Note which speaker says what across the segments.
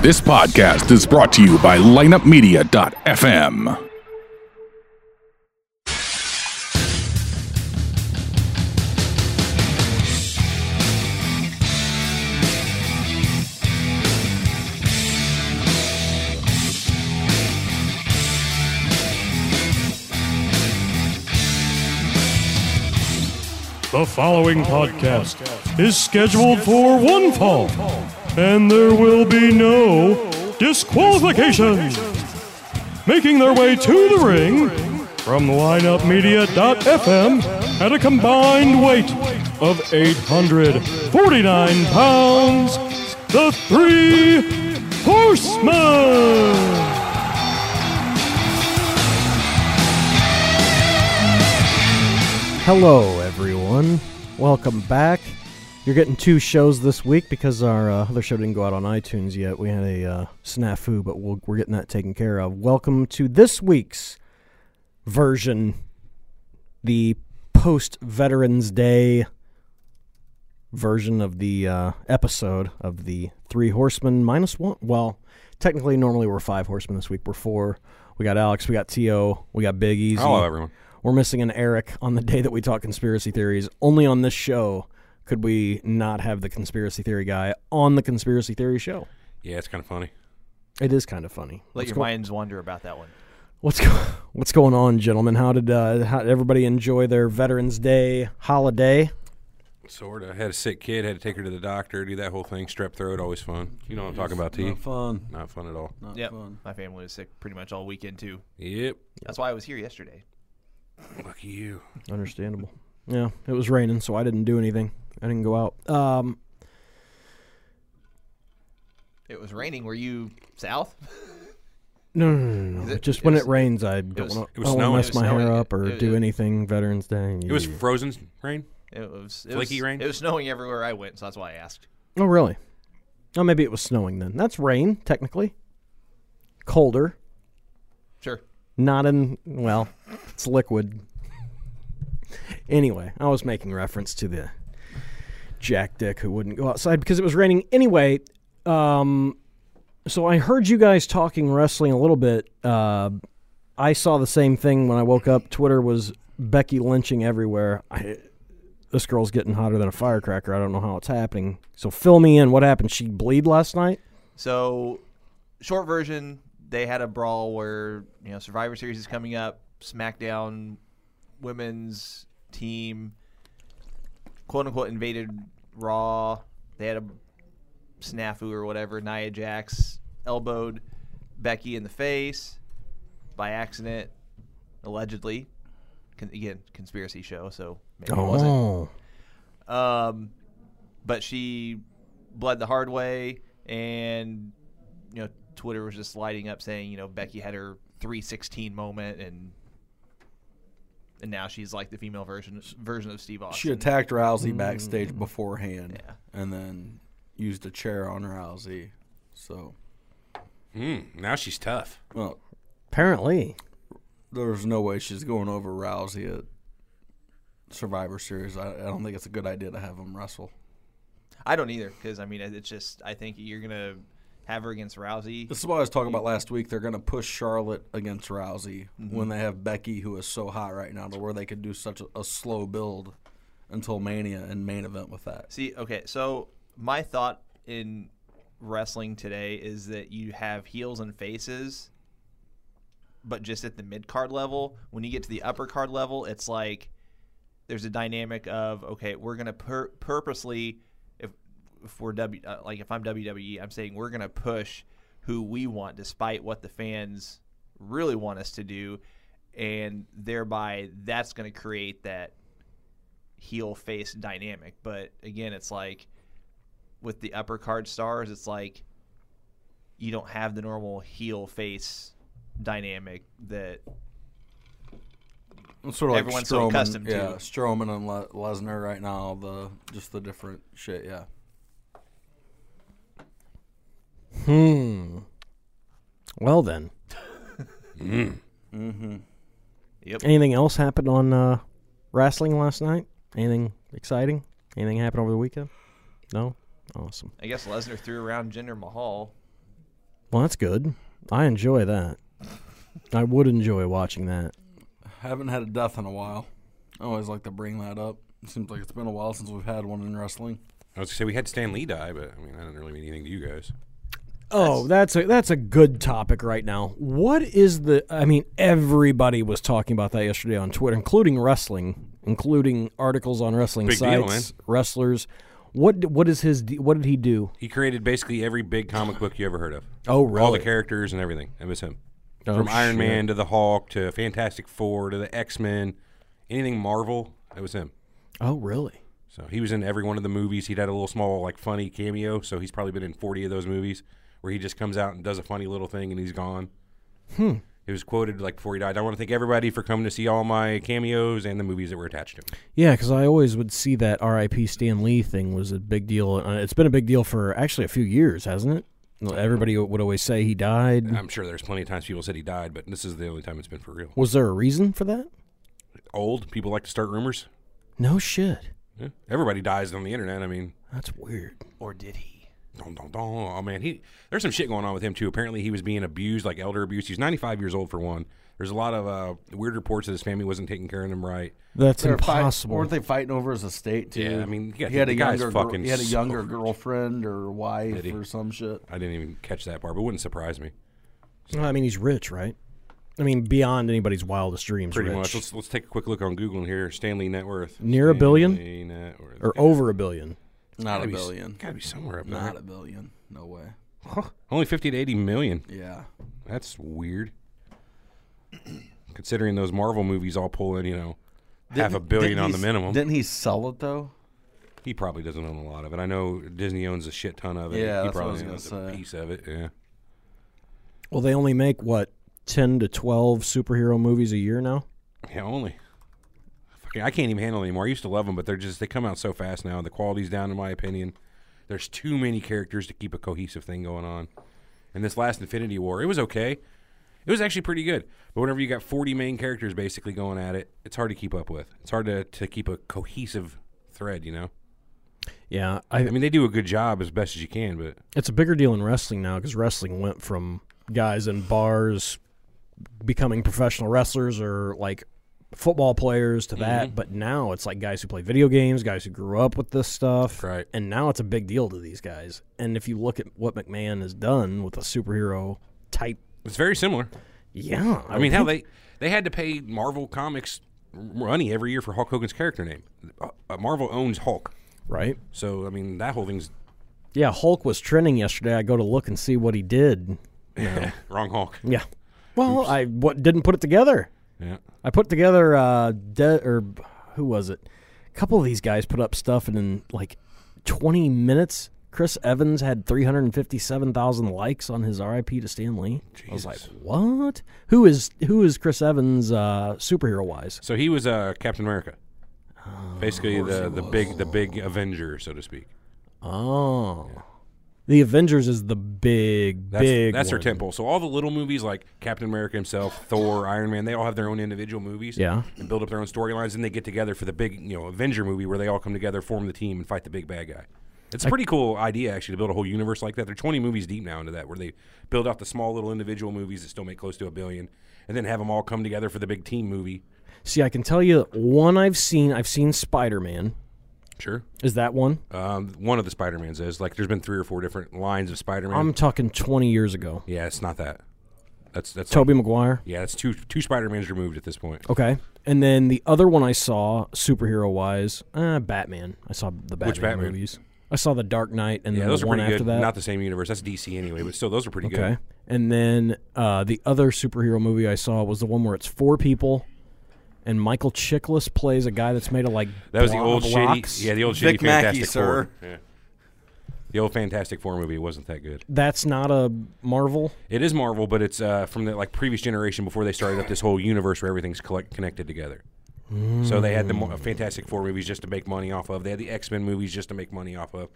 Speaker 1: This podcast is brought to you by lineupmedia.fm.
Speaker 2: The following podcast is scheduled for one fall, and there will be no disqualifications. Making their way to the ring from lineupmedia.fm at a combined weight of 849 pounds, the three horsemen.
Speaker 3: Hello, everyone. Welcome back. You're getting two shows this week because our uh, other show didn't go out on iTunes yet. We had a uh, snafu, but we'll, we're getting that taken care of. Welcome to this week's version, the post Veterans Day version of the uh, episode of the Three Horsemen minus one. Well, technically, normally we're five horsemen this week. We're four. We got Alex, we got T.O., we got Big Easy.
Speaker 4: Hello, everyone.
Speaker 3: We're missing an Eric on the day that we talk conspiracy theories. Only on this show could we not have the conspiracy theory guy on the conspiracy theory show.
Speaker 4: Yeah, it's kind of funny.
Speaker 3: It is kind of funny.
Speaker 5: Let your
Speaker 3: go-
Speaker 5: minds wonder about that one.
Speaker 3: What's go- what's going on, gentlemen? How did uh, how did everybody enjoy their Veterans Day holiday?
Speaker 4: Sort of. Had a sick kid, had to take her to the doctor, do that whole thing. Strep throat, always fun. You know what I'm talking about, T.
Speaker 6: Not fun.
Speaker 4: Not fun at all.
Speaker 6: Not
Speaker 5: Yep.
Speaker 6: fun.
Speaker 5: My family was sick pretty much all weekend too.
Speaker 4: Yep.
Speaker 5: That's why I was here yesterday.
Speaker 4: Lucky you.
Speaker 3: Understandable. Yeah, it was raining, so I didn't do anything. I didn't go out. Um,
Speaker 5: It was raining. Were you south?
Speaker 3: no, no, no, no, no.
Speaker 5: Is it-
Speaker 3: Just
Speaker 5: it
Speaker 3: when
Speaker 5: was-
Speaker 3: it rains, I don't
Speaker 5: was-
Speaker 3: want
Speaker 4: it was
Speaker 3: to
Speaker 4: snowing.
Speaker 3: mess
Speaker 4: It was
Speaker 3: my hair
Speaker 5: snowing.
Speaker 3: up or
Speaker 5: It-
Speaker 3: do
Speaker 5: it-
Speaker 3: anything Veterans Day.
Speaker 4: It was frozen rain.
Speaker 5: It was it
Speaker 4: Flaky
Speaker 5: was,
Speaker 4: rain?
Speaker 5: It was snowing everywhere I went, so that's why I asked.
Speaker 3: Oh, really? Oh, maybe it was snowing then. That's rain, technically. Colder.
Speaker 5: Sure.
Speaker 3: Not in, well, it's liquid. anyway, I was making reference to the Jack Dick who wouldn't go outside because it was raining. Anyway, um, so I heard you guys talking wrestling a little bit. Uh, I saw the same thing when I woke up. Twitter was Becky lynching everywhere. I, this girl's getting hotter than a firecracker. I don't know how it's happening. So fill me in. What happened? She bleed last night?
Speaker 5: So, short version, they had a brawl where you know Survivor Series is coming up. SmackDown women's team, quote unquote, invaded Raw. They had a snafu or whatever. Nia Jax elbowed Becky in the face by accident, allegedly. Con- again, conspiracy show, so maybe
Speaker 3: Oh.
Speaker 5: it wasn't. Um, but she bled the hard way, and you know, Twitter was just lighting up saying, you know, Becky had her 316 moment, and and now she's like the female version version of Steve Austin.
Speaker 6: She attacked Rousey backstage beforehand,
Speaker 5: Mm. Yeah.
Speaker 6: and then used a chair on Rousey. So,
Speaker 4: Mm, now she's tough.
Speaker 6: well,
Speaker 3: Apparently.
Speaker 6: there was no way she's going over Rousey at Survivor Series. I, I don't think it's a good idea to have him wrestle.
Speaker 5: I don't either, because I mean, it's just I think you're gonna have her against Rousey.
Speaker 6: This is what I was talking
Speaker 5: Mm.
Speaker 6: about last week. They're going to push Charlotte against Rousey
Speaker 5: Mm-hmm.
Speaker 6: when they have Becky, who is so hot right now, to where they could do such a, a slow build until Mania and main event with that.
Speaker 5: See, okay, so my thought in wrestling today is that you have heels and faces, but just at the mid card level. When you get to the upper card level, it's like there's a dynamic of okay, we're gonna pur- purposely if if we're W uh, like if I'm WWE, I'm saying we're gonna push who we want despite what the fans really want us to do, and thereby that's gonna create that heel face dynamic. But again, it's like with the upper card stars, it's like you don't have the normal heel face dynamic that
Speaker 6: It's sort of
Speaker 5: Everyone's
Speaker 6: like
Speaker 5: so
Speaker 6: Strowman,
Speaker 5: accustomed to.
Speaker 6: yeah, Strowman and Le- Lesnar right now. The just the different shit. Yeah,
Speaker 3: Hmm. Well then.
Speaker 5: yep.
Speaker 3: Anything else happened on uh, wrestling last night? Anything exciting? Anything happened over the weekend? No. Awesome.
Speaker 5: I guess Lesnar threw around Jinder Mahal.
Speaker 3: Well, that's good. I enjoy that. I would enjoy watching that.
Speaker 6: Haven't had a death in a while. I always like to bring that up. It seems like it's been a while since we've had one in wrestling.
Speaker 4: I was gonna say we had Stan Lee die, but I mean that doesn't really mean anything to you guys.
Speaker 3: Oh, that's a that's a good topic right now. What is the? I mean, everybody was talking about that yesterday on Twitter, including wrestling, including articles on wrestling
Speaker 4: Big deal,
Speaker 3: sites, wrestlers. What d- what is his? d- What did he do?
Speaker 4: He created basically every big comic book you ever heard of.
Speaker 3: Oh,
Speaker 4: All
Speaker 3: really?
Speaker 4: the characters and everything. It was him.
Speaker 3: Oh,
Speaker 4: From Iron
Speaker 3: shit.
Speaker 4: Man to the Hulk to Fantastic Four to the X Men, anything Marvel, it was him.
Speaker 3: Oh, really?
Speaker 4: So he was in every one of the movies. He'd had a little small, like, funny cameo. So he's probably been in 40 of those movies where he just comes out and does a funny little thing and he's gone. Hmm. He was quoted like before he died. I want to thank everybody for coming to see all my cameos and the movies that were attached to him.
Speaker 3: Yeah, because I always would see that R.I.P. Stan Lee thing was a big deal. Uh, It's been a big deal for actually a few years, hasn't it? Well, Everybody would always say he died.
Speaker 4: I'm sure there's plenty of times people said he died, but this is the only time it's been for real.
Speaker 3: Was there a reason for that?
Speaker 4: Old people like to start rumors.
Speaker 3: No shit.
Speaker 4: Yeah. Everybody dies on the internet. I mean,
Speaker 3: That's weird.
Speaker 5: Or did he?
Speaker 4: Dun, dun, dun. Oh man, he there's some shit going on with him too. Apparently, he was being abused, like elder abuse. He's 95 years old for one. There's a lot of uh, weird reports that his family wasn't taking care of him right.
Speaker 3: That's
Speaker 6: They were fight-
Speaker 3: impossible.
Speaker 6: weren't they fighting over his estate too?
Speaker 4: Yeah, I mean, you gotta
Speaker 6: he had a
Speaker 4: think the guy's
Speaker 6: younger gir-
Speaker 4: fucking
Speaker 6: he had a
Speaker 4: so
Speaker 6: younger
Speaker 4: rich.
Speaker 6: girlfriend or wife
Speaker 4: Did he?
Speaker 6: or some shit.
Speaker 4: I didn't even catch that part, but it wouldn't surprise me
Speaker 3: Well, I mean, he's rich, right? I mean, beyond anybody's wildest dreams,
Speaker 4: pretty
Speaker 3: rich.
Speaker 4: much. Let's let's take a quick look on Google here. Stanley net worth
Speaker 3: Near a billion?
Speaker 4: Stanley net worth.
Speaker 3: or over a billion.
Speaker 6: Not a
Speaker 4: Gotta be s-
Speaker 6: billion.
Speaker 4: Gotta be somewhere up there.
Speaker 6: Not a billion. No way.
Speaker 4: Only 50 to 80 million.
Speaker 6: Yeah.
Speaker 4: That's weird. Considering those Marvel movies all pull in, you know, half a
Speaker 6: Didn't-
Speaker 4: billion
Speaker 6: didn't
Speaker 4: on
Speaker 6: he
Speaker 4: the
Speaker 6: s-
Speaker 4: minimum.
Speaker 6: Didn't he sell it though?
Speaker 4: He probably doesn't own a lot of it. I know Disney owns a shit ton of it.
Speaker 6: Yeah,
Speaker 4: he
Speaker 6: that's what I
Speaker 4: probably
Speaker 6: was
Speaker 4: owns
Speaker 6: gonna
Speaker 4: a
Speaker 6: say.
Speaker 4: piece of it. Yeah,
Speaker 3: Well, they only make what ten to twelve superhero movies a year now.
Speaker 4: yeah, only. Fucking, I can't even handle it anymore. I used to love them, but they're just they come out so fast now. The quality's down, in my opinion. There's too many characters to keep a cohesive thing going on. And this last Infinity War, it was okay. It was actually pretty good. But whenever you got 40 main characters basically going at it, it's hard to keep up with. It's hard to, to keep a cohesive thread, you know?
Speaker 3: Yeah, I,
Speaker 4: I mean, they do a good job as best as you can, but
Speaker 3: it's a bigger deal in wrestling now because wrestling went from guys in bars becoming professional wrestlers or like football players to that
Speaker 4: Mm-hmm.
Speaker 3: but now it's like guys who play video games guys who grew up with this stuff
Speaker 4: Right.
Speaker 3: and now it's a big deal to these guys and if you look at what mcmahon has done with a superhero type
Speaker 4: it's very similar.
Speaker 3: yeah
Speaker 4: I mean, how they they had to pay Marvel Comics money every year for Hulk Hogan's character name. Uh, Marvel owns Hulk,
Speaker 3: right
Speaker 4: so I mean that whole thing's
Speaker 3: yeah hulk was trending yesterday i go to look and see what he did
Speaker 4: wrong Hulk.
Speaker 3: yeah well i what didn't put it together
Speaker 4: Yeah,
Speaker 3: I put together uh de- or who was it? A couple of these guys put up stuff and in like 20 minutes Chris Evans had 357,000 likes on his RIP to Stan Lee. I was like,
Speaker 4: Jesus.
Speaker 3: "What? Who is who is Chris Evans uh superhero wise?"
Speaker 4: so he was uh, Captain America, basically the the big the big Avenger, so to speak.
Speaker 3: Oh. The Avengers is the big
Speaker 4: That's,
Speaker 3: big
Speaker 4: that's her
Speaker 3: one.
Speaker 4: temple. So all the little movies like Captain America himself, Thor, Iron Man, they all have their own individual movies.
Speaker 3: Yeah.
Speaker 4: and build up their own storylines, and they get together for the big you know Avenger movie where they all come together, form the team, and fight the big bad guy. It's a pretty cool idea actually to build a whole universe like that. They're 20 movies deep now into that, where they build out the small little individual movies that still make close to a billion, and then have them all come together for the big team movie.
Speaker 3: See, I can tell you one I've seen, I've seen Spider-Man.
Speaker 4: Sure.
Speaker 3: Is that one?
Speaker 4: Um, one of the Spider Mans is like there's been three or four different lines of Spider Man.
Speaker 3: I'm talking 20 years ago.
Speaker 4: yeah, it's not that. That's that's
Speaker 3: Tobey Maguire.
Speaker 4: yeah, that's two two Spider Mans removed at this point.
Speaker 3: Okay. And then the other one I saw, superhero wise, uh, Batman. I saw the Batman,
Speaker 4: Batman?
Speaker 3: movies. I saw the Dark Knight and
Speaker 4: Yeah,
Speaker 3: then
Speaker 4: those
Speaker 3: the
Speaker 4: are
Speaker 3: one
Speaker 4: pretty
Speaker 3: after
Speaker 4: good.
Speaker 3: that.
Speaker 4: Not the same universe. That's DC anyway, but still those are pretty
Speaker 3: okay.
Speaker 4: good.
Speaker 3: And then uh, the other superhero movie I saw was the one where it's four people, and Michael Chiklis plays a guy that's made of like
Speaker 4: That was the
Speaker 3: block-
Speaker 4: old
Speaker 3: blocks.
Speaker 4: shady, yeah, the old shady
Speaker 6: Vic Mackey,
Speaker 4: Fantastic
Speaker 6: sir.
Speaker 4: Four. Yeah. The old Fantastic Four movie wasn't that good.
Speaker 3: That's not a Marvel.
Speaker 4: It is Marvel, but it's uh, from the like previous generation before they started up this whole universe where everything's collect- connected together. So they had the Mo- Fantastic Four movies just to make money off of. They had the X Men movies just to make money off of.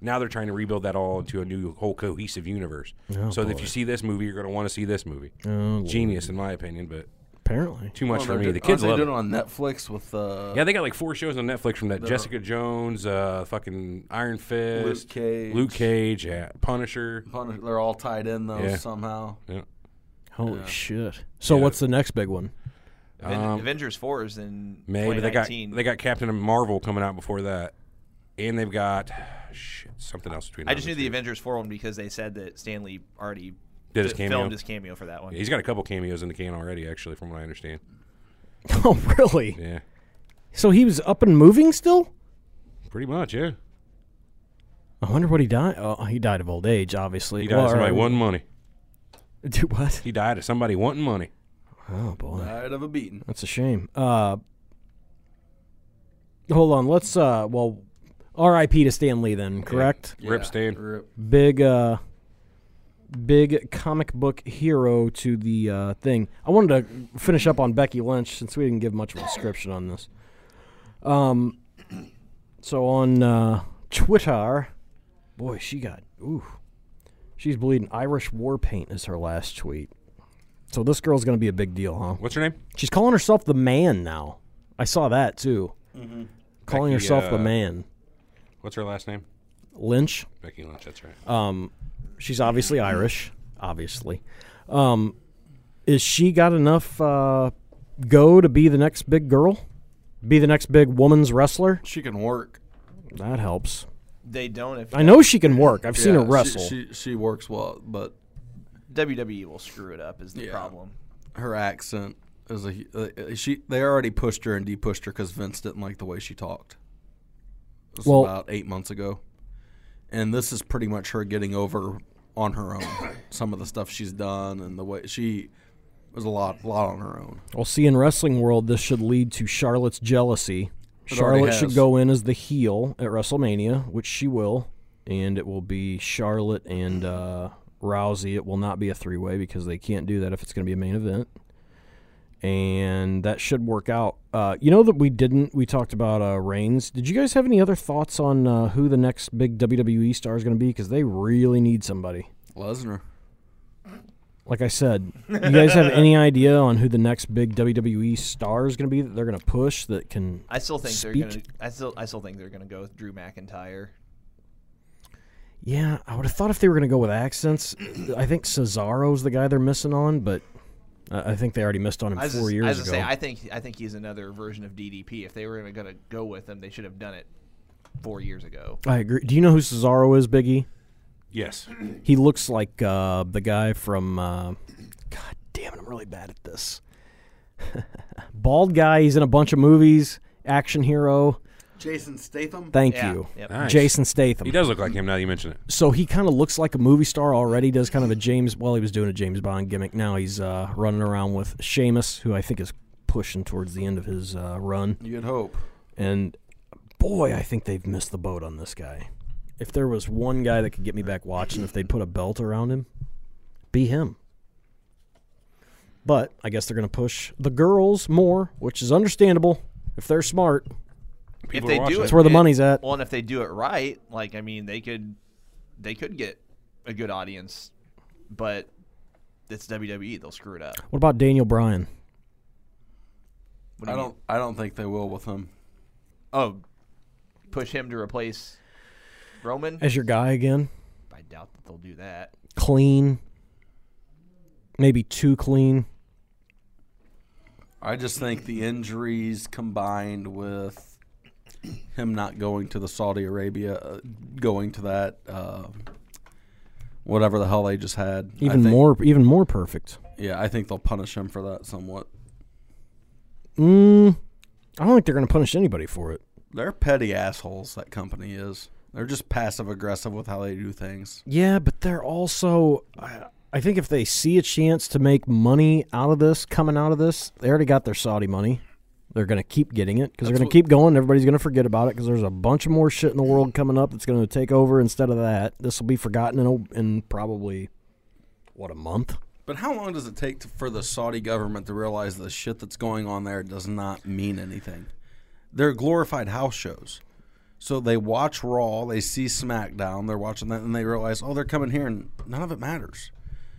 Speaker 4: Now they're trying to rebuild that all into a new whole cohesive universe. so that if you see this movie, you're going to want to see this movie. Genius, in my opinion, but
Speaker 3: Apparently.
Speaker 4: Too much
Speaker 6: Well,
Speaker 4: for
Speaker 6: they're
Speaker 4: me.
Speaker 6: do-
Speaker 4: The kids
Speaker 6: aren't
Speaker 4: love
Speaker 6: they
Speaker 4: it.
Speaker 6: doing it on Netflix with uh,
Speaker 4: Yeah, they got like four shows on Netflix from that Jessica Jones, uh, fucking Iron Fist,
Speaker 6: Cage.
Speaker 4: Luke Cage, yeah, Punisher.
Speaker 6: Punish- They're all tied in though
Speaker 4: Yeah.
Speaker 6: somehow.
Speaker 4: Yeah.
Speaker 3: Holy shit. So
Speaker 4: Yeah.
Speaker 3: what's the next big one?
Speaker 5: Aven- Avengers four is in
Speaker 4: May, but Um, they got
Speaker 5: 2019.
Speaker 4: they got Captain Marvel coming out before that, and they've got shit something else between.
Speaker 5: I
Speaker 4: now
Speaker 5: just knew
Speaker 4: and
Speaker 5: the
Speaker 4: two.
Speaker 5: Avengers four one because they said that Stanley already
Speaker 4: Did his
Speaker 5: fi-
Speaker 4: cameo.
Speaker 5: filmed his cameo for that one.
Speaker 4: He's got a couple cameos in the can already, actually, from what I understand.
Speaker 3: Oh, really?
Speaker 4: Yeah,
Speaker 3: So he was up and moving still?
Speaker 4: pretty much. Yeah,
Speaker 3: I wonder what he died. Oh, he died of old age, obviously.
Speaker 4: he died
Speaker 3: Well, uh,
Speaker 4: of somebody
Speaker 3: alright.
Speaker 4: wanting money.
Speaker 3: Dude, what?
Speaker 4: He died of somebody wanting money.
Speaker 3: Oh boy,
Speaker 6: Died of a beating.
Speaker 3: that's a shame. Uh, hold on. Let's uh, well, R.I.P. to Stan Lee. Then correct.
Speaker 4: Rip Stan.
Speaker 6: Rip.
Speaker 3: Big uh, big comic book hero to the uh, thing. I wanted to finish up on Becky Lynch since we didn't give much of a description on this. Um, so on uh, Twitter, boy, she got ooh, she's bleeding Irish war paint is her last tweet. So this girl's gonna be a big deal, huh?
Speaker 4: What's her name?
Speaker 3: She's calling herself the man now. I saw that too.
Speaker 6: Mm-hmm.
Speaker 3: Calling
Speaker 4: Becky,
Speaker 3: herself the
Speaker 4: uh,
Speaker 3: man.
Speaker 4: What's her last name?
Speaker 3: Lynch.
Speaker 4: Becky Lynch. That's right.
Speaker 3: Um, she's obviously
Speaker 6: Mm-hmm.
Speaker 3: Irish, obviously. Um, is she got enough uh, go to be the next big girl? Be the next big woman's wrestler?
Speaker 6: She can work.
Speaker 3: That helps.
Speaker 5: They don't if
Speaker 3: I know she can work. I've seen her
Speaker 6: Yeah, she-
Speaker 3: wrestle.
Speaker 6: She, she works well, but
Speaker 5: WWE E will screw it up is the
Speaker 6: Yeah.
Speaker 5: problem.
Speaker 6: her accent is a hu- uh, she. They already pushed her and depushed her because Vince didn't like the way she talked. It was
Speaker 3: Well-
Speaker 6: about eight months ago, and this is pretty much her getting over on her own. Some of the stuff she's done and the way she was a lot, lot on her own.
Speaker 3: Well, see, in wrestling world, this should lead to Charlotte's jealousy.
Speaker 6: It already
Speaker 3: Charlotte should
Speaker 6: has.
Speaker 3: go in as the heel at WrestleMania, which she will, and it will be Charlotte and uh, Rousey. It will not be a three way because they can't do that if it's going to be a main event. And that should work out. Uh, you know that we didn't. We talked about uh, Reigns. Did you guys have any other thoughts on uh, who the next big WWE star is going to be? Because they really need somebody
Speaker 6: Lesnar.
Speaker 3: like I said, you guys have any idea on who the next big WWE star is going to be that they're going to push that can?
Speaker 5: I still think
Speaker 3: Speak-
Speaker 5: they're gonna. I still I still think they're gonna go with Drew McIntyre.
Speaker 3: Yeah, I would have thought if they were going to go with accents, I think Cesaro's the guy they're missing on, but I I think they already missed on him
Speaker 5: I was
Speaker 3: four
Speaker 5: just- I was
Speaker 3: years
Speaker 5: gonna
Speaker 3: ago.
Speaker 5: say I think I think he's another version of DDP. If they were gonna- gonna go with him, they should have done it four years ago.
Speaker 3: I agree. Do you know who Cesaro is, Biggie?
Speaker 4: Yes.
Speaker 3: He looks like uh, the guy from. Uh, God damn it, I'm really bad at this. Bald guy. He's in a bunch of movies. Action hero.
Speaker 6: Jason Statham.
Speaker 3: Thank
Speaker 5: Yeah,
Speaker 3: you,
Speaker 5: yep.
Speaker 4: Nice.
Speaker 3: Jason Statham.
Speaker 4: He does look like him now that you mention it.
Speaker 3: so he kind of looks like a movie star already. Does kind of a James. Well, he was doing a James Bond gimmick. Now he's uh, running around with Seamus, who I think is pushing towards the end of his uh, run.
Speaker 6: You'd hope.
Speaker 3: And boy, I think they've missed the boat on this guy. If there was one guy that could get me back watching, if they'd put a belt around him, be him. But I guess they're going to push the girls more, which is understandable if they're smart.
Speaker 5: If
Speaker 4: People
Speaker 5: they
Speaker 4: are
Speaker 5: do
Speaker 4: watching.
Speaker 5: it,
Speaker 3: That's where the money's at.
Speaker 5: Well, and if they do it right, like I mean, they could they could get a good audience, but it's WWE. They'll screw it up.
Speaker 3: What about Daniel Bryan?
Speaker 5: What do
Speaker 6: I
Speaker 5: you
Speaker 6: don't.
Speaker 5: mean?
Speaker 6: I don't think they will with him.
Speaker 5: Oh, push him to replace Roman.
Speaker 3: As your guy again?
Speaker 5: I doubt that they'll do that.
Speaker 3: Clean. Maybe too clean.
Speaker 6: I just think the injuries combined with him not going to the Saudi Arabia, uh, going to that uh, whatever the hell they just had, I
Speaker 3: even
Speaker 6: think-
Speaker 3: more even more perfect.
Speaker 6: Yeah, I think they'll punish him for that somewhat.
Speaker 3: Mm, I don't think they're going to punish anybody for it.
Speaker 6: They're petty assholes. That company is. They're just passive aggressive with how they do things.
Speaker 3: Yeah, but they're also I, I think if they see a chance to make money out of this coming out of this, they already got their Saudi money. They're going to keep getting it because they're going to keep going. Everybody's going to forget about it because there's a bunch of more shit in the world coming up that's going to take over instead of that. This will be forgotten in, a, in probably what a month.
Speaker 6: But how long does it take to, for the Saudi government to realize the shit that's going on there does not mean anything? They're glorified house shows. So they watch Raw, they see SmackDown, they're watching that, and they realize, oh, they're coming here, and none of it matters.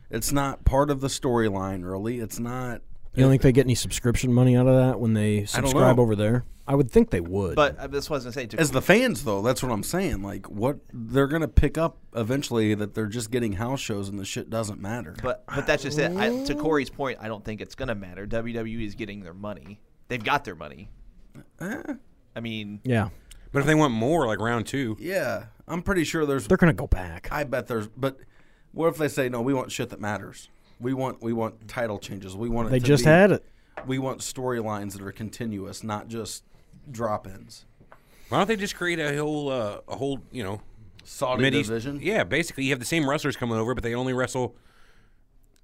Speaker 6: It's not part of the storyline, really. It's not
Speaker 3: You don't think they get any subscription money out of that when they
Speaker 6: don't
Speaker 3: subscribe
Speaker 6: know.
Speaker 3: over there? I would think they would.
Speaker 5: But uh, this wasn't saying to
Speaker 6: As the fans, though, that's what I'm saying. Like, what they're gonna pick up eventually that they're just getting house shows and the shit doesn't matter.
Speaker 5: But but that's just it. I,
Speaker 6: Oh.
Speaker 5: to Corey's point, I don't think it's gonna matter. WWE is getting their money. They've got their money.
Speaker 6: Uh,
Speaker 5: I mean,
Speaker 3: yeah,
Speaker 4: But if they want more, like round two,
Speaker 6: yeah, I'm pretty sure there's.
Speaker 3: they're gonna go back.
Speaker 6: I bet there's. But what if they say no? We want shit that matters. We want we want title changes. We want it
Speaker 3: they
Speaker 6: to
Speaker 3: just
Speaker 6: be-
Speaker 3: had it.
Speaker 6: We want storylines that are continuous, not just drop ins.
Speaker 4: why don't they just create a whole, uh, a whole, you know,
Speaker 6: Saudi
Speaker 4: mid-east-
Speaker 6: division.
Speaker 4: Yeah, basically, you have the same wrestlers coming over, but they only wrestle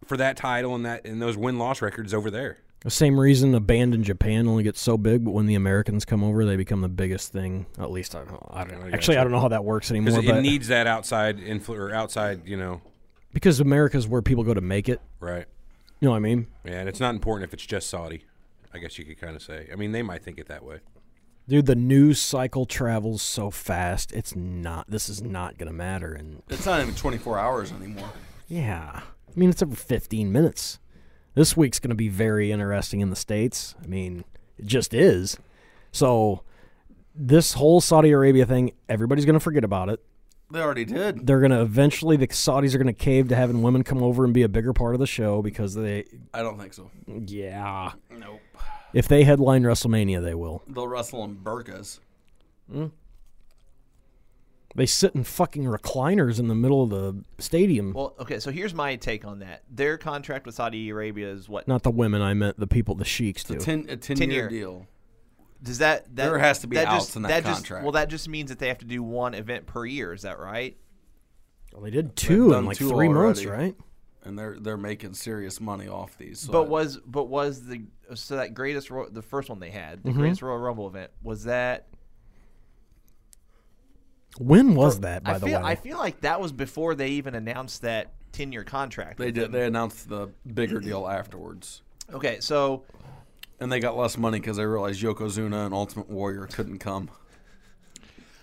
Speaker 4: for that title and that and those win loss records over there.
Speaker 3: The same reason a band in Japan only gets so big, but when the Americans come over, they become the biggest thing. At least I, I don't.
Speaker 4: I
Speaker 3: actually, I don't know how that works
Speaker 4: Because
Speaker 3: anymore.
Speaker 4: it
Speaker 3: but
Speaker 4: needs that outside influ- or outside, you know,
Speaker 3: because America's where people go to make it.
Speaker 4: right?
Speaker 3: You know what I mean?
Speaker 4: Yeah, and it's not important if it's just Saudi. I guess you could kind of say. I mean, they might think it that way.
Speaker 3: Dude, the news cycle travels so fast. It's not. This is not gonna matter. And
Speaker 6: It's not even 24 hours anymore.
Speaker 3: yeah, I mean it's every 15 minutes. This week's gonna be very interesting in the states. I mean, it just is. So this whole Saudi Arabia thing, everybody's gonna forget about it.
Speaker 6: They already did.
Speaker 3: They're gonna eventually. The Saudis are gonna cave to having women come over and be a bigger part of the show because they,
Speaker 6: I don't think so.
Speaker 3: yeah,
Speaker 6: Nope.
Speaker 3: if they headline WrestleMania, they will.
Speaker 6: They'll wrestle in burkas.
Speaker 3: They sit in fucking recliners in the middle of the stadium.
Speaker 5: well, okay. So here's my take on that. Their contract with Saudi Arabia is what?
Speaker 3: Not the women, I meant the people, the sheiks do.
Speaker 6: Ten, a 10,
Speaker 5: Ten
Speaker 6: year,
Speaker 5: year.
Speaker 6: deal.
Speaker 5: Does that, that
Speaker 6: There has to be
Speaker 5: that
Speaker 6: outs
Speaker 5: just,
Speaker 6: in that
Speaker 5: just-
Speaker 6: contract.
Speaker 5: well, that just means that they have to do one event per year. Is that right?
Speaker 3: Well, they did two in
Speaker 6: done
Speaker 3: like
Speaker 6: two
Speaker 3: three months,
Speaker 6: already.
Speaker 3: right?
Speaker 6: And they're they're making serious money off these. So
Speaker 5: But
Speaker 6: I-
Speaker 5: was but was the so that greatest Ro- the first one they had
Speaker 3: Mm-hmm.
Speaker 5: the greatest Royal Rumble event was that
Speaker 3: When was that, by
Speaker 5: I
Speaker 3: the
Speaker 5: feel
Speaker 3: way?
Speaker 5: I feel like that was before they even announced that ten year contract.
Speaker 6: they did they announced the bigger deal afterwards,
Speaker 5: Okay, so
Speaker 6: and they got less money because they realized Yokozuna and Ultimate Warrior couldn't come.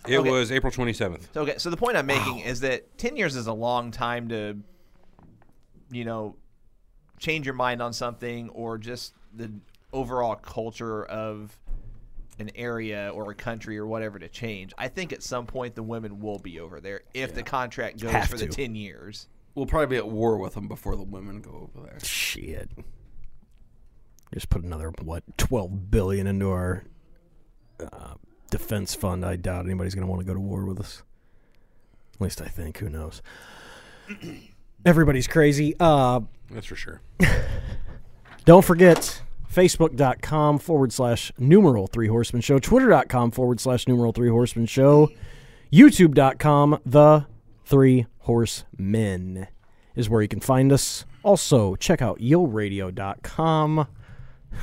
Speaker 4: It
Speaker 5: Okay.
Speaker 4: was April 27th.
Speaker 5: So, okay, so the point I'm making is that 10 years is a long time to, you know, change your mind on something or just the overall culture of an area or a country or whatever to change. I think at some point the women will be over there if the contract goes
Speaker 3: Have
Speaker 5: for the
Speaker 3: to.
Speaker 5: 10 years.
Speaker 6: We'll probably be at war with them before the women go over there.
Speaker 3: Shit. Just put another what twelve billion into our uh, defense fund. I doubt anybody's going to want to go to war with us. At least I think. Who knows? Everybody's crazy. Uh,
Speaker 4: That's for sure.
Speaker 3: Don't forget facebook.com forward slash numeral three horseman show, twitter.com forward slash numeral three horseman show, youtube.com the three horsemen is where you can find us. Also, check out yoradio.com.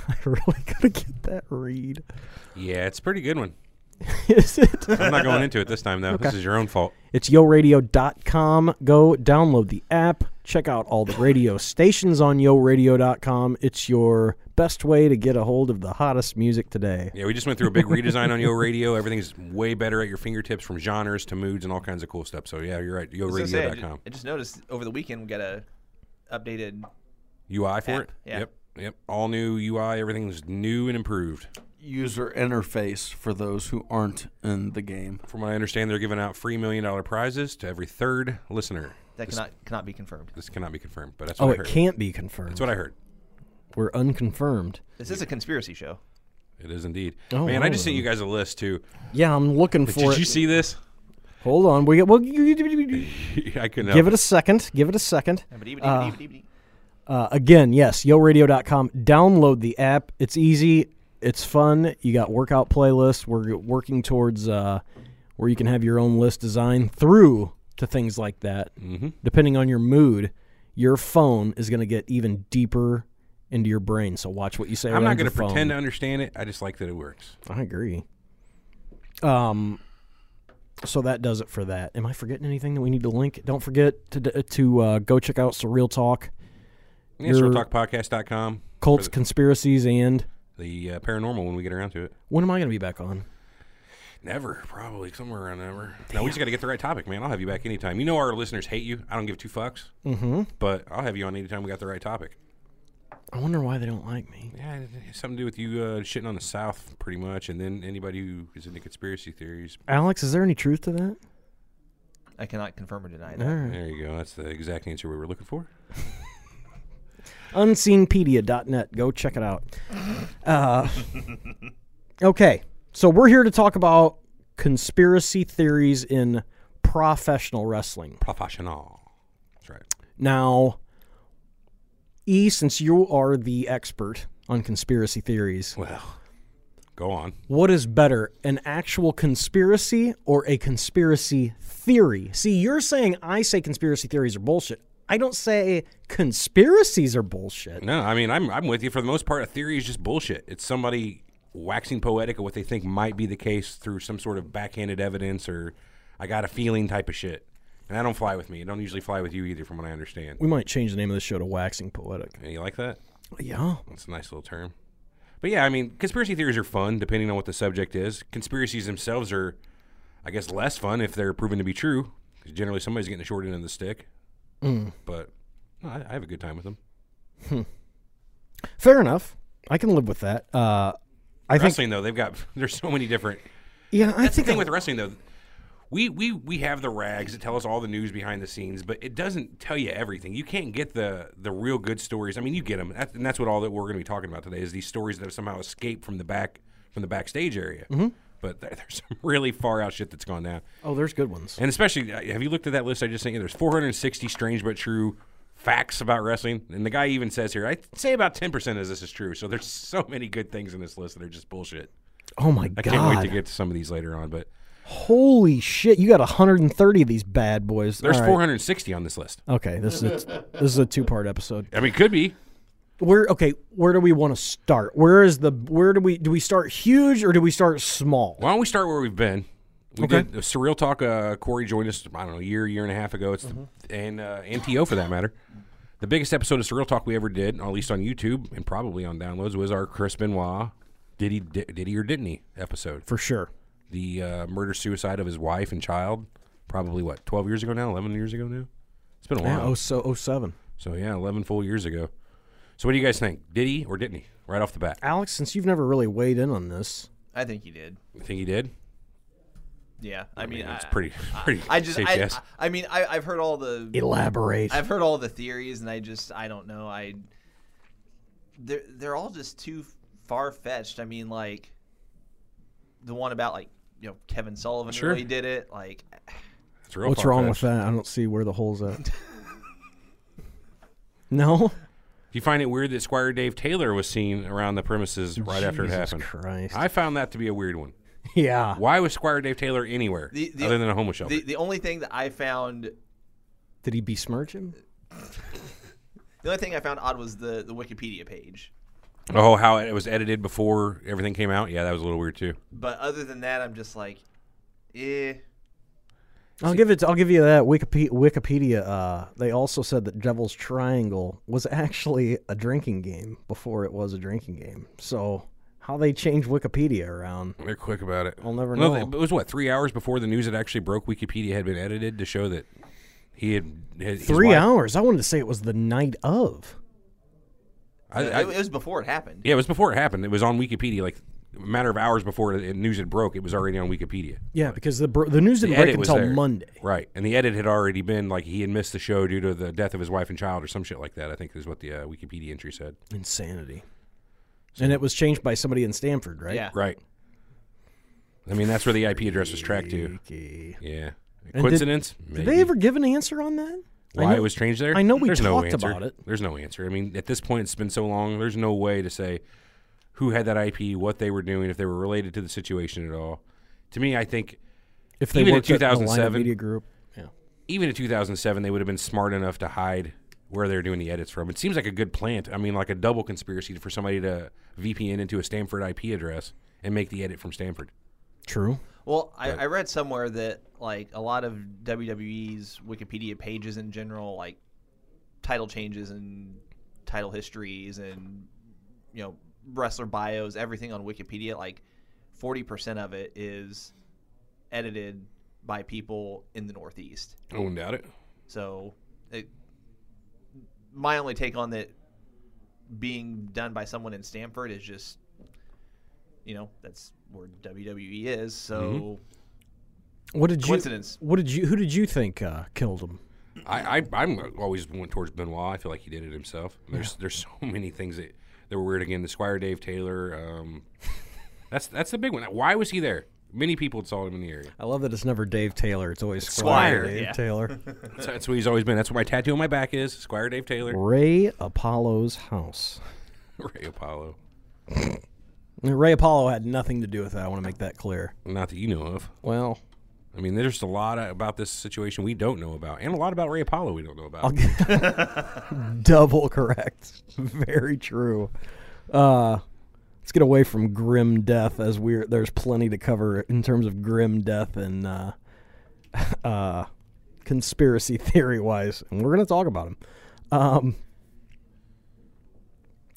Speaker 3: I really gotta get that read.
Speaker 4: Yeah, it's a pretty good one.
Speaker 3: Is it?
Speaker 4: I'm not going into it this time, though. This is your own fault.
Speaker 3: It's yoradio.com. Go download the app. Check out all the radio stations on yoradio.com. It's your best way to get a hold of the hottest music today.
Speaker 4: Yeah, we just went through a big redesign on Yo Radio. Everything's way better at your fingertips from genres to moods and all kinds of cool stuff. So, yeah, you're right.
Speaker 5: I was gonna say, I ju-
Speaker 4: YoRadio.com.
Speaker 5: I just noticed over the weekend we got a updated
Speaker 4: UI for it?
Speaker 5: yeah.
Speaker 4: Yep. Yep. All new UI. Everything's new and improved.
Speaker 6: User interface for those who aren't in the game.
Speaker 4: From what I understand, they're giving out free million dollar prizes to every third listener.
Speaker 5: that cannot cannot be confirmed.
Speaker 4: This cannot be confirmed, but that's what
Speaker 3: Oh,
Speaker 4: I
Speaker 3: it
Speaker 4: heard.
Speaker 3: can't be confirmed.
Speaker 4: That's what I heard.
Speaker 3: We're unconfirmed.
Speaker 5: This is a conspiracy show.
Speaker 4: It is indeed.
Speaker 3: Oh,
Speaker 4: Man, I just
Speaker 3: oh.
Speaker 4: sent you guys a list too.
Speaker 3: Yeah, I'm looking for
Speaker 4: Did
Speaker 3: it.
Speaker 4: you see this?
Speaker 3: Hold on. We well, give
Speaker 4: I couldn't help
Speaker 3: it a second. Give it a second.
Speaker 5: Yeah, but even-
Speaker 3: Uh,
Speaker 5: even- even- even-
Speaker 3: Uh, again, yes, yoradio.com. Download the app. It's easy. It's fun. You got workout playlists. We're working towards uh, where you can have your own list design through to things like that. Mm-hmm. Depending on your mood, your phone is going to get even deeper into your brain. So watch what you say.
Speaker 4: I'm not
Speaker 3: going to
Speaker 4: pretend to understand it. I just like that it works.
Speaker 3: I agree. Um, so that does it for that. Am I forgetting anything that we need to link? Don't forget to d- to uh, go check out Surreal Talk,
Speaker 4: Yeah,
Speaker 3: Your-
Speaker 4: SurrealTalkPodcast.com.
Speaker 3: Cults, Conspiracies, and
Speaker 4: The uh, paranormal when we get around to it.
Speaker 3: when am I going to be back on?
Speaker 4: Never, probably somewhere around never. No, we just got to get the right topic, man. I'll have you back anytime. You know our listeners hate you. I don't give two fucks. Mm-hmm. But I'll have you on anytime we got the right topic.
Speaker 3: I wonder why they don't like me.
Speaker 4: Yeah, it has something to do with you uh, shitting on the South, pretty much, and then anybody who is into conspiracy theories.
Speaker 3: Alex, is there any truth to that?
Speaker 5: I cannot confirm or deny
Speaker 3: All
Speaker 5: that.
Speaker 3: right.
Speaker 4: There you go. That's the exact answer we were looking for.
Speaker 3: unseenpedia.net. Go check it out. Uh, okay, so we're here to talk about conspiracy theories in professional wrestling.
Speaker 4: Professional. That's right.
Speaker 3: Now, E, since you are the expert on conspiracy theories,
Speaker 4: Well, go on.
Speaker 3: what is better, an actual conspiracy or a conspiracy theory? See, you're saying I say conspiracy theories are bullshit. I don't say conspiracies are bullshit.
Speaker 4: No, I mean I'm I'm with you for the most part. A theory is just bullshit. It's somebody waxing poetic of what they think might be the case through some sort of backhanded evidence or I got a feeling type of shit. And I don't fly with me. It don't usually fly with you either, from what I understand.
Speaker 3: We might change the name of the show to Waxing Poetic.
Speaker 4: Hey, You like that?
Speaker 3: Yeah.
Speaker 4: That's a nice little term. But yeah, I mean, conspiracy theories are fun depending on what the subject is. Conspiracies themselves are, I guess, less fun if they're proven to be true. 'cause generally, somebody's getting the short end of the stick.
Speaker 3: Mm.
Speaker 4: But no, I, I have a good time with them.
Speaker 3: Fair enough. I can live with that. Uh, I think.
Speaker 4: Wrestling though, they've got there's so many different.
Speaker 3: Yeah, I
Speaker 4: That's the
Speaker 3: think
Speaker 4: thing
Speaker 3: I-
Speaker 4: with wrestling though. We, we we have the rags that tell us all the news behind the scenes, but it doesn't tell you everything. You can't get the the real good stories. I mean, you get them, that, and that's what all that we're going to be talking about today is these stories that have somehow escaped from the back from the backstage area. But there, there's some really far out shit that's gone down,
Speaker 3: oh, there's good ones.
Speaker 4: and especially uh, have you looked at that list I just sent you? There's 460 strange but true facts about wrestling, and the guy even says here, I say about 10 percent of this is true. So there's so many good things in this list that are just bullshit.
Speaker 3: Oh my
Speaker 4: I
Speaker 3: god!
Speaker 4: can't wait to get to some of these later on, but
Speaker 3: Holy shit! You got 130 of these bad boys.
Speaker 4: There's
Speaker 3: All right.
Speaker 4: 460 on this list.
Speaker 3: Okay, this is a, this is a two part episode.
Speaker 4: I mean, could be.
Speaker 3: Where okay, where do we want to start? Where is the where do we do we start huge or do we start small?
Speaker 4: Why don't we start where we've been? We
Speaker 3: Okay.
Speaker 4: did did surreal talk. Uh, Corey joined us. I don't know, a year, year and a half ago. It's the, and uh, NTO for that matter. The biggest episode of surreal talk we ever did, at least on YouTube and probably on downloads, was our Chris Benoit. Did he di- did he or didn't he episode?
Speaker 3: For sure.
Speaker 4: The uh, murder suicide of his wife and child. Probably what 12 years ago now, 11 years ago now. It's been a
Speaker 3: Yeah,
Speaker 4: while.
Speaker 3: oh so oh seven.
Speaker 4: so yeah, 11 full years ago. So what do you guys think? Did he or didn't he? Right off the bat,
Speaker 3: Alex, since you've never really weighed in on this,
Speaker 5: I think he did.
Speaker 4: you think he did?
Speaker 5: Yeah, I, mean,
Speaker 4: it's
Speaker 5: I-
Speaker 4: pretty pretty.
Speaker 5: I just,
Speaker 4: safe
Speaker 5: I,
Speaker 4: guess.
Speaker 5: I, I mean, I, I've heard all the
Speaker 3: elaborate.
Speaker 5: I've heard all the theories, and I just I don't know. I they're they're all just too far fetched. I mean, like the one about like you know Kevin Sullivan
Speaker 4: Sure.
Speaker 5: really did it. Like
Speaker 4: It's real
Speaker 3: What's wrong
Speaker 4: far-fetched.
Speaker 3: with that? I don't see where the hole's at. no.
Speaker 4: Do you find it weird that Squire Dave Taylor was seen around the premises right after it
Speaker 3: Jesus
Speaker 4: happened?
Speaker 3: Christ.
Speaker 4: I found that to be a weird one.
Speaker 3: Yeah.
Speaker 4: Why was Squire Dave Taylor anywhere
Speaker 5: The- the-
Speaker 4: other than a homeless shelter?
Speaker 5: the the only thing that I found
Speaker 3: Did he besmirch him?
Speaker 5: the only thing I found odd was the the Wikipedia page.
Speaker 4: oh, how it was edited before everything came out? Yeah, that was a little weird too.
Speaker 5: But other than that, I'm just like, eh.
Speaker 3: I'll give it. I'll give you that. Wikipedia. Wikipedia. Uh, they also said that Devil's Triangle was actually a drinking game before it was a drinking game. So how they change Wikipedia around?
Speaker 4: They're quick about it.
Speaker 3: I'll never
Speaker 4: No,
Speaker 3: know.
Speaker 4: it was what three hours before the news that actually broke. Wikipedia had been edited to show that he had his- his
Speaker 3: Three
Speaker 4: wife-
Speaker 3: hours. I wanted to say it was the night of.
Speaker 4: I-
Speaker 5: it,
Speaker 4: I-
Speaker 5: it was before it happened.
Speaker 4: yeah, it was before it happened. It was on Wikipedia, like a matter of hours before the news had broke. It was already on Wikipedia.
Speaker 3: Yeah, because the br- the news didn't
Speaker 4: The
Speaker 3: break
Speaker 4: edit was
Speaker 3: until
Speaker 4: there.
Speaker 3: Monday.
Speaker 4: Right. And the edit had already been like he had missed the show due to the death of his wife and child or some shit like that, I think is what the uh, Wikipedia entry said.
Speaker 3: Insanity. And it was changed by somebody in Stanford, right?
Speaker 5: Yeah.
Speaker 4: Right. I mean, that's where the IP address was tracked to.
Speaker 3: Okay.
Speaker 4: Yeah.
Speaker 3: did-
Speaker 4: Coincidence?
Speaker 3: Did
Speaker 4: Maybe.
Speaker 3: they ever give an answer on that? I
Speaker 4: Why
Speaker 3: know-
Speaker 4: it was changed there?
Speaker 3: I know we
Speaker 4: there's no
Speaker 3: talked
Speaker 4: answer.
Speaker 3: about it.
Speaker 4: There's no answer. I mean, at this point, it's been so long. There's no way to say who had that IP, what they were doing, if they were related to the situation at all. To me, I think
Speaker 3: If they
Speaker 4: Even in
Speaker 3: worked at the Line of
Speaker 4: 2007.
Speaker 3: media group. Yeah.
Speaker 4: even in 2007, they would have been smart enough to hide where they're doing the edits from. It seems like a good plant. I mean, like a double conspiracy for somebody to VPN into a Stanford IP address and make the edit from Stanford.
Speaker 3: True.
Speaker 5: Well, I, I read somewhere that like a lot of WWE's Wikipedia pages in general, like title changes and title histories and you know wrestler bios, everything on Wikipedia, like forty percent of it is edited by people in the Northeast.
Speaker 4: I wouldn't doubt it.
Speaker 5: So, it, my only take on that being done by someone in Stanford is just, you know, that's where WWE is. So
Speaker 3: What did you?
Speaker 5: Coincidence.
Speaker 3: What did you? Who did you think uh, killed him?
Speaker 4: I, I I'm always one towards Benoit. I feel like he did it himself. There's there's so many things that that were weird. Again, the Squire Dave Taylor. Um, that's that's the big one. Why was he there? Many people had saw him in the area.
Speaker 3: I love that it's never Dave Taylor. It's always
Speaker 5: Squire,
Speaker 3: Dave
Speaker 5: yeah.
Speaker 3: Taylor.
Speaker 4: That's, that's what he's always been. That's what my tattoo on my back is. Squire Dave Taylor.
Speaker 3: Ray Apollo's house.
Speaker 4: Ray Apollo.
Speaker 3: Ray Apollo had nothing to do with that. I want to make that clear.
Speaker 4: Not that you know of.
Speaker 3: Well,
Speaker 4: I mean, there's a lot about this situation we don't know about, and a lot about Ray Apollo we don't know about.
Speaker 3: double correct. Very true. Uh, let's get away from grim death, as we're there's plenty to cover in terms of grim death and uh, uh, conspiracy theory wise, and we're gonna talk about them. Um,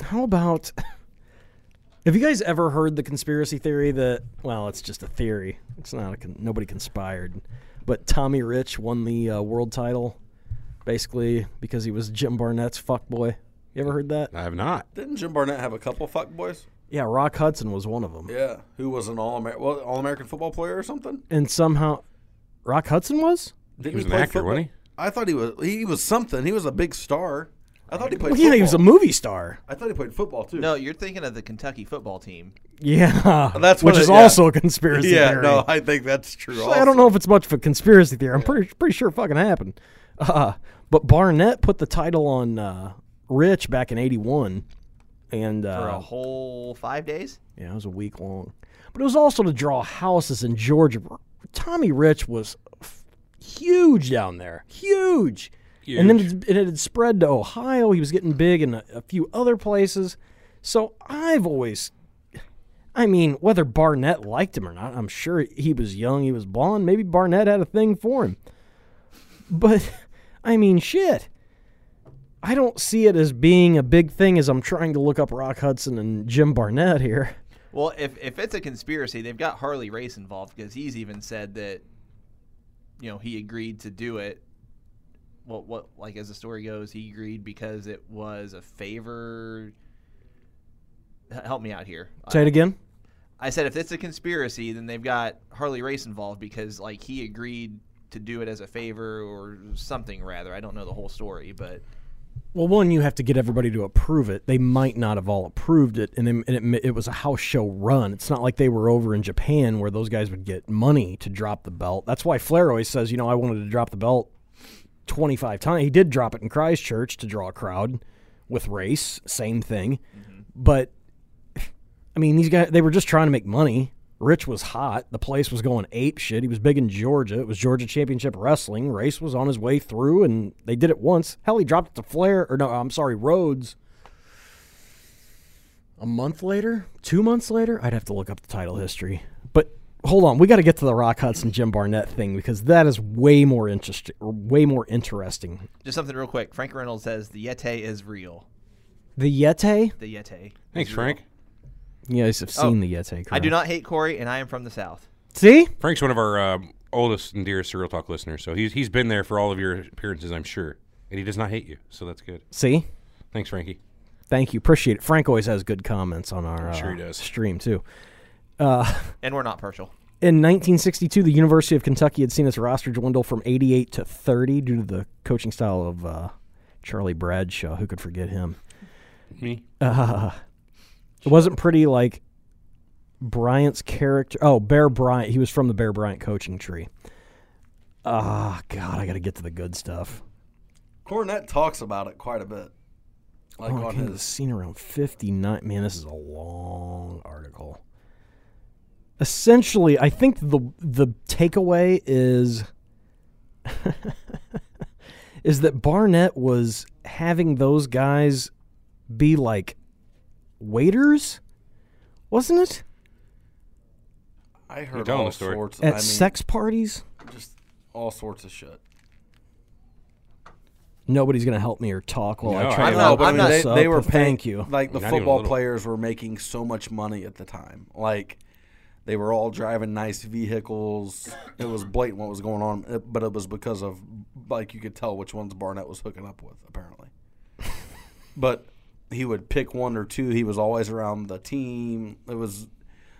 Speaker 3: how about? Have you guys ever heard the conspiracy theory that? Well, it's just a theory. It's not a con- nobody conspired, but Tommy Rich won the uh, world title basically because he was Jim Barnett's fuckboy. You ever heard that?
Speaker 4: I have not.
Speaker 6: Didn't Jim Barnett have a couple fuck boys?
Speaker 3: Yeah, Rock Hudson was one of them.
Speaker 6: Yeah, who was an all Amer- well, all American football player or something?
Speaker 3: And somehow, Rock Hudson was?
Speaker 6: Didn't
Speaker 4: was an actor, wasn't he?
Speaker 6: I thought he was. He was something. He was a big star. I thought he played.
Speaker 3: Well, yeah, he was a
Speaker 6: football.
Speaker 3: movie star.
Speaker 6: I thought he played football too.
Speaker 5: no, you're thinking of the Kentucky football team.
Speaker 3: Yeah.
Speaker 6: That's
Speaker 3: which
Speaker 6: what
Speaker 3: is
Speaker 6: it- yeah.
Speaker 3: also a conspiracy
Speaker 6: yeah,
Speaker 3: theory.
Speaker 6: no, I think that's true.
Speaker 3: Actually, I don't know if it's much of a conspiracy theory. I'm pretty pretty sure it fucking happened. Uh, but Barnett put the title on uh, Rich back in '81, and uh,
Speaker 5: for a whole five days.
Speaker 3: Yeah, it was a week long. But it was also to draw houses in Georgia. Tommy Rich was f- huge down there, huge. And then it, it had spread to Ohio. He was getting big in a, a few other places. So I've always, I mean, whether Barnett liked him or not, I'm sure he was young, he was blonde. Maybe Barnett had a thing for him. But, I mean, shit. I don't see it as being a big thing as I'm trying to look up Rock Hudson and Jim Barnett here.
Speaker 5: Well, if if it's a conspiracy, they've got Harley Race involved because he's even said that, you know, he agreed to do it. Well, what like as the story goes, he agreed because it was a favor. H- Help me out here.
Speaker 3: Say it again.
Speaker 5: I said if it's a conspiracy, then they've got Harley Race involved because like he agreed to do it as a favor or something rather. I don't know the whole story, but
Speaker 3: Well, one, you have to get everybody to approve it. They might not have all approved it, and, it, and it, it was a house show run. It's not like they were over in Japan where those guys would get money to drop the belt. That's why Flair always says, you know, I wanted to drop the belt 25 times. He did drop it in Christchurch to draw a crowd with race, same thing. But, I mean, these guys, they were just trying to make money. Rich was hot. The place was going ape shit. He was big in Georgia. It was Georgia Championship Wrestling. Race was on his way through, and they did it once. Hell, he dropped it to Flair, or no, I'm sorry, Rhodes. A month later, two months later, I'd have to look up the title history. But hold on, we got to get to the Rock Hudson Jim Barnett thing because that is way more interesting, way more interesting.
Speaker 5: just something real quick. Frank Reynolds says the Yeti is real.
Speaker 3: The Yeti.
Speaker 5: The Yeti.
Speaker 4: Thanks, Frank.
Speaker 3: You guys have seen the Yeti.
Speaker 5: Oh, I do not hate Corey, and I am from the South.
Speaker 3: see.
Speaker 4: Frank's one of our um, oldest and dearest Serial Talk listeners, so he's he's been there for all of your appearances, I'm sure, and he does not hate you, so that's good.
Speaker 3: See.
Speaker 4: Thanks, Frankie.
Speaker 3: Thank you. Appreciate it. Frank always has good comments on our uh,
Speaker 4: sure he does.
Speaker 3: stream too.
Speaker 5: And we're not partial.
Speaker 3: In 1962, the University of Kentucky had seen its roster dwindle from 88 to 30 due to the coaching style of uh, Charlie Bradshaw. Who could forget him?
Speaker 4: Me.
Speaker 3: It wasn't pretty like Bryant's character. Oh, Bear Bryant. He was from the Bear Bryant coaching tree. Ah, God, I got to get to the good stuff.
Speaker 6: Cornette talks about it quite a bit. Like
Speaker 3: Oh, I
Speaker 6: on
Speaker 3: came to the
Speaker 6: his
Speaker 3: scene around 59. Man, this is a long article. Essentially, I think the the takeaway is is that Barnett was having those guys be like waiters, wasn't it?
Speaker 6: I
Speaker 4: You're
Speaker 6: heard
Speaker 4: telling
Speaker 6: all
Speaker 4: the story.
Speaker 6: sorts.
Speaker 3: At
Speaker 6: I mean,
Speaker 3: sex parties.
Speaker 6: just all sorts of shit.
Speaker 3: Nobody's gonna help me or talk while
Speaker 4: No,
Speaker 3: I try
Speaker 4: I'm
Speaker 3: to
Speaker 5: not-
Speaker 3: wrap
Speaker 5: I'm
Speaker 3: this
Speaker 5: not-
Speaker 6: they,
Speaker 3: up.
Speaker 6: they were paying,
Speaker 3: Thank you.
Speaker 6: Like the
Speaker 4: Not even a
Speaker 6: football
Speaker 4: little.
Speaker 6: players were making so much money at the time. Like they were all driving nice vehicles. It was blatant what was going on, uh, but it was because of like you could tell which ones Barnett was hooking up with apparently. but he would pick one or two. He was always around the team. It was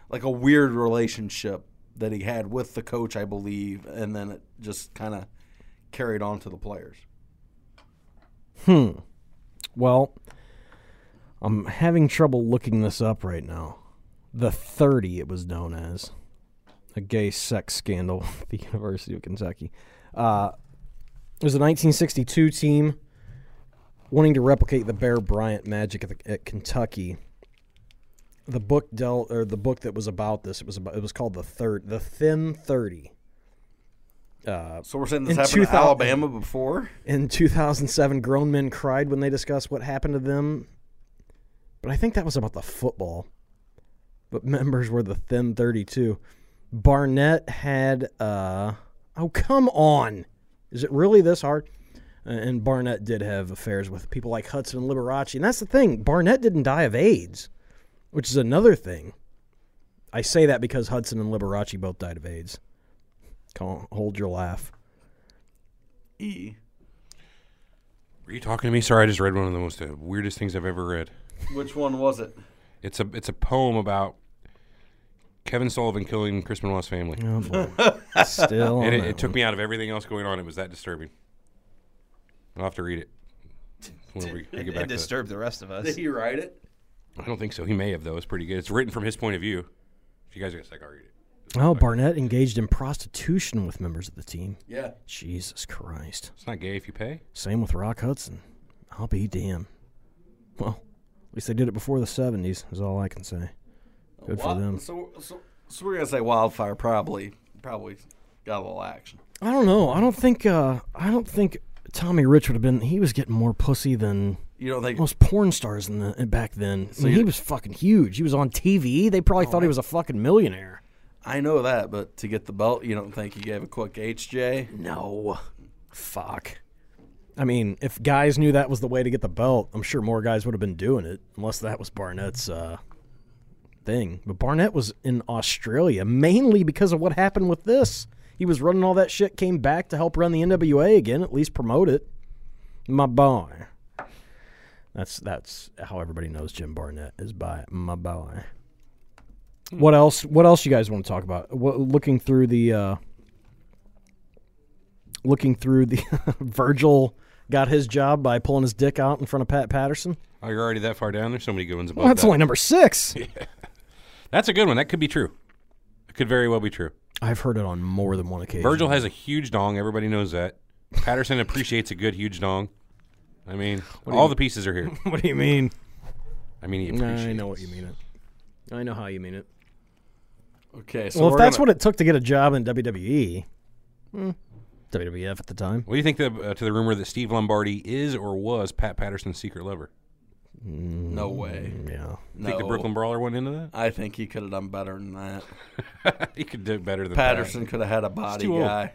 Speaker 6: like a weird relationship that he had with the coach, I believe, and then it just kind of carried on to the players.
Speaker 3: Well, I'm having trouble looking this up right now. The 30, it was known as a gay sex scandal at the University of Kentucky. Uh, it was a 1962 team wanting to replicate the Bear Bryant magic at, the, at Kentucky. The book dealt, or the book that was about this, it was about, it was called the third, the Thin Thirty.
Speaker 6: So we're saying this
Speaker 3: In
Speaker 6: happened to
Speaker 3: 2000
Speaker 6: Alabama before.
Speaker 3: In 2007, grown men cried when they discussed what happened to them. But I think that was about the football. But members were the thin 32. Barnett had, uh, oh, come on. Is it really this hard? Uh, And Barnett did have affairs with people like Hudson and Liberace. And that's the thing. Barnett didn't die of AIDS, which is another thing. I say that because Hudson and Liberace both died of AIDS. Come on, hold your laugh.
Speaker 6: E.
Speaker 4: Are you talking to me? Sorry, I just read one of the most uh, weirdest things I've ever read.
Speaker 6: Which one was it?
Speaker 4: It's a it's a poem about Kevin Sullivan killing Chris Benoit's family.
Speaker 3: Oh, boy. Still. on
Speaker 4: And it,
Speaker 3: that
Speaker 4: it
Speaker 3: one.
Speaker 4: took me out of everything else going on. It was that disturbing. I'll have to read it. When we, we
Speaker 5: and,
Speaker 4: get back
Speaker 5: and
Speaker 4: to that.
Speaker 5: disturb the rest of us.
Speaker 6: he write it?
Speaker 4: I don't think so. He may have though. It's pretty good. It's written from his point of view. If you guys are gonna stick, I'll read it.
Speaker 3: Oh, Barnett engaged in prostitution with members of the team.
Speaker 6: Yeah.
Speaker 3: Jesus Christ.
Speaker 4: It's not gay if you pay.
Speaker 3: Same with Rock Hudson. I'll be damned. Well, at least they did it before the 70s, is all I can say. Good for
Speaker 6: Wild-
Speaker 3: them.
Speaker 6: So, so, so we're gonna say wildfire probably probably got a little action.
Speaker 3: I don't know. I don't think uh I don't think Tommy Rich would have been he was getting more pussy than
Speaker 6: You don't think?
Speaker 3: most porn stars in the back then. I mean, he was fucking huge. He was on TV. They probably thought he was a fucking millionaire.
Speaker 6: I know that, but to get the belt, you don't think he gave a quick HJ?
Speaker 3: No. Fuck. I mean, if guys knew that was the way to get the belt, I'm sure more guys would have been doing it, unless that was Barnett's uh, thing. But Barnett was in Australia mainly because of what happened with this. He was running all that shit, came back to help run the NWA again, at least promote it. My boy. That's that's how everybody knows Jim Barnett is by my boy. What else? What else you guys want to talk about? What, looking through the. Uh, looking through the Virgil got his job by pulling his dick out in front of Pat Patterson.
Speaker 4: Oh, you're already that far down. There's so many good ones above
Speaker 3: Well, that's
Speaker 4: that.
Speaker 3: only number six.
Speaker 4: That's a good one. That could be true. It could very well be true.
Speaker 3: I've heard it on more than one occasion.
Speaker 4: Virgil has a huge dong. Everybody knows that. Patterson appreciates a good huge dong. I mean, all the pieces are here.
Speaker 3: What do you mean?
Speaker 4: I mean, he appreciates.
Speaker 3: I know what you mean it. I know how you mean it.
Speaker 6: Okay, so
Speaker 3: well, if
Speaker 6: we're
Speaker 3: that's
Speaker 6: gonna-
Speaker 3: what it took to get a job in WWE, hmm, WWF at the time,
Speaker 4: What do you think the, uh, to the rumor that Steve Lombardi is or was Pat Patterson's secret lover?
Speaker 6: no way.
Speaker 3: yeah,
Speaker 6: No.
Speaker 4: Think the Brooklyn Brawler went into that?
Speaker 6: I think he could have done better than that.
Speaker 4: he could do better than
Speaker 6: Patterson could have had a body
Speaker 4: too old.
Speaker 6: guy,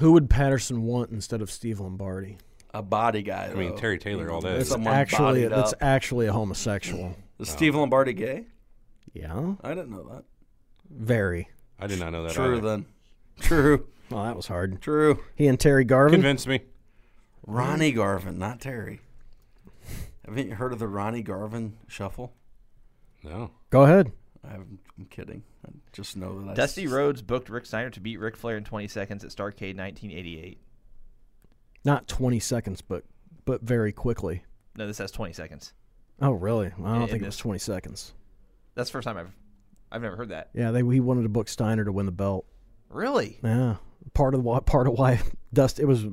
Speaker 3: who would Patterson want instead of Steve Lombardi?
Speaker 6: a body guy.
Speaker 4: That. I mean,
Speaker 6: though.
Speaker 4: Terry Taylor, all that.
Speaker 3: That's
Speaker 6: Someone
Speaker 3: actually
Speaker 6: bodied
Speaker 3: that's
Speaker 6: up.
Speaker 3: actually a homosexual.
Speaker 6: Is Steve Lombardi gay?
Speaker 3: Yeah,
Speaker 6: I didn't know that.
Speaker 3: very.
Speaker 4: I did not know that.
Speaker 6: True
Speaker 4: either.
Speaker 6: then. True.
Speaker 3: Well, that was hard.
Speaker 6: True.
Speaker 3: He and Terry Garvin.
Speaker 4: Convinced me.
Speaker 6: Ronnie Garvin, not Terry. Haven't you heard of the Ronnie Garvin shuffle?
Speaker 4: No.
Speaker 3: Go ahead.
Speaker 6: I'm, I'm kidding. I just know that. I
Speaker 5: Dusty
Speaker 6: s-
Speaker 5: Rhodes booked Rick Steiner to beat Ric Flair in 20 seconds at Starcade 1988.
Speaker 3: Not 20 seconds, but but very quickly.
Speaker 5: No, this has 20 seconds.
Speaker 3: Oh, really? I don't
Speaker 5: in
Speaker 3: think it was
Speaker 5: this-
Speaker 3: 20 seconds.
Speaker 5: That's the first time I've I've never heard that.
Speaker 3: Yeah, they he wanted to book Steiner to win the belt.
Speaker 5: Really?
Speaker 3: Yeah, part of why part of why Dust it was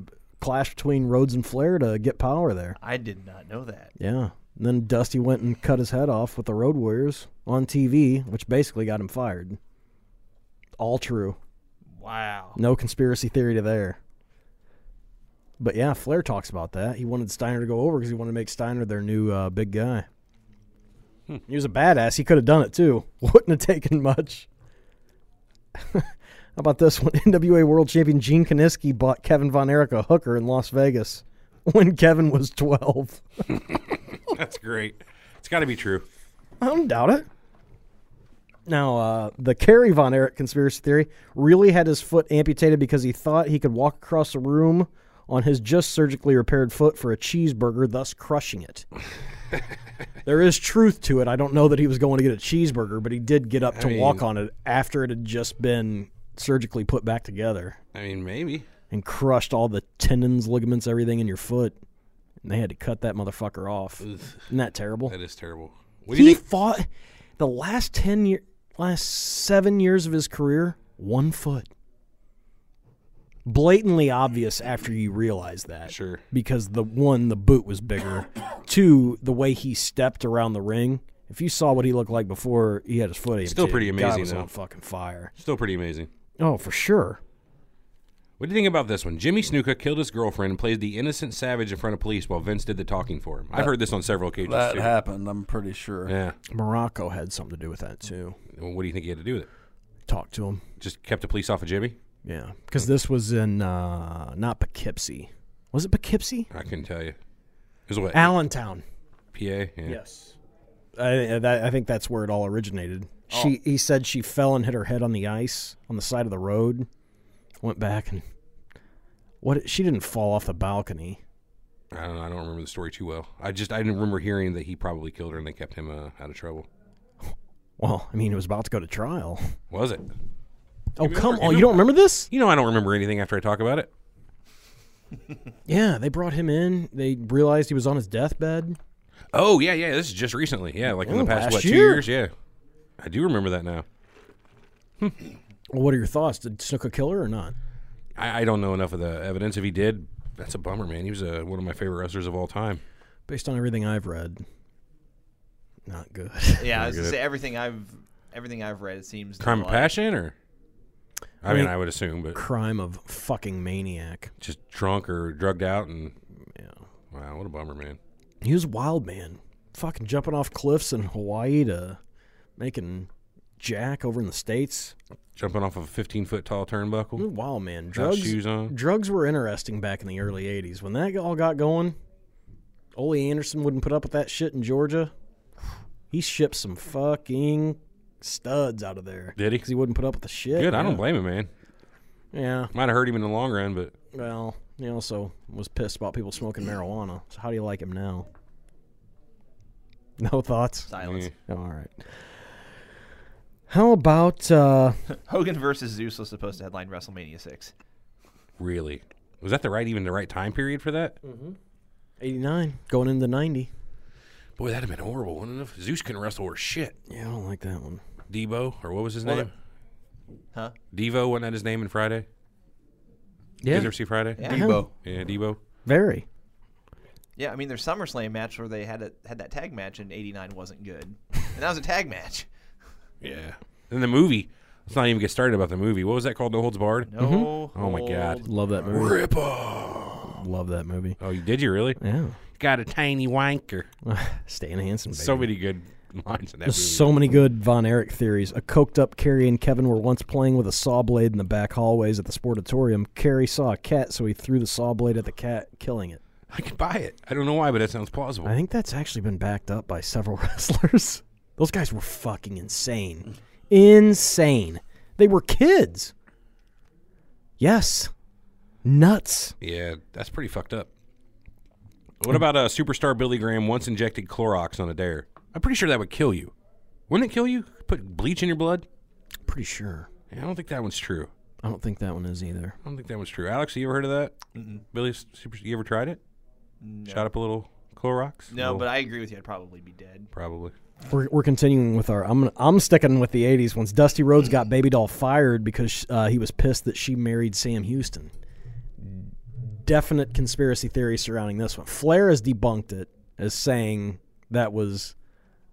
Speaker 3: clash between Rhodes and Flair to get power there.
Speaker 5: I did not know that.
Speaker 3: Yeah, and then Dusty went and cut his head off with the Road Warriors on TV, which basically got him fired. All true.
Speaker 5: Wow.
Speaker 3: No conspiracy theory to there. But yeah, Flair talks about that. He wanted Steiner to go over because he wanted to make Steiner their new uh, big guy. He was a badass. He could have done it too. Wouldn't have taken much. How about this one? NWA World Champion Gene Kaniski bought Kevin Von Erich a hooker in Las Vegas when Kevin was 12.
Speaker 4: That's great. It's got to be true.
Speaker 3: I don't doubt it. Now, uh, the Kerry Von Erich conspiracy theory really had his foot amputated because he thought he could walk across a room on his just surgically repaired foot for a cheeseburger, thus crushing it. there is truth to it. I don't know that he was going to get a cheeseburger, but he did get up to
Speaker 4: mean-
Speaker 3: walk on it after it had just been surgically put back together
Speaker 4: I mean, maybe.
Speaker 3: and crushed all the tendons, ligaments, everything in your foot. And they had to cut that motherfucker off. Isn't that terrible?
Speaker 4: That is terrible. What do
Speaker 3: he
Speaker 4: you think?
Speaker 3: fought the last 10 year last 7 years of his career one foot blatantly obvious after you realize that
Speaker 4: Sure.
Speaker 3: because the one the boot was bigger two the way he stepped around the ring if you saw what he looked like before he had his foot amputated,
Speaker 4: Still pretty
Speaker 3: God
Speaker 4: amazing,
Speaker 3: was
Speaker 4: though.
Speaker 3: on fucking fire
Speaker 4: Still pretty amazing.
Speaker 3: oh for sure
Speaker 4: What do you think about this one? Jimmy Snuka killed his girlfriend and played the innocent savage in front of police while Vince did the talking for him. I've heard this on several occasions.
Speaker 6: That
Speaker 4: too.
Speaker 6: happened, I'm pretty sure.
Speaker 4: Yeah.
Speaker 3: morocco had something to do with that too
Speaker 4: Well, what do you think he had to do with it?
Speaker 3: talk to him
Speaker 4: Just kept the police off of Jimmy?
Speaker 3: yeah because this was in uh not poughkeepsie was it poughkeepsie
Speaker 4: I couldn't tell you. It was what?
Speaker 3: allentown
Speaker 4: PA? Yeah.
Speaker 3: Yes. I, I- that, I think that's where it all originated.
Speaker 4: Oh.
Speaker 3: She, he said she fell and hit her head on the ice on the side of the road. Went back and what? She didn't fall off the balcony.
Speaker 4: I don't know. I don't remember the story too well. I just, I didn't remember hearing that he probably killed her and they kept him uh, out of trouble.
Speaker 3: Well, I mean, it was about to go to trial.
Speaker 4: Was it?
Speaker 3: Oh come
Speaker 4: remember-
Speaker 3: on! You don't remember this?
Speaker 4: You know, I don't remember anything after I talk about it.
Speaker 3: Yeah, they brought him in. They realized he was on his deathbed.
Speaker 4: Oh, yeah, yeah. This is just recently. Yeah. Like in the
Speaker 3: Mm,
Speaker 4: past,
Speaker 3: last
Speaker 4: what, two
Speaker 3: year.
Speaker 4: years? Yeah. I do remember that now.
Speaker 3: Well, what are your thoughts? Did Snooka kill her or not?
Speaker 4: I, I don't know enough of the evidence. If he did, that's a bummer, man. He was uh, one of my favorite wrestlers of all time.
Speaker 3: Based on everything I've read, not good.
Speaker 5: Yeah, I was gonna
Speaker 4: good.
Speaker 5: say everything I've everything I've read it seems
Speaker 4: Crime of
Speaker 5: like-
Speaker 4: passion, or I, mean,
Speaker 3: mean-
Speaker 4: I would assume, but
Speaker 3: Crime of fucking maniac.
Speaker 4: just drunk or drugged out, and
Speaker 3: Yeah.
Speaker 4: wow, what a bummer, man.
Speaker 3: He was a wild man, fucking jumping off cliffs in Hawaii to making jack over in the states.
Speaker 4: Jumping off of a 15 foot tall
Speaker 3: He was
Speaker 4: turnbuckle,
Speaker 3: a wild man. Drugs,
Speaker 4: shoes on.
Speaker 3: drugs were interesting back in the early '80s when that all got going. Ole Anderson wouldn't put up with that shit in Georgia. He shipped some fucking studs out of there.
Speaker 4: Did he?
Speaker 3: Because he wouldn't put up with the shit.
Speaker 4: Good, I
Speaker 3: yeah.
Speaker 4: don't blame him, man.
Speaker 3: Yeah.
Speaker 4: Might have hurt him in the long run, but
Speaker 3: Well, he also was pissed about people smoking marijuana. So how do you like him now? No thoughts.
Speaker 5: Silence.
Speaker 4: Yeah.
Speaker 3: Oh, all right. How about uh,
Speaker 5: Hogan versus Zeus was supposed to headline WrestleMania six.
Speaker 4: really, was that the right, even the right time period for that?
Speaker 3: 89 going into 90?
Speaker 4: Boy, that'd have been horrible, wouldn't it? If Zeus couldn't wrestle or shit.
Speaker 3: Yeah, I don't like that one.
Speaker 4: Debo, or what was his
Speaker 5: Well,
Speaker 4: name?
Speaker 5: Huh?
Speaker 4: Devo, wasn't that his name in Friday? You guys ever see Friday?
Speaker 5: Yeah.
Speaker 6: Debo.
Speaker 4: Yeah, Debo.
Speaker 3: Very.
Speaker 5: Yeah, I mean their SummerSlam match where they had a, had that tag match in '89 wasn't good, and that was a tag match.
Speaker 4: Yeah. Then the movie. Let's not even get started about the movie. What was that called? No Holds Barred.
Speaker 5: No.
Speaker 4: Oh my God.
Speaker 5: hold
Speaker 3: Love that movie. Rip Love that movie.
Speaker 4: Oh, you did you really?
Speaker 3: Yeah.
Speaker 4: Got a tiny wanker.
Speaker 3: Stan Hansen, baby.
Speaker 4: So many good lines in that movie.
Speaker 3: There's so many good Von Erich theories. A coked up Carrie and Kevin were once playing with a saw blade in the back hallways at the sportatorium. Carrie saw a cat, so he threw the saw blade at the cat, killing it.
Speaker 4: I could buy it. I don't know why, but that sounds plausible.
Speaker 3: I think that's actually been backed up by several wrestlers. Those guys were fucking insane. Insane. They were kids. Yes. Nuts.
Speaker 4: yeah, that's pretty fucked up. What about uh, superstar Billy Graham once injected Clorox on a dare? I'm pretty sure that would kill you. Wouldn't it kill you? Put bleach in your blood?
Speaker 3: Pretty sure.
Speaker 4: Yeah, I don't think that one's true.
Speaker 3: I don't think that one is either.
Speaker 4: I don't think that one's true. Alex, you ever heard of that? mm Billy, super, you ever tried it? Shot up a little Clorox?
Speaker 5: No, but I agree with you. I'd probably be dead.
Speaker 4: probably.
Speaker 3: We're, we're continuing with our. I'm gonna, I'm sticking with the '80s ones. Dusty Rhodes got Baby Doll fired because uh, he was pissed that she married Sam Houston. Definite conspiracy theory surrounding this one. Flair has debunked it as saying that was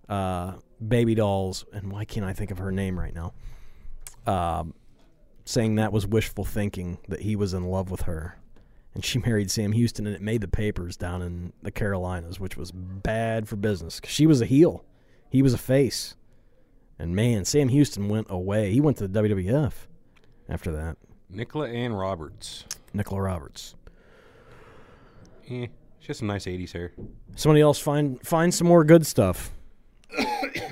Speaker 3: uh, Baby Doll's, and why can't I think of her name right now? Um, saying that was wishful thinking that he was in love with her, and she married Sam Houston, and it made the papers down in the Carolinas, which was bad for business 'cause she was a heel. He was a face. And man, Sam Houston went away. He went to the WWF after that.
Speaker 4: Nicola Ann Roberts.
Speaker 3: Nicola Roberts.
Speaker 4: Eh, she has some nice 80s hair.
Speaker 3: Somebody else find find some more good stuff.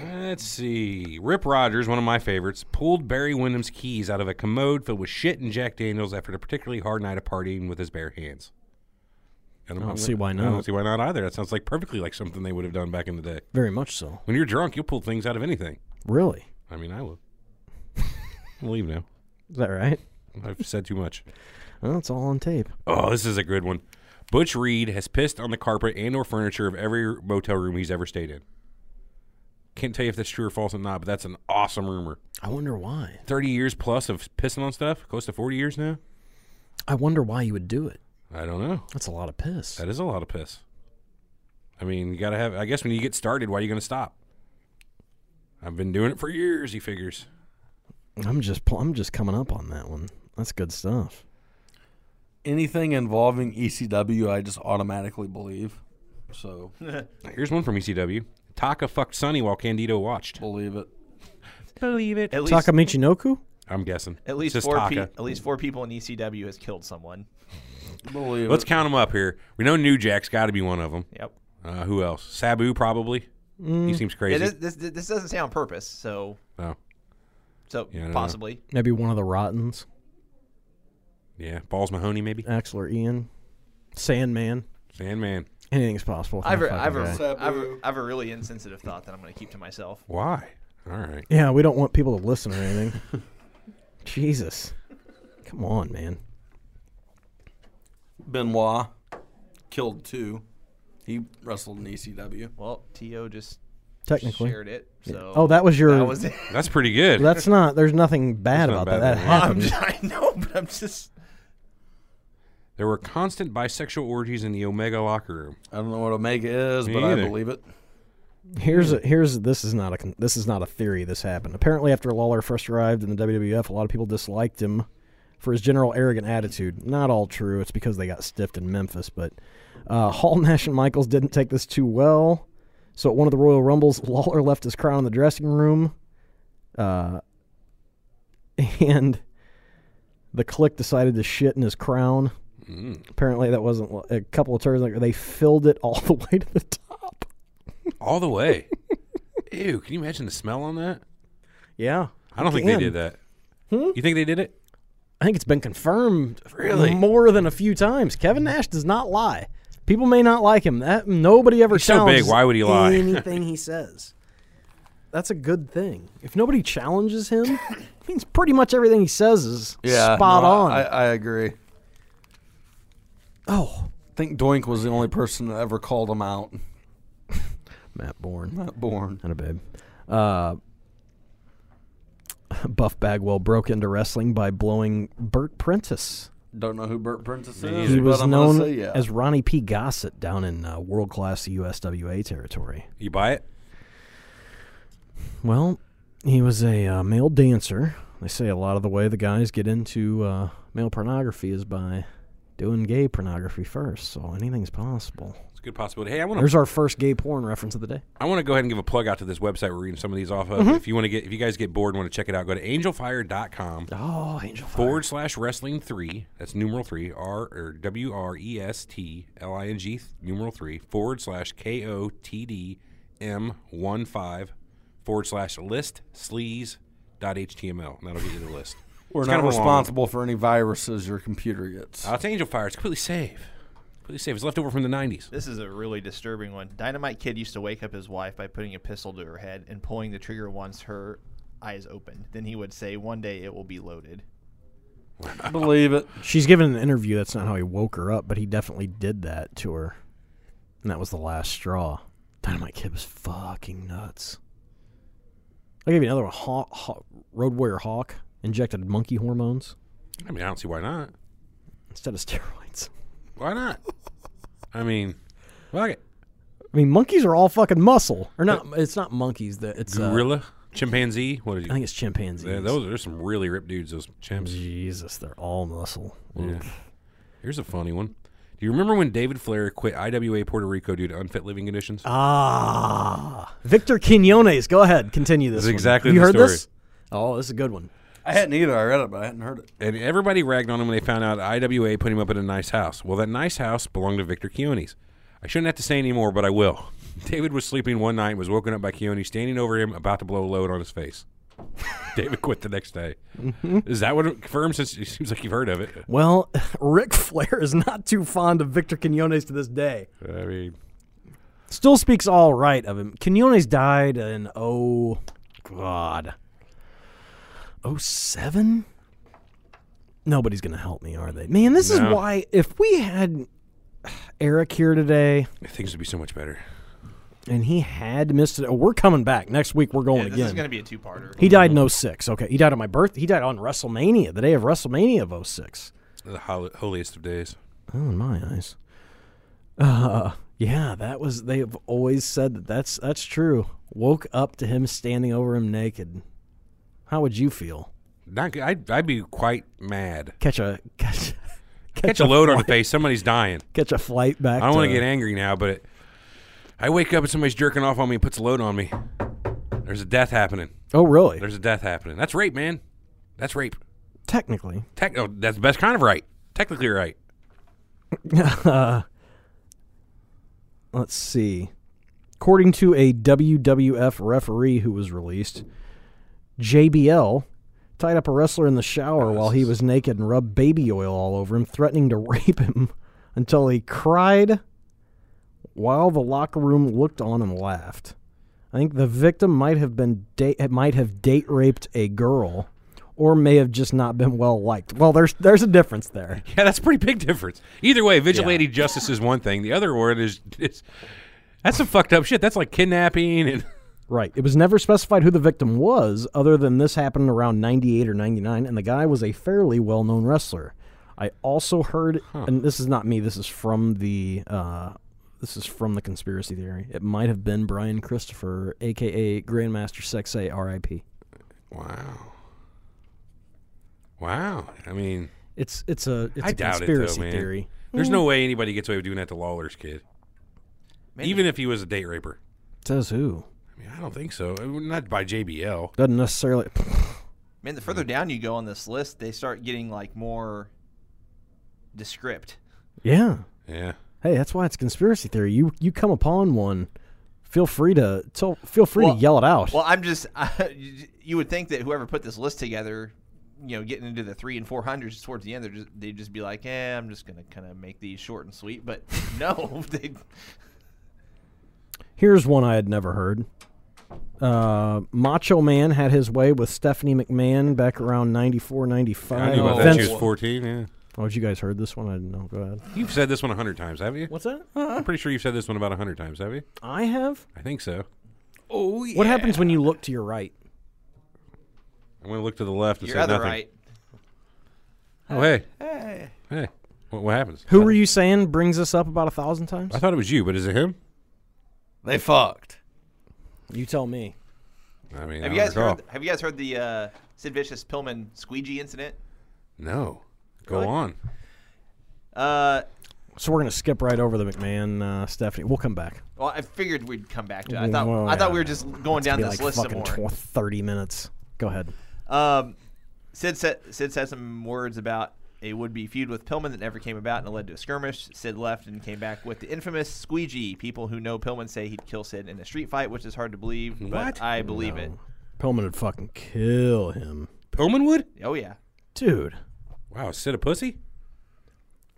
Speaker 4: Let's see. Rip Rogers, one of my favorites, pulled Barry Windham's keys out of a commode filled with shit and Jack Daniels after a particularly hard night of partying with his bare hands. And I'm
Speaker 3: I don't
Speaker 4: not-
Speaker 3: see why
Speaker 4: I don't
Speaker 3: not.
Speaker 4: see why not either. That sounds like perfectly like something they would have done back in the day.
Speaker 3: Very much so.
Speaker 4: When you're drunk, you'll pull things out of anything.
Speaker 3: Really?
Speaker 4: I mean, I will. I'll leave now.
Speaker 3: Is that right?
Speaker 4: I've said too much.
Speaker 3: Well, it's all on tape.
Speaker 4: Oh, this is a good one. Butch Reed has pissed on the carpet and or furniture of every motel room he's ever stayed in. Can't tell you if that's true or false or not, but that's an awesome rumor.
Speaker 3: I wonder why.
Speaker 4: 30 years plus of pissing on stuff, close to 40 years now?
Speaker 3: I wonder why you would do it.
Speaker 4: I don't know.
Speaker 3: That's a lot of piss.
Speaker 4: That is a lot of piss. I mean, you got to have I guess when you get started, why are you going to stop? I've been doing it for years, he figures.
Speaker 3: I'm just pl- I'm just coming up on that one. That's good stuff.
Speaker 6: Anything involving ECW, I just automatically believe. So
Speaker 4: Here's one from ECW. Taka fucked Sonny while Candido watched.
Speaker 6: believe it.
Speaker 4: Believe it.
Speaker 5: At least,
Speaker 3: Takamichinoku?
Speaker 4: I'm guessing.
Speaker 5: at least
Speaker 4: It's just
Speaker 5: four.
Speaker 4: Taka.
Speaker 5: Pe- at least four people in ECW has killed someone.
Speaker 6: Believe
Speaker 4: Let's
Speaker 6: it.
Speaker 4: count them up here. We know New Jack's got to be one of them.
Speaker 5: Yep.
Speaker 4: Uh, who else? Sabu probably. He seems
Speaker 5: Yeah,
Speaker 4: crazy.
Speaker 5: this, this this doesn't say on purpose, so
Speaker 4: oh,
Speaker 5: so
Speaker 4: Yeah, I don't know.
Speaker 5: possibly.
Speaker 3: Maybe one of the Rottens.
Speaker 4: yeah. Balls Mahoney maybe.
Speaker 3: Axel or Ian. Sandman.
Speaker 4: Sandman.
Speaker 3: Anything's possible. with that
Speaker 5: I've a,
Speaker 3: fucking
Speaker 5: I've,
Speaker 3: guy.
Speaker 5: a, I've, a, I've a really insensitive thought that I'm going to keep to myself.
Speaker 4: Why? All right.
Speaker 3: Yeah, we don't want people to listen or anything. Jesus. Come on, man.
Speaker 6: Benoit killed two. He wrestled in E ECW.
Speaker 5: Well, To just
Speaker 3: Technically.
Speaker 5: shared it. So
Speaker 3: Oh, that was your
Speaker 5: that was it.
Speaker 4: That's pretty good.
Speaker 3: That's not there's nothing bad
Speaker 4: That's not
Speaker 3: about
Speaker 4: bad
Speaker 3: that.
Speaker 4: at
Speaker 3: That
Speaker 4: all.
Speaker 3: happened.
Speaker 5: I'm just, I know, but I'm just.
Speaker 4: there were constant bisexual orgies in the Omega locker room.
Speaker 6: I don't know what Omega is,
Speaker 4: Me
Speaker 6: but
Speaker 4: either.
Speaker 6: I believe it.
Speaker 3: Here's a, here's this is not a con- this is not a theory. This happened apparently after Lawler first arrived in the WWF. A lot of people disliked him for his general arrogant attitude. Not all true. It's because they got stiffed in Memphis. But uh, Hall, Nash, and Michaels didn't take this too well. So at one of the Royal Rumbles, Lawler left his crown in the dressing room, uh, and the clique decided to shit in his crown. Apparently, that wasn't a couple of turns. Like they filled it all the way to the top.
Speaker 4: All the way. Ew, can you imagine the smell on that?
Speaker 3: Yeah,
Speaker 4: I don't think they did that. You think they did it?
Speaker 3: I think it's been confirmed
Speaker 4: Really?
Speaker 3: more than a few times. Kevin Nash does not lie. People may not like him. That nobody ever
Speaker 4: He's so big,
Speaker 3: challenges
Speaker 4: why would he lie?
Speaker 3: anything he says. That's a good thing. If nobody challenges him, it means pretty much everything he says is
Speaker 6: Yeah,
Speaker 3: spot
Speaker 6: no,
Speaker 3: on.
Speaker 6: I, I agree. I
Speaker 3: oh,
Speaker 6: think Doink was the only person that ever called him out.
Speaker 3: Matt Bourne.
Speaker 6: Not born.
Speaker 3: Not a babe. Uh, Buff Bagwell broke into wrestling by blowing Burt Prentice.
Speaker 6: Don't know who Burt Prentice is.
Speaker 3: He was
Speaker 6: but I'm
Speaker 3: known
Speaker 6: gonna say yeah.
Speaker 3: as Ronnie P. Gossett down in uh, world class USWA territory.
Speaker 4: You buy it?
Speaker 3: Well, he was a uh, male dancer. They say a lot of the way the guys get into uh, male pornography is by doing gay pornography first, so anything's possible.
Speaker 4: It's a good possibility. Hey, I want to
Speaker 3: There's our first gay porn reference of the day.
Speaker 4: I want to go ahead and give a plug out to this website we're reading some of these off of. If you want to get if you guys get bored and want to check it out, go to angelfire.com.
Speaker 3: Oh, Angel Fire.
Speaker 4: forward slash wrestling three. That's numeral three. R or W R E S T L I N G th- numeral three forward slash K O T D M one five forward slash list sleaze dot html. And that'll get you the list.
Speaker 6: We're
Speaker 4: It's
Speaker 6: not
Speaker 4: kind of a long one.
Speaker 6: responsible for any viruses your computer gets.
Speaker 4: Uh, it's Angel Fire. It's completely safe. Completely safe. It's left over from the nineties.
Speaker 5: This is a really disturbing one. Dynamite Kid used to wake up his wife by putting a pistol to her head and pulling the trigger once her eyes opened. Then he would say, "One day it will be loaded."
Speaker 6: I believe it.
Speaker 3: She's given an interview. That's not how he woke her up, but he definitely did that to her. And that was the last straw. Dynamite Kid was fucking nuts. I'll give you another one. Haw Haw- Road Warrior Hawk injected monkey hormones
Speaker 4: I mean, I don't see why not.
Speaker 3: instead of steroids.
Speaker 4: Why not? I mean, fuck it.
Speaker 3: I mean, monkeys are all fucking muscle. Or not? It's not monkeys. That it's uh,
Speaker 4: Gorilla, chimpanzee. What are you?
Speaker 3: I think it's chimpanzees.
Speaker 4: Yeah, those are some really ripped dudes. Those chimps.
Speaker 3: Jesus, they're all muscle. Oof.
Speaker 4: Here's a funny one. Do you remember when David Flair quit IWA Puerto Rico due to unfit living conditions?
Speaker 3: Uh, Ah, Victor Quinones. Go ahead, continue this.
Speaker 4: This is
Speaker 3: one.
Speaker 4: exactly
Speaker 3: you
Speaker 4: the
Speaker 3: heard
Speaker 4: story.
Speaker 3: this. Oh, this is a good one.
Speaker 6: I hadn't either. I read it, but I hadn't heard it.
Speaker 4: And everybody ragged on him when they found out IWA put him up at a nice house. Well, that nice house belonged to Victor Keones. I shouldn't have to say anymore, but I will. David was sleeping one night and was woken up by Keone standing over him, about to blow a load on his face. David quit the next day.
Speaker 3: Mm-hmm.
Speaker 4: Is that what it confirms? Since it seems like you've heard of it.
Speaker 3: Well, Ric Flair is not too fond of Victor Quinones to this day.
Speaker 4: I mean,
Speaker 3: Still speaks all right of him. Quinones died in oh god. Oh seven? Nobody's gonna help me, are they? Man, this is
Speaker 4: No.
Speaker 3: why if we had Eric here today
Speaker 4: things would be so much better.
Speaker 3: and he had missed it, oh, we're coming back. Next week we're going
Speaker 5: this
Speaker 3: again.
Speaker 5: is going to be a two-parter.
Speaker 3: he died in 06. Okay. He died on my birth. He died on WrestleMania, the day of WrestleMania of 06.
Speaker 4: The hol- holiest of days.
Speaker 3: Oh, in my eyes. Uh, yeah, that was. They have always said that. That's that's true. Woke up to him standing over him naked. How would you feel?
Speaker 4: Not. good. I'd, I'd be quite mad.
Speaker 3: Catch a catch, catch,
Speaker 4: Catch a load on the face. Somebody's dying.
Speaker 3: catch a flight back.
Speaker 4: I don't want to
Speaker 3: to
Speaker 4: get angry now, but it, I wake up and somebody's jerking off on me and puts a load on me. There's a death happening.
Speaker 3: Oh, really?
Speaker 4: There's a death happening. That's rape, man. That's rape.
Speaker 3: Technically,
Speaker 4: Tech, oh, that's the best kind of right. Technically right.
Speaker 3: let's see. According to a WWF referee who was released, JBL tied up a wrestler in the shower while he was naked and rubbed baby oil all over him, threatening to rape him until he cried while the locker room looked on and laughed. I think the victim might have been date might have date raped a girl or may have just not been well liked. Well, there's there's a difference there.
Speaker 4: Yeah, that's a pretty big difference. Either way, vigilante justice is one thing. The other word is, is that's some fucked up shit. That's like kidnapping and
Speaker 3: Right. It was never specified who the victim was, other than this happened around 98 or 99, and the guy was a fairly well known wrestler. I also heard, and this is not me, this is from the. Uh, this is from the conspiracy theory. It might have been Brian Christopher, aka Grandmaster Sexay, R.I.P.
Speaker 4: wow, wow. I mean,
Speaker 3: It's it's a it's
Speaker 4: I
Speaker 3: a
Speaker 4: doubt it
Speaker 3: conspiracy
Speaker 4: though, man.
Speaker 3: theory. Mm.
Speaker 4: There's no way anybody gets away with doing that to Lawler's kid, even if he was a date raper.
Speaker 3: Says who?
Speaker 4: I mean, I don't think so. Uh, Not by JBL.
Speaker 3: Doesn't necessarily.
Speaker 5: Man, the further down you go on this list, they start getting like more descript.
Speaker 3: Yeah.
Speaker 4: Yeah.
Speaker 3: Hey, that's why it's conspiracy theory. You you come upon one, feel free to tell, feel free
Speaker 5: Well-
Speaker 3: to yell it out.
Speaker 5: Well, I'm just you you would think that whoever put this list together, you know, getting into the three and four hundreds towards the end, they're just, they'd just be like, "Eh, I'm just gonna kind of make these short and sweet." But no, they,
Speaker 3: Here's one I had never heard. Uh, Macho Man had his way with Stephanie McMahon back around 94, 95.
Speaker 4: I knew about that.
Speaker 3: Vince,
Speaker 4: She was 14. Yeah.
Speaker 3: oh, had you guys heard this one? I didn't know. Go ahead.
Speaker 4: You've said this one a hundred times, have you?
Speaker 3: What's that?
Speaker 4: I'm pretty sure you've said this one about a hundred times, have you?
Speaker 3: I have.
Speaker 4: I think so. Oh yeah.
Speaker 3: What happens when you look to your right?
Speaker 4: I'm gonna look to the left and
Speaker 5: you're
Speaker 4: say
Speaker 5: other
Speaker 4: nothing.
Speaker 5: right.
Speaker 4: Oh hey. Hey. Hey. What, what happens?
Speaker 3: Who were you saying brings this up about a thousand times?
Speaker 4: I thought it was you, but is it him?
Speaker 6: They fucked.
Speaker 3: You tell me.
Speaker 4: I mean,
Speaker 5: Have
Speaker 4: I
Speaker 5: you guys
Speaker 4: don't recall.
Speaker 5: heard? Have you guys heard the uh, Sid Vicious Pillman squeegee incident?
Speaker 4: No. Go
Speaker 5: Really?
Speaker 4: on.
Speaker 5: Uh,
Speaker 3: So we're gonna skip right over the McMahon uh, Stephanie. We'll come back.
Speaker 5: well, I figured we'd come back to. it. I thought
Speaker 3: Well,
Speaker 5: I thought
Speaker 3: yeah.
Speaker 5: we were just going down
Speaker 3: Be
Speaker 5: this
Speaker 3: like
Speaker 5: list some
Speaker 3: fucking
Speaker 5: more.
Speaker 3: tw- thirty minutes. Go ahead.
Speaker 5: Um, Sid said Sid said some words about a would-be feud with Pillman that never came about and led to a skirmish. Sid left and came back with the infamous squeegee. People who know Pillman say he'd kill Sid in a street fight, which is hard to believe, but
Speaker 4: What?
Speaker 5: I believe it.
Speaker 3: Pillman would fucking kill him,
Speaker 4: Pillman would?
Speaker 5: Oh yeah,
Speaker 3: dude.
Speaker 4: Wow, Sid a pussy?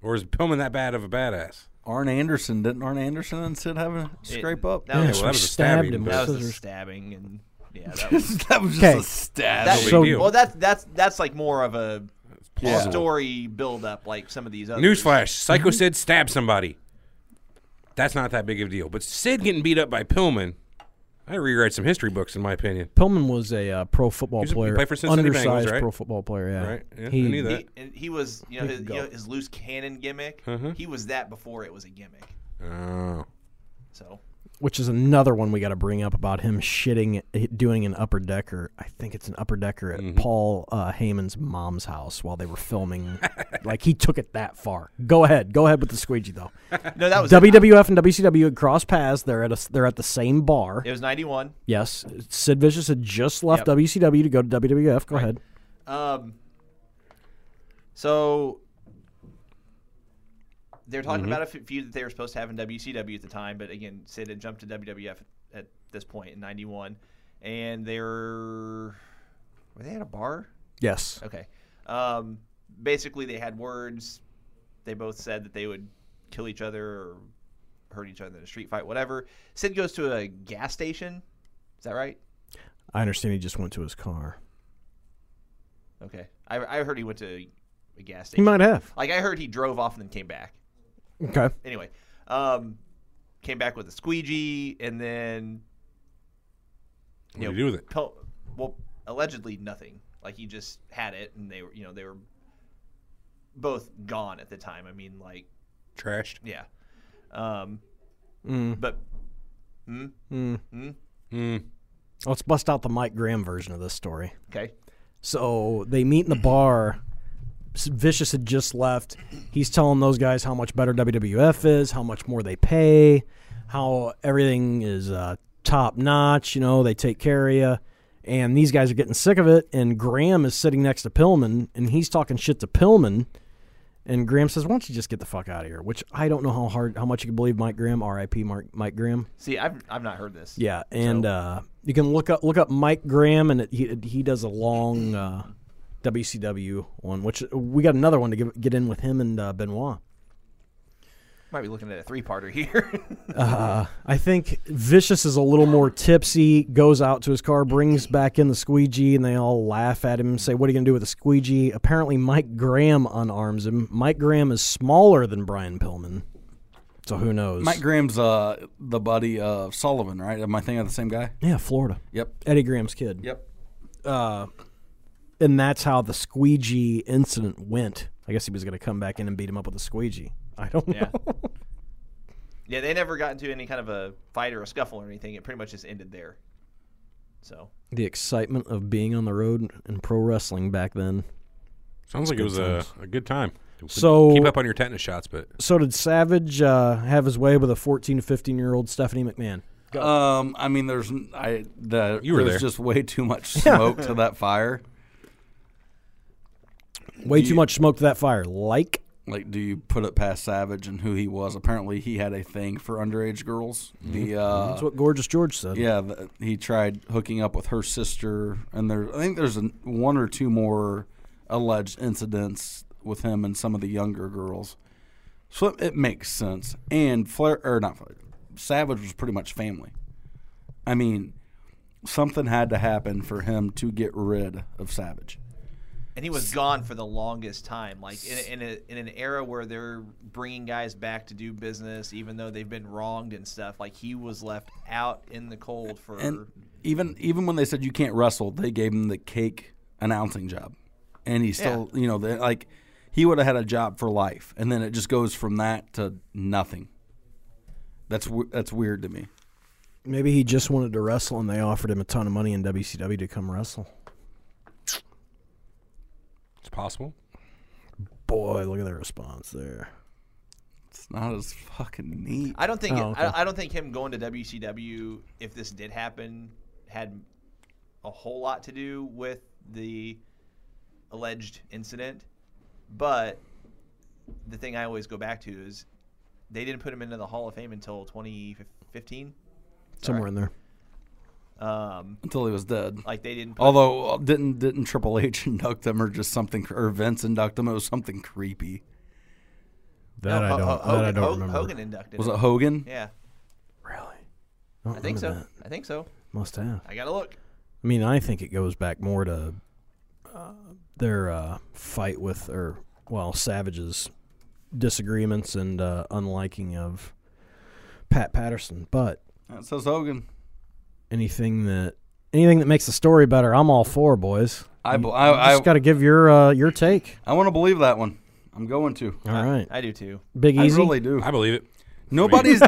Speaker 4: Or is Pillman that bad of a badass?
Speaker 6: Arn Anderson didn't Arn Anderson and Sid have a scrape up?
Speaker 5: that was,
Speaker 4: well, that was a
Speaker 3: stabbed
Speaker 4: stabbing,
Speaker 3: him.
Speaker 4: but-
Speaker 5: that
Speaker 3: with
Speaker 5: was the
Speaker 3: scissors.
Speaker 5: stabbing and yeah, that was
Speaker 6: that was just
Speaker 3: Okay.
Speaker 6: a stab.
Speaker 5: that,
Speaker 4: big
Speaker 3: So-
Speaker 4: deal.
Speaker 5: well that's that's that's like more of a
Speaker 4: plausible.
Speaker 5: story build-up like some of these other
Speaker 4: Newsflash: Psycho Sid stabbed somebody. That's not that big of a deal. But Sid getting beat up by Pillman, I rewrite some history books, in my opinion.
Speaker 3: Pillman was a uh, pro football
Speaker 4: He was a- he
Speaker 3: player,
Speaker 4: played for Cincinnati Bengals,
Speaker 3: undersized
Speaker 4: right?
Speaker 3: pro football player. Yeah,
Speaker 4: Right? Yeah, I
Speaker 3: he,
Speaker 4: knew that.
Speaker 5: He, and he was, you know, his, you
Speaker 3: go.
Speaker 5: know, his loose cannon gimmick.
Speaker 4: Mm-hmm.
Speaker 5: He was that before it was a gimmick.
Speaker 4: Oh,
Speaker 5: So
Speaker 3: which is another one we got to bring up about him shitting, eh, doing an upper decker. I think it's an upper decker at
Speaker 4: Mm-hmm.
Speaker 3: Paul uh, Heyman's mom's house while they were filming. like he took it that far. Go ahead, go ahead with the squeegee though.
Speaker 5: no, that was
Speaker 3: WWF and WCW had crossed paths. They're at a, they're at the same bar.
Speaker 5: It was '91.
Speaker 3: Yes, Sid Vicious had just left
Speaker 5: Yep.
Speaker 3: WCW to go to WWF. Go ahead.
Speaker 5: Um, so they're talking
Speaker 4: Mm-hmm.
Speaker 5: about a f- feud that they were supposed to have in WCW at the time, but again, Sid had jumped to WWF at, at this point in '91, and they're Were they at a bar?
Speaker 3: Yes.
Speaker 5: Okay. Um, basically, they had words. They both said that they would kill each other or hurt each other in a street fight, whatever. Sid goes to a gas station. Is that right?
Speaker 3: I understand he just went to his car.
Speaker 5: Okay. I, I heard he went to a gas
Speaker 3: He
Speaker 5: station.
Speaker 3: might have.
Speaker 5: Like, I heard he drove off and then came back.
Speaker 3: Okay.
Speaker 5: Anyway, um, came back with a squeegee and then
Speaker 4: What do you do with it?
Speaker 5: Pel- well, allegedly nothing. Like he just had it, and they were, you know, they were both gone at the time. I mean, like,
Speaker 4: Trashed.
Speaker 5: yeah. Um, But mm,
Speaker 4: Hmm.
Speaker 3: Let's bust out the Mike Graham version of this story.
Speaker 5: okay,
Speaker 3: So they meet in the bar. S- Vicious had just left. He's telling those guys how much better WWF is, how much more they pay, how everything is uh, top notch. You know, they take care of you. And these guys are getting sick of it. And Graham is sitting next to Pillman, and he's talking shit to Pillman. And Graham says, "Why don't you just get the fuck out of here?" Which I don't know how hard, how much you can believe Mike Graham, R.I.P. Mark, Mike Graham.
Speaker 5: see, I've I've not heard this.
Speaker 3: Yeah, and uh, you can look up look up Mike Graham, and it, he he does a long uh, WCW one, which we got another one to give, get in with him and uh, Benoit.
Speaker 5: might be looking at a three-parter here.
Speaker 3: I think Vicious is a little more tipsy, goes out to his car, brings back in the squeegee, and they all laugh at him and say, What are you going to do with the squeegee? Apparently, Mike Graham unarms him. Mike Graham is smaller than Brian Pillman, so who knows?
Speaker 6: Mike Graham's uh, the buddy of Sullivan, right? Am I thinking of the same guy?
Speaker 3: yeah, Florida.
Speaker 6: Yep.
Speaker 3: Eddie Graham's kid.
Speaker 6: Yep.
Speaker 3: Uh, and that's how the squeegee incident went. I guess he was going to come back in and beat him up with a squeegee. I don't know.
Speaker 5: yeah. Yeah, they never got into any kind of a fight or a scuffle or anything. It pretty much just ended there. So
Speaker 3: The excitement of being on the road and pro wrestling back then.
Speaker 4: Sounds like it was a, a good time.
Speaker 3: So-
Speaker 4: keep up on your tetanus shots, but
Speaker 3: So did Savage uh, have his way with a 14 to 15 year old Stephanie McMahon?
Speaker 6: Um, I mean, there's n- I the
Speaker 4: You were
Speaker 6: there's
Speaker 4: there.
Speaker 6: just way too much smoke to that fire.
Speaker 3: Way
Speaker 6: Do
Speaker 3: too
Speaker 6: you-
Speaker 3: much smoke to that fire. Like,
Speaker 6: Like, do you put it past Savage and who he was? Apparently, he had a thing for underage girls. The uh,
Speaker 3: that's what Gorgeous George said.
Speaker 6: yeah, the, he tried hooking up with her sister, and there I think there's an, one or two more alleged incidents with him and some of the younger girls. So it, it makes sense. And Flair or not Flair, Savage was pretty much family. I mean, something had to happen for him to get rid of Savage.
Speaker 5: and he was gone for the longest time like in, in, a, in an era where they're bringing guys back to do business even though they've been wronged and stuff like he was left out in the cold for
Speaker 6: And even even when they said you can't wrestle, they gave him the cake announcing job, and he still, you know, they, like he would have had a job for life, and then it just goes from that to nothing. That's w- that's weird to me.
Speaker 3: Maybe he just wanted to wrestle and they offered him a ton of money in WCW to come wrestle.
Speaker 4: it's possible.
Speaker 3: Boy, look at their response there.
Speaker 6: It's not as fucking neat.
Speaker 5: i don't think
Speaker 3: Oh, okay.
Speaker 5: I, I don't think him going to wcw if this did happen had a whole lot to do with the alleged incident but the thing i always go back to is they didn't put him into the hall of fame until 2015
Speaker 3: Somewhere in there.
Speaker 5: um,
Speaker 6: Until he was dead.
Speaker 5: like they didn't put
Speaker 6: Although uh, didn't didn't Triple H induct him or just something cr- or Vince induct him? It was something creepy.
Speaker 3: Oh, That
Speaker 5: No,
Speaker 3: I
Speaker 5: Ho-
Speaker 3: don't,
Speaker 5: Ho-
Speaker 3: that
Speaker 5: Hogan,
Speaker 3: I don't
Speaker 5: Ho-
Speaker 3: remember.
Speaker 5: Hogan inducted.
Speaker 6: Was
Speaker 5: him.
Speaker 6: it Hogan?
Speaker 5: Yeah,
Speaker 3: Really? I, don't
Speaker 5: I think so.
Speaker 3: remember
Speaker 5: I think so.
Speaker 3: that. Must have.
Speaker 5: I gotta look.
Speaker 3: I mean, I think it goes back more to uh, their uh, fight with, or well, Savage's disagreements and uh, unliking of Pat Patterson. But
Speaker 6: It says Hogan.
Speaker 3: anything that anything that makes the story better, I'm all for, boys.
Speaker 6: I bel- I I,
Speaker 3: Mm, Just got to give your uh, your take.
Speaker 6: I want to believe that one. I'm going to.
Speaker 3: All right,
Speaker 5: I do too.
Speaker 3: Big
Speaker 6: I
Speaker 3: Easy.
Speaker 6: really do.
Speaker 4: I believe it.
Speaker 6: Nobody's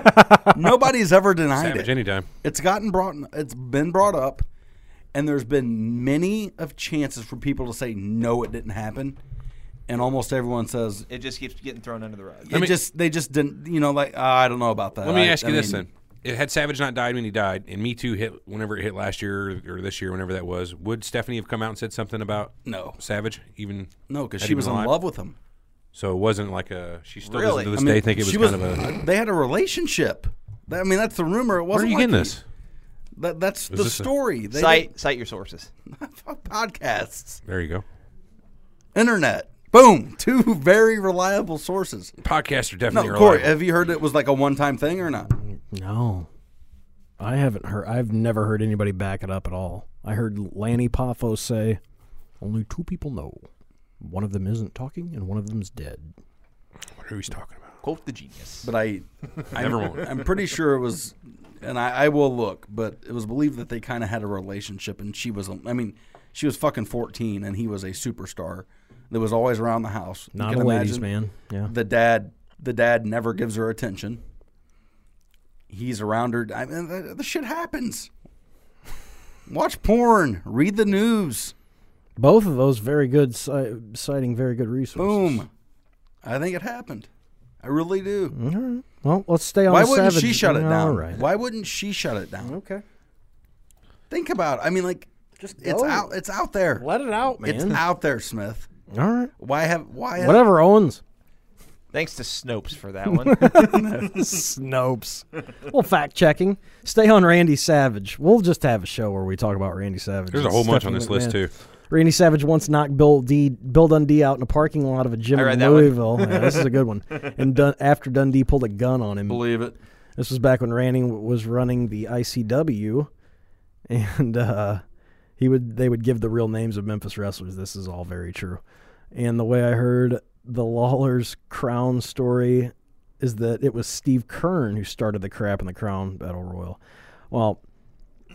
Speaker 6: nobody's ever denied
Speaker 4: Savage
Speaker 6: it.
Speaker 4: anytime.
Speaker 6: It's gotten brought it's been brought up and there's been many of chances for people to say no it didn't happen and almost everyone says
Speaker 5: It just keeps getting thrown under the rug.
Speaker 6: it just they just didn't you know like "Ah, I don't know about that.
Speaker 4: Let me
Speaker 6: I-
Speaker 4: ask you
Speaker 6: I
Speaker 4: this
Speaker 6: mean,
Speaker 4: then: It- Had Savage not died when he died, and Me Too hit whenever it hit last year or this year, whenever that was, would Stephanie have come out and said something about
Speaker 6: No.
Speaker 4: Savage? Even
Speaker 6: No, cuz
Speaker 4: had
Speaker 6: she
Speaker 4: he
Speaker 6: was
Speaker 4: been
Speaker 6: in
Speaker 4: alive?
Speaker 6: love with him.
Speaker 4: So it wasn't like a. She still
Speaker 5: Really?
Speaker 4: doesn't to this
Speaker 6: I mean,
Speaker 4: day think it was
Speaker 6: she
Speaker 4: kind of a.
Speaker 6: They had a relationship. That- I mean, that's the rumor. It
Speaker 4: Where are
Speaker 6: wasn't
Speaker 4: you
Speaker 6: like
Speaker 4: getting
Speaker 6: he-
Speaker 4: this?
Speaker 6: That, that's the
Speaker 4: this a-
Speaker 6: story. They
Speaker 5: Cite cite your sources.
Speaker 6: don't- podcasts,
Speaker 4: There you go.
Speaker 6: internet. Boom. Two very reliable sources.
Speaker 4: Podcasts are
Speaker 6: No,
Speaker 4: definitely
Speaker 6: Corey,
Speaker 4: reliable.
Speaker 6: have you heard it was like a one time thing or not?
Speaker 3: No. I haven't heard. I've never heard anybody back it up at all. I heard Lanny Poffo say, "Only two people know. One of them isn't talking, and one of them's dead."
Speaker 4: I wonder who he's talking about.
Speaker 5: Quote the genius.
Speaker 6: But I,
Speaker 4: Never mind.
Speaker 6: I'm pretty sure it was, and I, I will look, but it was believed that they kind of had a relationship, and she was, a- I mean, she was fucking 14, and he was a superstar that was always around the house. You
Speaker 3: Not
Speaker 6: can
Speaker 3: a ladies' man.
Speaker 6: imagine
Speaker 3: Yeah.
Speaker 6: The dad, the dad never gives her attention. He's around her. I mean, the, the shit happens. Watch porn, read the news.
Speaker 3: Both of those very good, ci- citing very good resources.
Speaker 6: Boom. I think it happened. I really do.
Speaker 3: All right. Well, let's stay on.
Speaker 6: Why
Speaker 3: the
Speaker 6: wouldn't
Speaker 3: savage.
Speaker 6: she shut it
Speaker 3: All
Speaker 6: down?
Speaker 3: right.
Speaker 6: Why wouldn't she shut it down?
Speaker 3: Okay.
Speaker 6: Think about. It. I mean, like, just it's
Speaker 3: go.
Speaker 6: out. It's out there.
Speaker 3: Let it out, man.
Speaker 6: It's out there, Smith.
Speaker 3: All right.
Speaker 6: Why have? Why? Have,
Speaker 3: Whatever, Owens.
Speaker 5: Thanks to Snopes for that one.
Speaker 3: Snopes. well, fact checking. Stay on Randy Savage. We'll just have a show where we talk about Randy Savage.
Speaker 4: There's a
Speaker 3: and
Speaker 4: whole bunch
Speaker 3: Stephanie
Speaker 4: on this
Speaker 3: McMahon.
Speaker 4: list too.
Speaker 3: Randy Savage once knocked Bill D Bill Dundee out in a parking lot of a gym
Speaker 5: I read
Speaker 3: in
Speaker 5: that one.
Speaker 3: Louisville. Yeah, this is a good one. And Dun- after Dundee pulled a gun on him,
Speaker 6: Believe it.
Speaker 3: this was back when Randy w- was running the ICW, and uh, he would they would give the real names of Memphis wrestlers. This is all very true. And the way I heard the Lawler's Crown story is that it was Steve Kern who started the crap in the Crown Battle Royal. Well,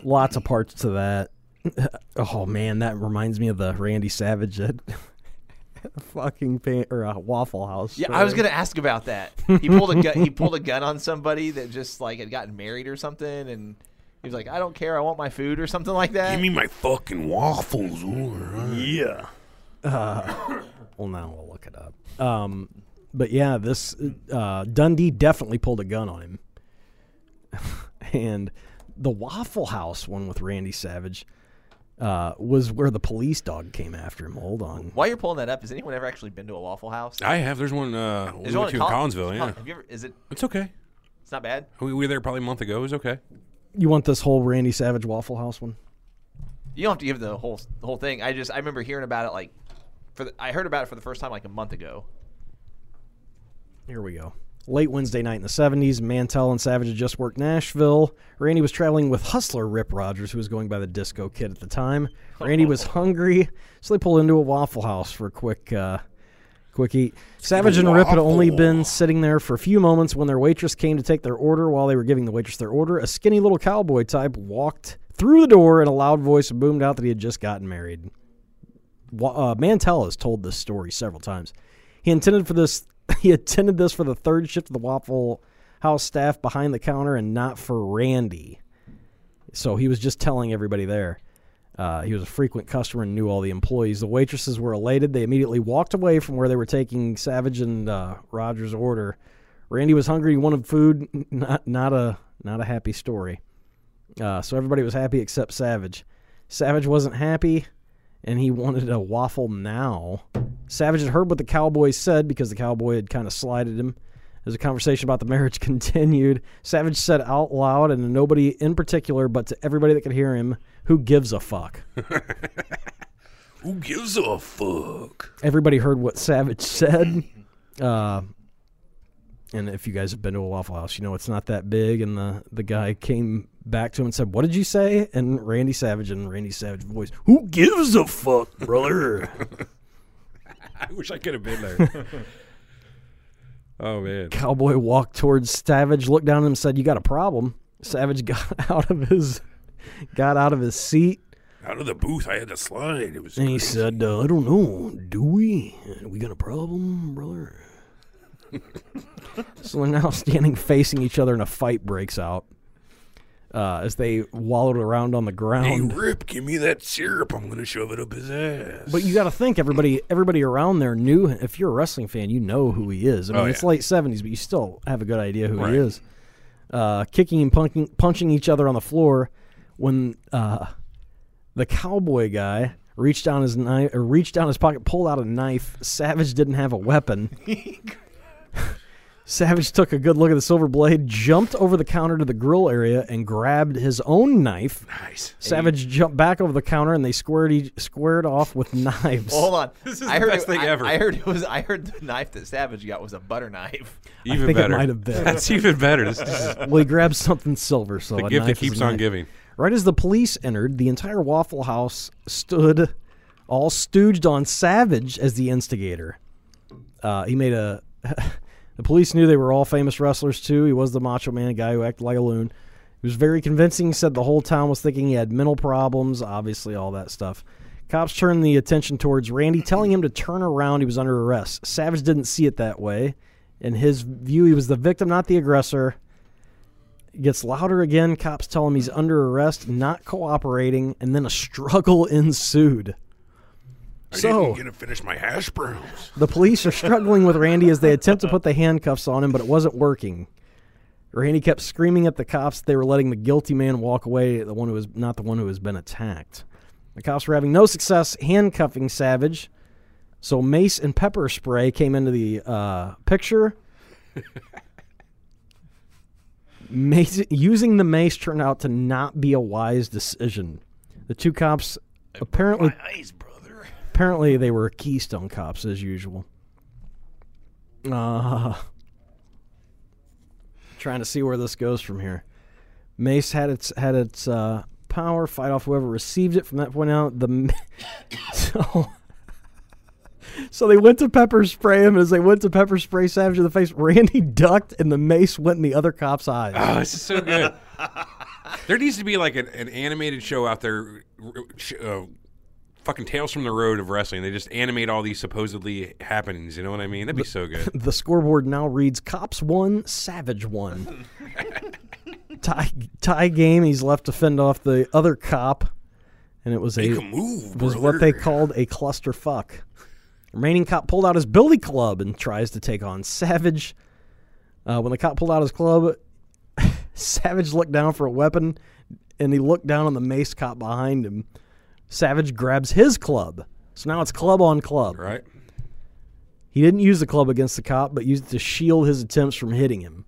Speaker 3: lots of parts to that. oh man, that reminds me of the Randy Savage at fucking pan- or uh, Waffle House.
Speaker 5: Yeah, I was
Speaker 3: story.
Speaker 5: gonna ask about that. He pulled a gun. He pulled a gun on somebody that just like had gotten married or something, and he was like, "I don't care. I want my food" or something like that.
Speaker 4: Give me my fucking waffles. Ooh,
Speaker 3: Yeah. Uh, well, now we'll look it up. Um, but yeah, this uh, Dundee definitely pulled a gun on him, and the Waffle House one with Randy Savage uh, was where the police dog came after him. Hold on,
Speaker 5: While you're pulling that up, has anyone ever actually been to a Waffle House?
Speaker 4: I have. There's one. Uh, we
Speaker 5: There's
Speaker 4: went to in
Speaker 5: Col-
Speaker 4: Collinsville.
Speaker 5: Col-
Speaker 4: Yeah,
Speaker 5: Have you ever, is it?
Speaker 4: it's okay.
Speaker 5: It's not bad.
Speaker 4: We we were there probably a month ago. It was okay.
Speaker 3: you want this whole Randy Savage Waffle House one?
Speaker 5: You don't have to give the whole the whole thing. I just I remember hearing about it like, for the, I heard about it for the first time like a month ago.
Speaker 3: Here we go. Late Wednesday night in the 70s, Mantell and Savage had just worked Nashville. Randy was traveling with hustler Rip Rogers, who was going by the Disco Kid at the time. Randy was hungry, so they pulled into a Waffle House for a quick, uh, quick eat. Savage and Rip had only been sitting there for a few moments when their waitress came to take their order. While they were giving the waitress their order, a skinny little cowboy type walked through the door in a loud voice and boomed out that he had just gotten married. Wa- uh, Mantell has told this story several times. He intended for this. He attended this for the third shift of the Waffle House staff behind the counter, and not for Randy. So he was just telling everybody there. Uh, he was a frequent customer and knew all the employees. The waitresses were elated. They immediately walked away from where they were taking Savage and uh, Rogers' order. Randy was hungry. He wanted food. Not not a not a happy story. Uh, so everybody was happy except Savage. Savage wasn't happy and he wanted a waffle now. Savage had heard what the cowboy said because the cowboy had kind of slighted him. As the conversation about the marriage continued, Savage said out loud and to nobody in particular, but to everybody that could hear him, "Who gives a fuck?"
Speaker 4: Who gives a fuck?
Speaker 3: Everybody heard what Savage said. Uh, and if you guys have been to a Waffle House, you know it's not that big. And the the guy came back to him and said, "What did you say?" And Randy Savage and Randy Savage voice, "Who gives a fuck, brother?"
Speaker 4: I wish I could have been there. oh man.
Speaker 3: Cowboy walked towards Savage, looked down at him, and said, "You got a problem." Savage got out of his got out of his seat,
Speaker 4: Out of the booth, I had to slide. It was.
Speaker 3: and he said, uh, "I don't know. Do we? We got a problem, brother?" so they're now standing facing each other, and a fight breaks out uh, as they wallowed around on the
Speaker 4: Hey,
Speaker 3: ground.
Speaker 4: Rip, give me that syrup. I'm gonna shove it up his ass.
Speaker 3: But you got to think everybody everybody around there knew. If you're a wrestling fan, you know who he is. I mean,
Speaker 4: Oh,
Speaker 3: it's
Speaker 4: yeah.
Speaker 3: late '70s, but you still have a good idea who
Speaker 4: Right.
Speaker 3: he is. Uh, kicking and punking, punching each other on the floor when uh, the cowboy guy reached down his knife, or reached down his pocket, pulled out a knife. Savage didn't have a weapon. Savage took a good look at the silver blade, jumped over the counter to the grill area, and grabbed his own knife.
Speaker 4: Nice.
Speaker 3: Savage jumped back over the counter, and they squared each, squared off with knives.
Speaker 5: Well, hold on.
Speaker 4: This is
Speaker 5: I
Speaker 4: the
Speaker 5: heard
Speaker 4: best
Speaker 5: it,
Speaker 4: thing
Speaker 5: I,
Speaker 4: ever.
Speaker 5: I heard it was. I heard the knife that Savage got was a butter knife.
Speaker 4: Even
Speaker 3: I think
Speaker 4: better.
Speaker 3: it might have been.
Speaker 4: That's even better. This is
Speaker 3: well, he grabbed something silver, so
Speaker 4: the
Speaker 3: a
Speaker 4: gift that
Speaker 3: knife is a
Speaker 4: keeps on
Speaker 3: knife.
Speaker 4: giving.
Speaker 3: Right as the police entered, the entire Waffle House stood all stooged on Savage as the instigator. Uh, he made a. the police knew they were all famous wrestlers, too. He was the macho man guy who acted like a loon. He was very convincing, said the whole town was thinking he had mental problems, obviously, all that stuff. Cops turned the attention towards Randy, telling him to turn around. He was under arrest. Savage didn't see it that way. In his view, he was the victim, not the aggressor gets louder again. Cops tell him he's under arrest, not cooperating, and then a struggle ensued. So
Speaker 4: to finish my hash browns.
Speaker 3: the police are struggling with Randy as they attempt to put the handcuffs on him, but it wasn't working. Randy kept screaming at the cops they were letting the guilty man walk away, the one who was not the one who has been attacked. The cops were having no success handcuffing Savage, so mace and pepper spray came into the uh, picture. mace, using the mace turned out to not be a wise decision. The two cops apparently apparently they were Keystone cops as usual. Uh, trying to see where this goes from here. Mace had its had its uh, power fight off whoever received it from that point out. The ma- so so they went to pepper spray him, and as they went to pepper spray Savage in the face, Randy ducked, and the mace went in the other cop's eyes.
Speaker 4: Oh, this is so good. there needs to be like an, an animated show out there, r- sh- uh, fucking Tales from the Road of Wrestling. They just animate all these supposedly happenings. You know what I mean? That'd be so good.
Speaker 3: The scoreboard now reads Cops 1, Savage 1. tie, tie game. He's left to fend off the other cop. And it was a
Speaker 4: move.
Speaker 3: was what they called a cluster fuck. Remaining cop pulled out his billy club and tries to take on Savage. Uh, when the cop pulled out his club, Savage looked down for a weapon, and he looked down on the mace cop behind him. Savage grabs his club, so now it's club on club.
Speaker 4: Right?
Speaker 3: He didn't use the club against the cop, but used it to shield his attempts from hitting him.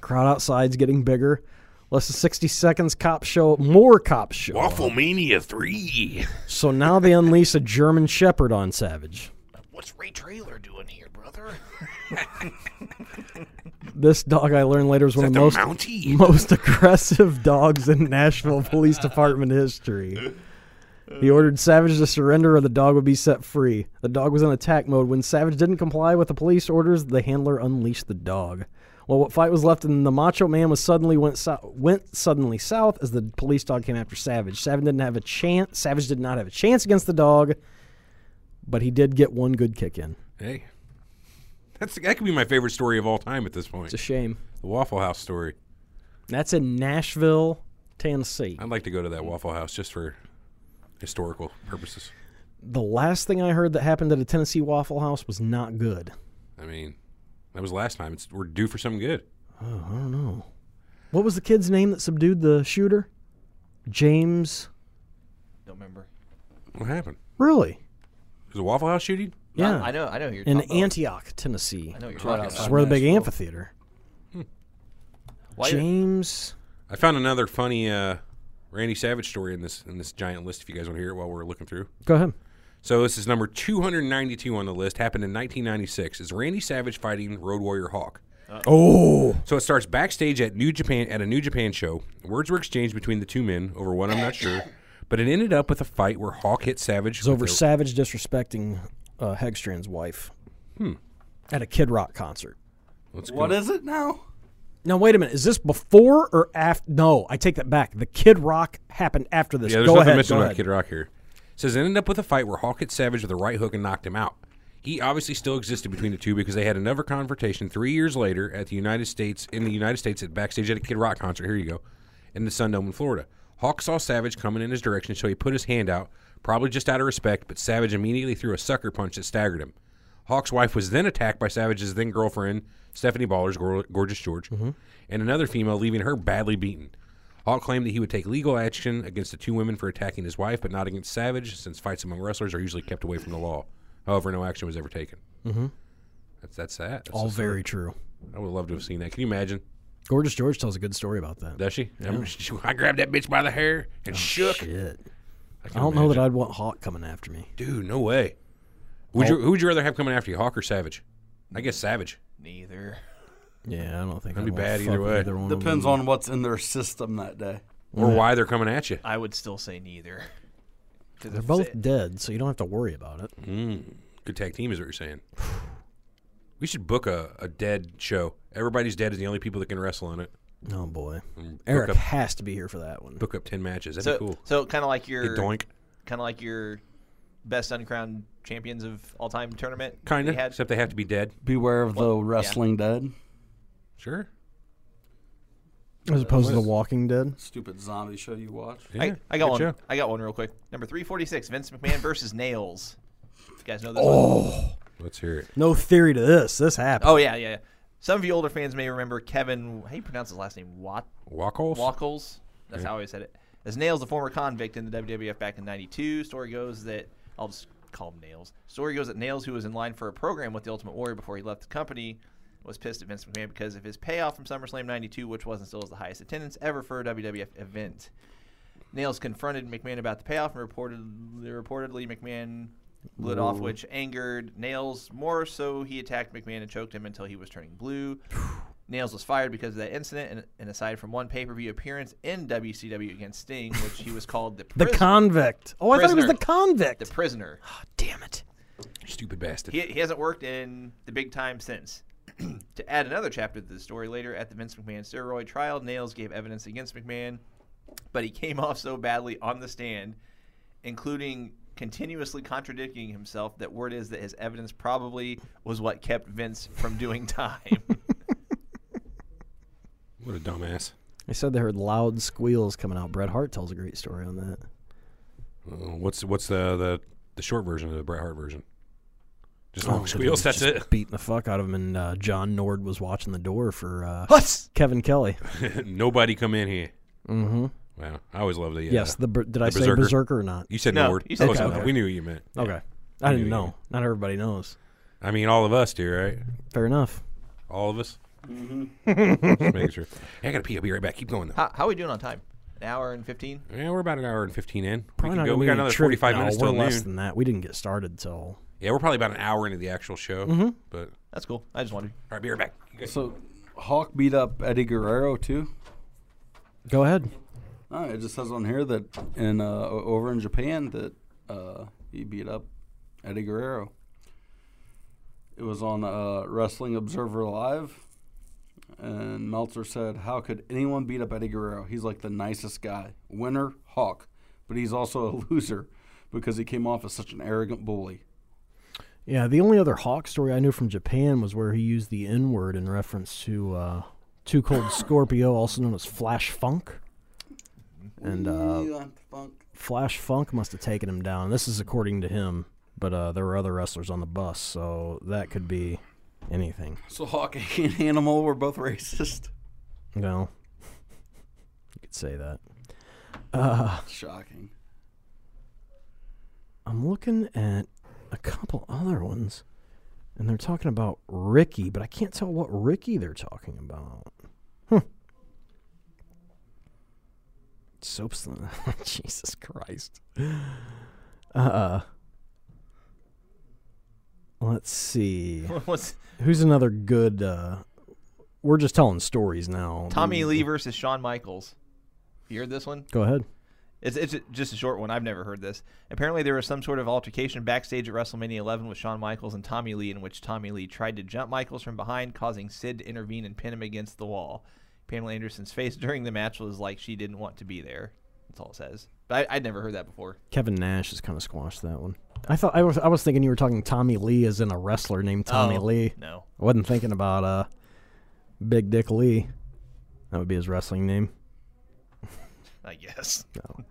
Speaker 3: Crowd outside's getting bigger. Less than 60 seconds, cops show up. More cops show up.
Speaker 4: Waffle Mania 3.
Speaker 3: So now they unleash a German Shepherd on Savage.
Speaker 5: What's Ray Trailer doing here, brother?
Speaker 3: This dog, I learned later, is one of the
Speaker 4: The
Speaker 3: most,
Speaker 4: Mountie.
Speaker 3: most aggressive dogs in Nashville Police Department history. He ordered Savage to surrender or the dog would be set free. The dog was in attack mode. When Savage didn't comply with the police orders, the handler unleashed the dog. Well, what fight was left in the Macho Man was suddenly went so- went suddenly south as the police dog came after Savage. Savage didn't have a chance. Savage did not have a chance against the dog, but he did get one good kick in.
Speaker 4: hey. That's, that could be my favorite story of all time at this point.
Speaker 3: It's a shame.
Speaker 4: The Waffle House story.
Speaker 3: That's in Nashville, Tennessee.
Speaker 4: I'd like to go to that Waffle House just for historical purposes.
Speaker 3: The last thing I heard that happened at a Tennessee Waffle House was not good.
Speaker 4: I mean, that was last time. It's, we're due for something good.
Speaker 3: What was the kid's name that subdued the shooter? James.
Speaker 5: Don't remember.
Speaker 4: What happened?
Speaker 3: Really?
Speaker 4: Was a Waffle House shooting?
Speaker 3: Yeah.
Speaker 5: I, I know. I know who you're
Speaker 3: in
Speaker 5: talking about.
Speaker 3: Antioch, Tennessee.
Speaker 5: I know what you're talking
Speaker 3: It's
Speaker 5: about.
Speaker 3: where the big amphitheater.
Speaker 4: Hmm.
Speaker 5: Why you-
Speaker 3: James.
Speaker 4: I found another funny uh, Randy Savage story in this in this giant list. If you guys want to hear it while we're looking through,
Speaker 3: Go ahead.
Speaker 4: so this is number 292 on the list. Happened in 1996. Is Randy Savage fighting Road Warrior Hawk?
Speaker 3: Oh.
Speaker 4: So it starts backstage at New Japan at a New Japan show. Words were exchanged between the two men over what I'm not sure, but it ended up with a fight where Hawk hit Savage.
Speaker 3: It's
Speaker 4: with
Speaker 3: over
Speaker 4: a-
Speaker 3: Savage disrespecting uh, Hegstrand's wife
Speaker 4: Hmm.
Speaker 3: at a Kid Rock concert.
Speaker 4: Let's go.
Speaker 6: What is it now?
Speaker 3: Now, wait a minute. Is this before or after? No, I take that back. The Kid Rock happened after this.
Speaker 4: Yeah, there's
Speaker 3: Go
Speaker 4: nothing
Speaker 3: ahead.
Speaker 4: mentioned
Speaker 3: go
Speaker 4: about
Speaker 3: ahead.
Speaker 4: Kid Rock here. Says it ended up with a fight where Hawk hit Savage with a right hook and knocked him out. He obviously still existed between the two because they had another confrontation three years later at the United States in the United States at backstage at a Kid Rock concert. Here you go, in the Sun Dome in Florida. Hawk saw Savage coming in his direction, so he put his hand out, probably just out of respect. But Savage immediately threw a sucker punch that staggered him. Hawk's wife was then attacked by Savage's then girlfriend Stephanie Ballers, Gor- Gorgeous George,
Speaker 3: Mm-hmm.
Speaker 4: and another female, leaving her badly beaten. Hawk claimed that he would take legal action against the two women for attacking his wife, but not against Savage, since fights among wrestlers are usually kept away from the law. However, no action was ever taken. Mm-hmm. That's that's sad. That's
Speaker 3: All
Speaker 4: just-
Speaker 3: very true.
Speaker 4: I would love to have seen that. Can you imagine?
Speaker 3: Gorgeous George tells a good story about that.
Speaker 4: Does she? I'm- I grabbed that bitch by the hair and shook.
Speaker 3: Shit.
Speaker 4: can
Speaker 3: I don't know that
Speaker 4: imagine.
Speaker 3: I'd want Hawk coming after me.
Speaker 4: Dude, no way. Would you, who would you rather have coming after you, Hawk or Savage? I guess Savage.
Speaker 5: Neither.
Speaker 3: Yeah, I don't think
Speaker 4: That'd
Speaker 3: I'd
Speaker 4: be
Speaker 3: wanna
Speaker 4: bad
Speaker 3: fuck
Speaker 4: either
Speaker 3: with
Speaker 4: way.
Speaker 3: Either one of
Speaker 6: Depends
Speaker 3: them.
Speaker 6: on what's in their system that day.
Speaker 4: Or why they're coming at you.
Speaker 5: I would still say neither. 'Cause
Speaker 3: They're
Speaker 5: if
Speaker 3: both
Speaker 5: it-
Speaker 3: dead, so you don't have to worry about it.
Speaker 4: Good tag team is what you're saying. We should book a, a dead show. Everybody's dead is the only people that can wrestle in it.
Speaker 3: Oh boy, Eric
Speaker 4: up-
Speaker 3: has to be here for that one.
Speaker 4: Book up ten matches. That'd
Speaker 5: so
Speaker 4: be cool.
Speaker 5: so kind of like
Speaker 4: Hey,
Speaker 5: your
Speaker 4: doink.
Speaker 5: kind of like your best uncrowned champions of all time tournament.
Speaker 4: Kinda.
Speaker 5: they had.
Speaker 4: Except they have to be dead.
Speaker 6: Beware of the wrestling dead.
Speaker 4: Sure.
Speaker 3: As opposed to the Walking Dead.
Speaker 6: Stupid zombie show you watch.
Speaker 4: Yeah.
Speaker 5: I, I got
Speaker 4: Good
Speaker 5: one.
Speaker 4: show.
Speaker 5: I got one real quick. Number three forty six. Vince McMahon versus Nails. You guys know this oh. one?
Speaker 4: Let's hear it.
Speaker 3: No theory to this. This happened.
Speaker 5: Oh yeah, yeah. yeah. Some of you older fans may remember Kevin. How do you pronounce his last name? Wat
Speaker 4: Walkholes?
Speaker 5: Wackles. That's how I always said it. As Nails, the former convict in the WWF back in '92, story goes that I'll just call him Nails. Story goes that Nails, who was in line for a program with the Ultimate Warrior before he left the company, was pissed at Vince McMahon because of his payoff from SummerSlam '92, which was and still is the highest attendance ever for a WWF event. Nails confronted McMahon about the payoff and reported, reportedly McMahon lit off, which angered Nails more. So he attacked McMahon and choked him until he was turning blue. Nails was fired because of that incident, and, and aside from one pay per view appearance in WCW against Sting, which he was called the
Speaker 3: The
Speaker 5: pris-
Speaker 3: convict. Oh, I thought it was
Speaker 5: Prisoner.
Speaker 3: the convict.
Speaker 5: the prisoner.
Speaker 3: Damn it.
Speaker 4: Stupid bastard.
Speaker 5: He, he hasn't worked in the big time since. to add another chapter to the story later, at the Vince McMahon steroid trial, Nails gave evidence against McMahon, but he came off so badly on the stand, including continuously contradicting himself, that word is that his evidence probably was what kept Vince from doing time.
Speaker 4: What a dumbass.
Speaker 3: They said they heard loud squeals coming out. Bret Hart tells a great story on that.
Speaker 4: Uh, what's what's the, the the short version of the Bret Hart version? Just long squeals. Oh, That's
Speaker 3: Oh, Just
Speaker 4: it.
Speaker 3: Beating the fuck out of him, and uh, John Nord was watching the door for uh,
Speaker 5: Huts!
Speaker 3: Kevin Kelly.
Speaker 4: Nobody come in here. Mm-hmm. Wow. I always loved the. Uh,
Speaker 3: Yes, the ber- did I say
Speaker 4: Berserker.
Speaker 3: berserker. or not?
Speaker 4: You said
Speaker 5: No,
Speaker 4: Nord.
Speaker 5: you said
Speaker 4: Close
Speaker 5: Nord.
Speaker 4: enough. We knew what you meant.
Speaker 3: Okay, I didn't
Speaker 4: you
Speaker 3: know. Not everybody knows.
Speaker 4: I mean, all of us do, right?
Speaker 3: Fair enough.
Speaker 4: All of us. Just making sure. Hey, I gotta pee. I'll be right back. Keep going though.
Speaker 5: How, how are we doing on time? An hour and 15?
Speaker 4: Yeah, we're about an hour and fifteen in.
Speaker 3: Probably
Speaker 4: we
Speaker 3: not
Speaker 4: can go.
Speaker 3: gonna
Speaker 4: We
Speaker 3: be
Speaker 4: got
Speaker 3: any
Speaker 4: another
Speaker 3: tri-
Speaker 4: forty-five
Speaker 3: no,
Speaker 4: minutes
Speaker 3: We're
Speaker 4: till
Speaker 3: less
Speaker 4: noon.
Speaker 3: than that. We didn't get started till
Speaker 4: Yeah, we're probably about an hour into the actual show. But all
Speaker 5: That's cool. I just wanted.
Speaker 4: right, be right back. You guys-
Speaker 6: So, Hawk beat up Eddie Guerrero too.
Speaker 3: Go ahead.
Speaker 6: No, it just says on here that in uh, o- over in Japan that uh, he beat up Eddie Guerrero. It was on uh, Wrestling Observer Live, and Meltzer said, "How could anyone beat up Eddie Guerrero? He's like the nicest guy, winner, hawk, but he's also a loser because he came off as such an arrogant bully."
Speaker 3: Yeah, the only other Hawk story I knew from Japan was where he used the N word in reference to uh, Too Cold Scorpio, also known as Flash Funk. And uh, Flash Funk must have taken him down. This is according to him, but uh, there were other wrestlers on the bus, so that could be anything.
Speaker 6: So Hawk and Animal were both racist.
Speaker 3: No, you could say that. Uh,
Speaker 6: Shocking.
Speaker 3: I'm looking at a couple other ones, and they're talking about Ricky, but I can't tell what Ricky they're talking about. Huh. Soaps. Jesus Christ. Uh. Let's see.
Speaker 5: What's
Speaker 3: Who's another good? Uh, we're just telling stories now.
Speaker 5: Tommy Lee
Speaker 3: Mm.
Speaker 5: versus Shawn Michaels. You heard this one?
Speaker 3: Go ahead.
Speaker 5: It's, it's just a short one. I've never heard this. Apparently, there was some sort of altercation backstage at WrestleMania 11 with Shawn Michaels and Tommy Lee, in which Tommy Lee tried to jump Michaels from behind, causing Sid to intervene and pin him against the wall. Pamela Anderson's face during the match was like she didn't want to be there. That's all it says. But I, I'd never heard that before.
Speaker 3: Kevin Nash has kind of squashed that one. I thought I was I was thinking you were talking Tommy Lee as in a wrestler named Tommy
Speaker 5: Oh,
Speaker 3: Lee.
Speaker 5: No.
Speaker 3: I wasn't thinking about uh, Big Dick Lee. That would be his wrestling name.
Speaker 5: I guess.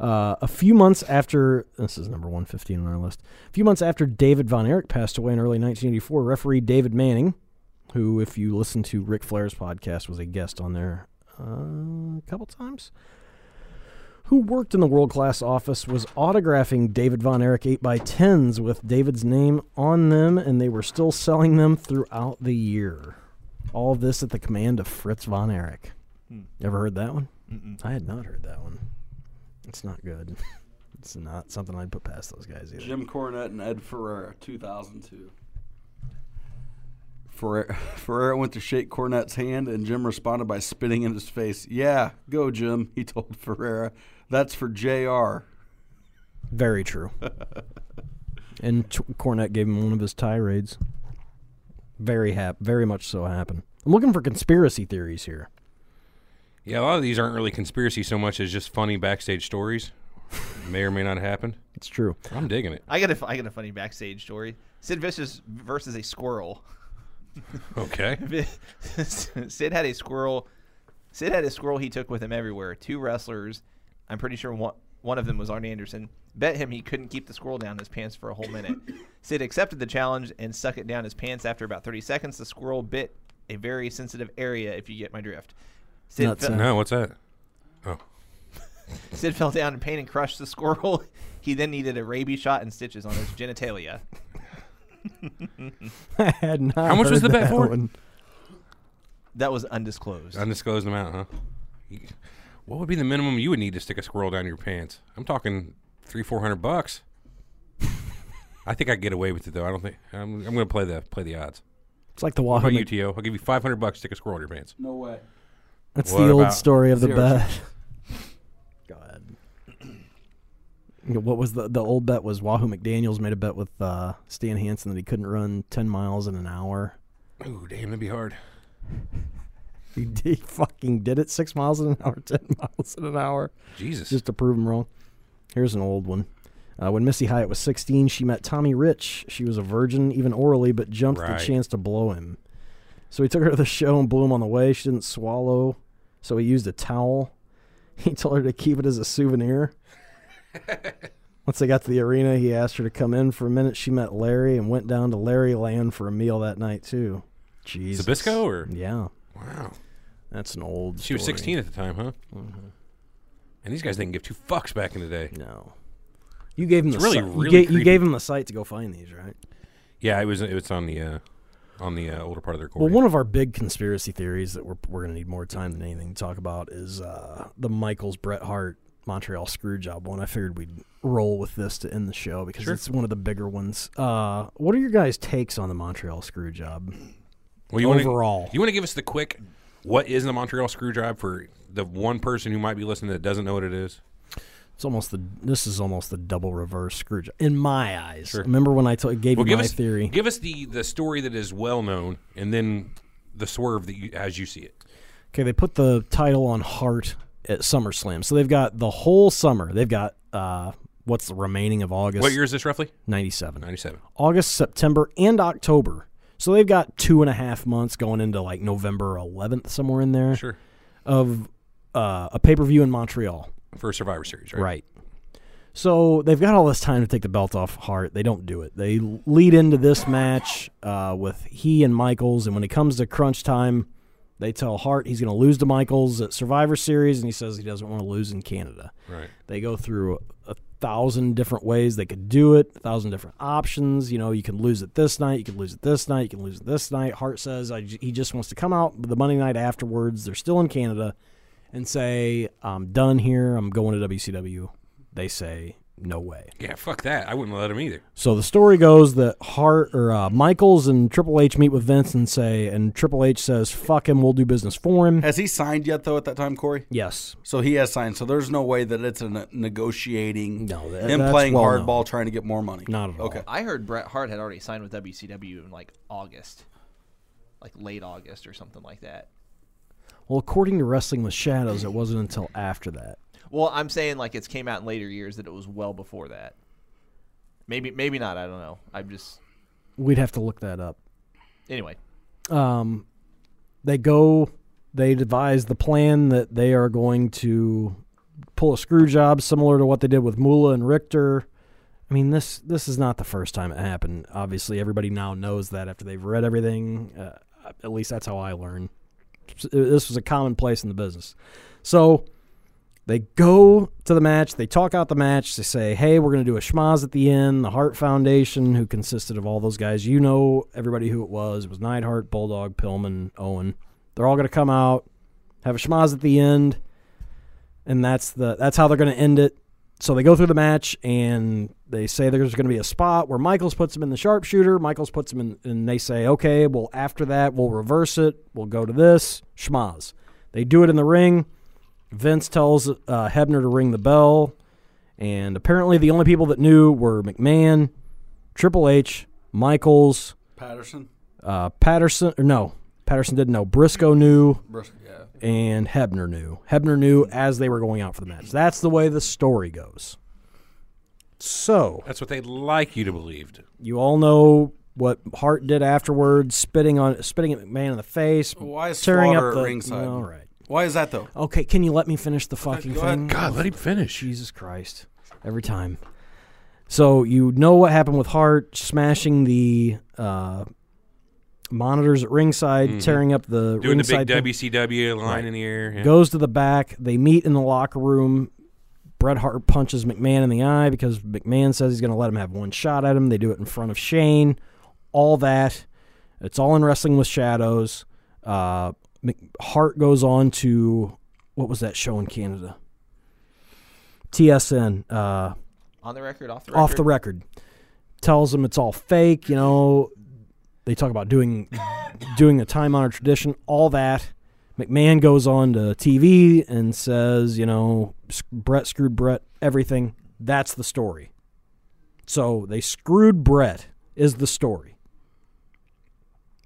Speaker 3: Uh, a few months after this is number 115 on our list. A few months after David Von Erich passed away in early 1984, referee David Manning, who, if you listen to Ric Flair's podcast, was a guest on there uh, a couple times, who worked in the world class office, was autographing David Von Erich 8x10s with David's name on them, and they were still selling them throughout the year. All this at the command of Fritz Von Erich. Ever heard that one? I had not heard that one. It's not good. it's not something I'd put past those guys either.
Speaker 6: Jim Cornette and Ed Ferrera, 2002. Ferrer, Ferrer went to shake Cornette's hand, and Jim responded by spitting in his face. Yeah, go, Jim, he told Ferrera. That's for JR.
Speaker 3: Very true. and t- Cornette gave him one of his tirades. Very hap, very much so happened. I'm looking for conspiracy theories here.
Speaker 4: Yeah, a lot of these aren't really conspiracy so much as just funny backstage stories. may or may not happen.
Speaker 3: It's true.
Speaker 4: I'm digging it.
Speaker 5: I got a, I got a funny backstage story. Sid Vicious versus a squirrel.
Speaker 4: Okay.
Speaker 5: Sid had a squirrel. Sid had a squirrel he took with him everywhere. Two wrestlers. I'm pretty sure one, one of them was Arn Anderson. Bet him he couldn't keep the squirrel down his pants for a whole minute. Sid accepted the challenge and stuck it down his pants after about 30 seconds. The squirrel bit a very sensitive area, if you get my drift. Sid,
Speaker 3: Not
Speaker 5: fell-
Speaker 3: so-
Speaker 4: No, what's that? Oh.
Speaker 5: Sid fell down in pain and crushed the squirrel. he then needed a rabies shot and stitches on his genitalia.
Speaker 3: I had not.
Speaker 4: How much was
Speaker 3: heard
Speaker 4: the bet
Speaker 3: that
Speaker 4: for?
Speaker 3: one.
Speaker 5: That was undisclosed.
Speaker 4: Undisclosed amount, huh? You- What would be the minimum you would need to stick a squirrel down your pants? I'm talking three, four hundred bucks. I think I can get away with it though. I don't think I'm, I'm going to play the play the odds.
Speaker 3: It's like the
Speaker 4: How
Speaker 3: Wahoo.
Speaker 4: about UTO? I'll give you five hundred bucks. to Stick a squirrel in your pants.
Speaker 6: No way.
Speaker 3: That's
Speaker 4: What
Speaker 3: the old
Speaker 4: about
Speaker 3: story of the
Speaker 6: zero?
Speaker 3: bet. God. You know, What was the the old bet was Wahoo McDaniel's made a bet with uh, Stan Hansen that he couldn't run ten miles in an hour.
Speaker 4: Oh, damn, that'd be hard.
Speaker 3: He, did, he fucking did it six miles in an hour, ten miles in an hour.
Speaker 4: Jesus.
Speaker 3: just to prove him wrong. Here's an old one. Uh, when Missy Hyatt was 16, she met Tommy Rich. She was a virgin, even orally, but jumped at
Speaker 4: Right.
Speaker 3: the chance to blow him. So he took her to the show and blew him on the way. She didn't swallow, so he used a towel. He told her to keep it as a souvenir. Once they got to the arena, he asked her to come in for a minute. She met Larry and went down to Larry Land for a meal that night too. Jesus,
Speaker 4: Zabisco or
Speaker 3: yeah,
Speaker 4: wow.
Speaker 3: that's an old.
Speaker 4: She was
Speaker 3: story.
Speaker 4: sixteen at the time, huh? And these guys didn't give two fucks back in the day.
Speaker 3: No. You gave him
Speaker 4: It's
Speaker 3: the
Speaker 4: really,
Speaker 3: si- you
Speaker 4: really
Speaker 3: ga- you,
Speaker 4: creepy.
Speaker 3: gave him the site to go find these, right?
Speaker 4: Yeah, it was it was on the uh, on the uh, older part of their
Speaker 3: Well,
Speaker 4: recording.
Speaker 3: one of our big conspiracy theories that we're we're gonna need more time than anything to talk about is uh, the Michaels Bret Hart Montreal Screwjob one. I figured we'd roll with this to end the show because
Speaker 4: Sure.
Speaker 3: it's one of the bigger ones. Uh, what are your guys' takes on the Montreal Screwjob?
Speaker 4: Well, you wanna-
Speaker 3: overall.
Speaker 4: you want to give us the quick what is the Montreal Screwjob for the one person who might be listening that doesn't know what it is?
Speaker 3: It's almost the this is almost the double reverse Screwjob in my eyes.
Speaker 4: Sure.
Speaker 3: Remember when I to- gave
Speaker 4: Well,
Speaker 3: you
Speaker 4: give
Speaker 3: my
Speaker 4: us
Speaker 3: theory?
Speaker 4: Give us the the story that is well known, and then the swerve that you as you see it.
Speaker 3: Okay, they put the title on Hart at SummerSlam. So they've got the whole summer. They've got uh, what's the remaining of August?
Speaker 4: What year is this roughly?
Speaker 3: 97.
Speaker 4: Ninety seven.
Speaker 3: August, September, and October. So they've got two and a half months going into like November 11th, somewhere in there,
Speaker 4: Sure.
Speaker 3: of uh, a pay per view in Montreal.
Speaker 4: For Survivor Series, right?
Speaker 3: Right. So they've got all this time to take the belt off Hart. They don't do it. They lead into this match uh, with he and Michaels, and when it comes to crunch time, they tell Hart he's going to lose to Michaels at Survivor Series, and he says he doesn't want to lose in Canada.
Speaker 4: Right.
Speaker 3: They go through a thousand different ways they could do it, a thousand different options. You know, you can lose it this night, you can lose it this night, you can lose it this night. Hart says I j he just wants to come out the Monday night afterwards. They're still in Canada and say, I'm done here, I'm going to WCW. They say, no way.
Speaker 4: Yeah. Fuck that. I wouldn't let him either.
Speaker 3: So the story goes that Hart or uh, Michaels and Triple H meet with Vince and say, and Triple H says, fuck him, we'll do business for him.
Speaker 6: Has he signed yet, though, at that time, Corey?
Speaker 3: Yes.
Speaker 6: So he has signed. So there's no way that it's a ne- negotiating.
Speaker 3: No, that-
Speaker 6: him
Speaker 3: that's
Speaker 6: playing
Speaker 3: well known.
Speaker 6: hardball, trying to get more money.
Speaker 3: Not at all.
Speaker 6: Okay.
Speaker 5: I heard Bret Hart had already signed with WCW in like August, like late August or something like that.
Speaker 3: Well, according to Wrestling with Shadows, it wasn't until after that.
Speaker 5: Well, I'm saying like it's came out in later years that it was well before that. Maybe maybe not. I don't know. I'm just
Speaker 3: We'd have to look that up.
Speaker 5: anyway.
Speaker 3: um, they go they devise the plan that they are going to pull a screw job similar to what they did with Mula and Richter. I mean this this is not the first time it happened. Obviously everybody now knows that after they've read everything. Uh, at least that's how I learn. This was a commonplace in the business. So They go to the match. They talk out the match. They say, "Hey, we're going to do a schmaz at the end." The Hart Foundation, who consisted of all those guys, you know, everybody who it was. It was Neidhart, Bulldog, Pillman, Owen. They're all going to come out, have a schmaz at the end, and that's the that's how they're going to end it. So they go through the match and they say there's going to be a spot where Michaels puts him in the sharpshooter. Michaels puts him in, and they say, "Okay, well after that we'll reverse it. We'll go to this schmaz." They do it in the ring. Vince tells uh, Hebner to ring the bell, and apparently the only people that knew were McMahon, Triple H, Michaels,
Speaker 6: Patterson,
Speaker 3: uh, Patterson. Or no, Patterson didn't know. Briscoe knew,
Speaker 6: Briscoe, yeah.
Speaker 3: and Hebner knew. Hebner knew as they were going out for the match. That's the way the story goes. So
Speaker 4: That's what they'd like you to believe.
Speaker 3: you all know what Hart did afterwards, spitting on spitting at McMahon in the face,
Speaker 6: Why is
Speaker 3: tearing
Speaker 6: Slaughter
Speaker 3: up
Speaker 6: at
Speaker 3: the
Speaker 6: ringside?
Speaker 3: All right.
Speaker 6: Why is that though?
Speaker 3: Okay, can you let me finish the fucking
Speaker 6: go ahead.
Speaker 3: thing?
Speaker 4: God, let him finish.
Speaker 3: Jesus Christ. Every time. So you know what happened with Hart smashing the uh, monitors at ringside, tearing up the
Speaker 4: Mm-hmm. Doing the
Speaker 3: ringside
Speaker 4: big
Speaker 3: thing.
Speaker 4: WCW line in the air. yeah.
Speaker 3: Goes to the back. They meet in the locker room. Bret Hart punches McMahon in the eye because McMahon says he's going to let him have one shot at him. They do it in front of Shane. All that. It's all in Wrestling with Shadows. Uh, Mc- Hart goes on to what was that show in Canada? TSN. Uh,
Speaker 5: On the record, off the record.
Speaker 3: off the record tells them it's all fake you know they talk about doing doing a time honored tradition all that mcmahon goes on to tv and says you know "S- brett screwed brett everything that's the story so they screwed brett is the story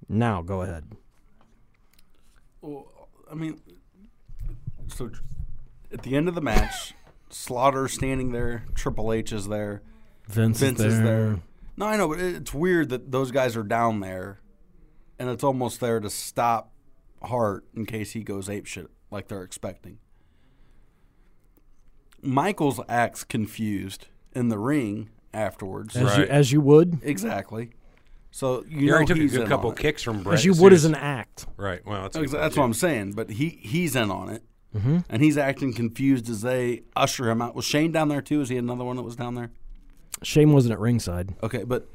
Speaker 3: now go ahead
Speaker 6: I mean, so at the end of the match, Slaughter standing there, Triple H is there,
Speaker 3: vince,
Speaker 6: Vince is there. No, I know, but it- it's weird that those guys are down there, and it's almost there to stop Hart in case he goes apeshit like they're expecting. Michaels acts confused in the ring afterwards.
Speaker 3: as, you,
Speaker 4: Right.
Speaker 3: as you would
Speaker 6: Exactly. So you
Speaker 4: You
Speaker 6: know
Speaker 4: already took a
Speaker 6: he's
Speaker 4: good
Speaker 6: in
Speaker 4: couple
Speaker 6: on it.
Speaker 4: kicks from Brett.
Speaker 3: as you would as an
Speaker 4: soon
Speaker 3: act
Speaker 4: Right. Well, that's, a
Speaker 6: Exa-
Speaker 4: good point,
Speaker 6: That's
Speaker 4: too.
Speaker 6: what I'm saying. But he he's in on it, and he's acting confused as they usher him out. Was Shane down there too? Is he another one that was down there?
Speaker 3: shane wasn't at ringside
Speaker 6: Okay, but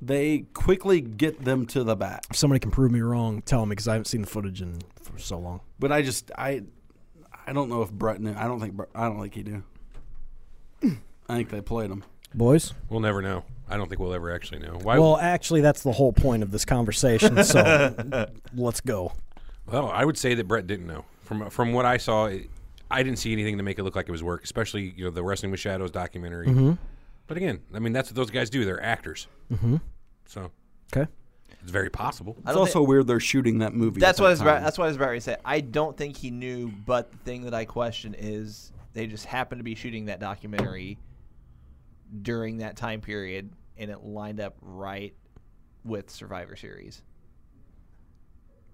Speaker 6: they quickly get them to the back.
Speaker 3: if somebody can prove me wrong tell me because i haven't seen the footage in for so long
Speaker 6: But I just I I don't know if Brett knew. I don't think Brett, I don't think he knew. I think they played him.
Speaker 3: boys
Speaker 4: We'll never know. I don't think we'll ever actually know. Why?
Speaker 3: Well, actually, that's the whole point of this conversation. So let's go.
Speaker 4: Well, Oh, I would say that Brett didn't know. From from what I saw, it, I didn't see anything to make it look like it was work, especially you know the Wrestling with Shadows documentary.
Speaker 3: Mm-hmm.
Speaker 4: But again, I mean that's what those guys do. They're actors. Mm-hmm. So
Speaker 3: Okay.
Speaker 4: it's very possible.
Speaker 5: I don't
Speaker 6: It's also
Speaker 5: thi-
Speaker 6: weird they're shooting that movie.
Speaker 5: that's
Speaker 6: at
Speaker 5: what I
Speaker 6: that
Speaker 5: was about.
Speaker 6: time.
Speaker 5: That's what I was about to say. I don't think he knew, but the thing that I question is they just happened to be shooting that documentary during that time period, and it lined up right with Survivor Series.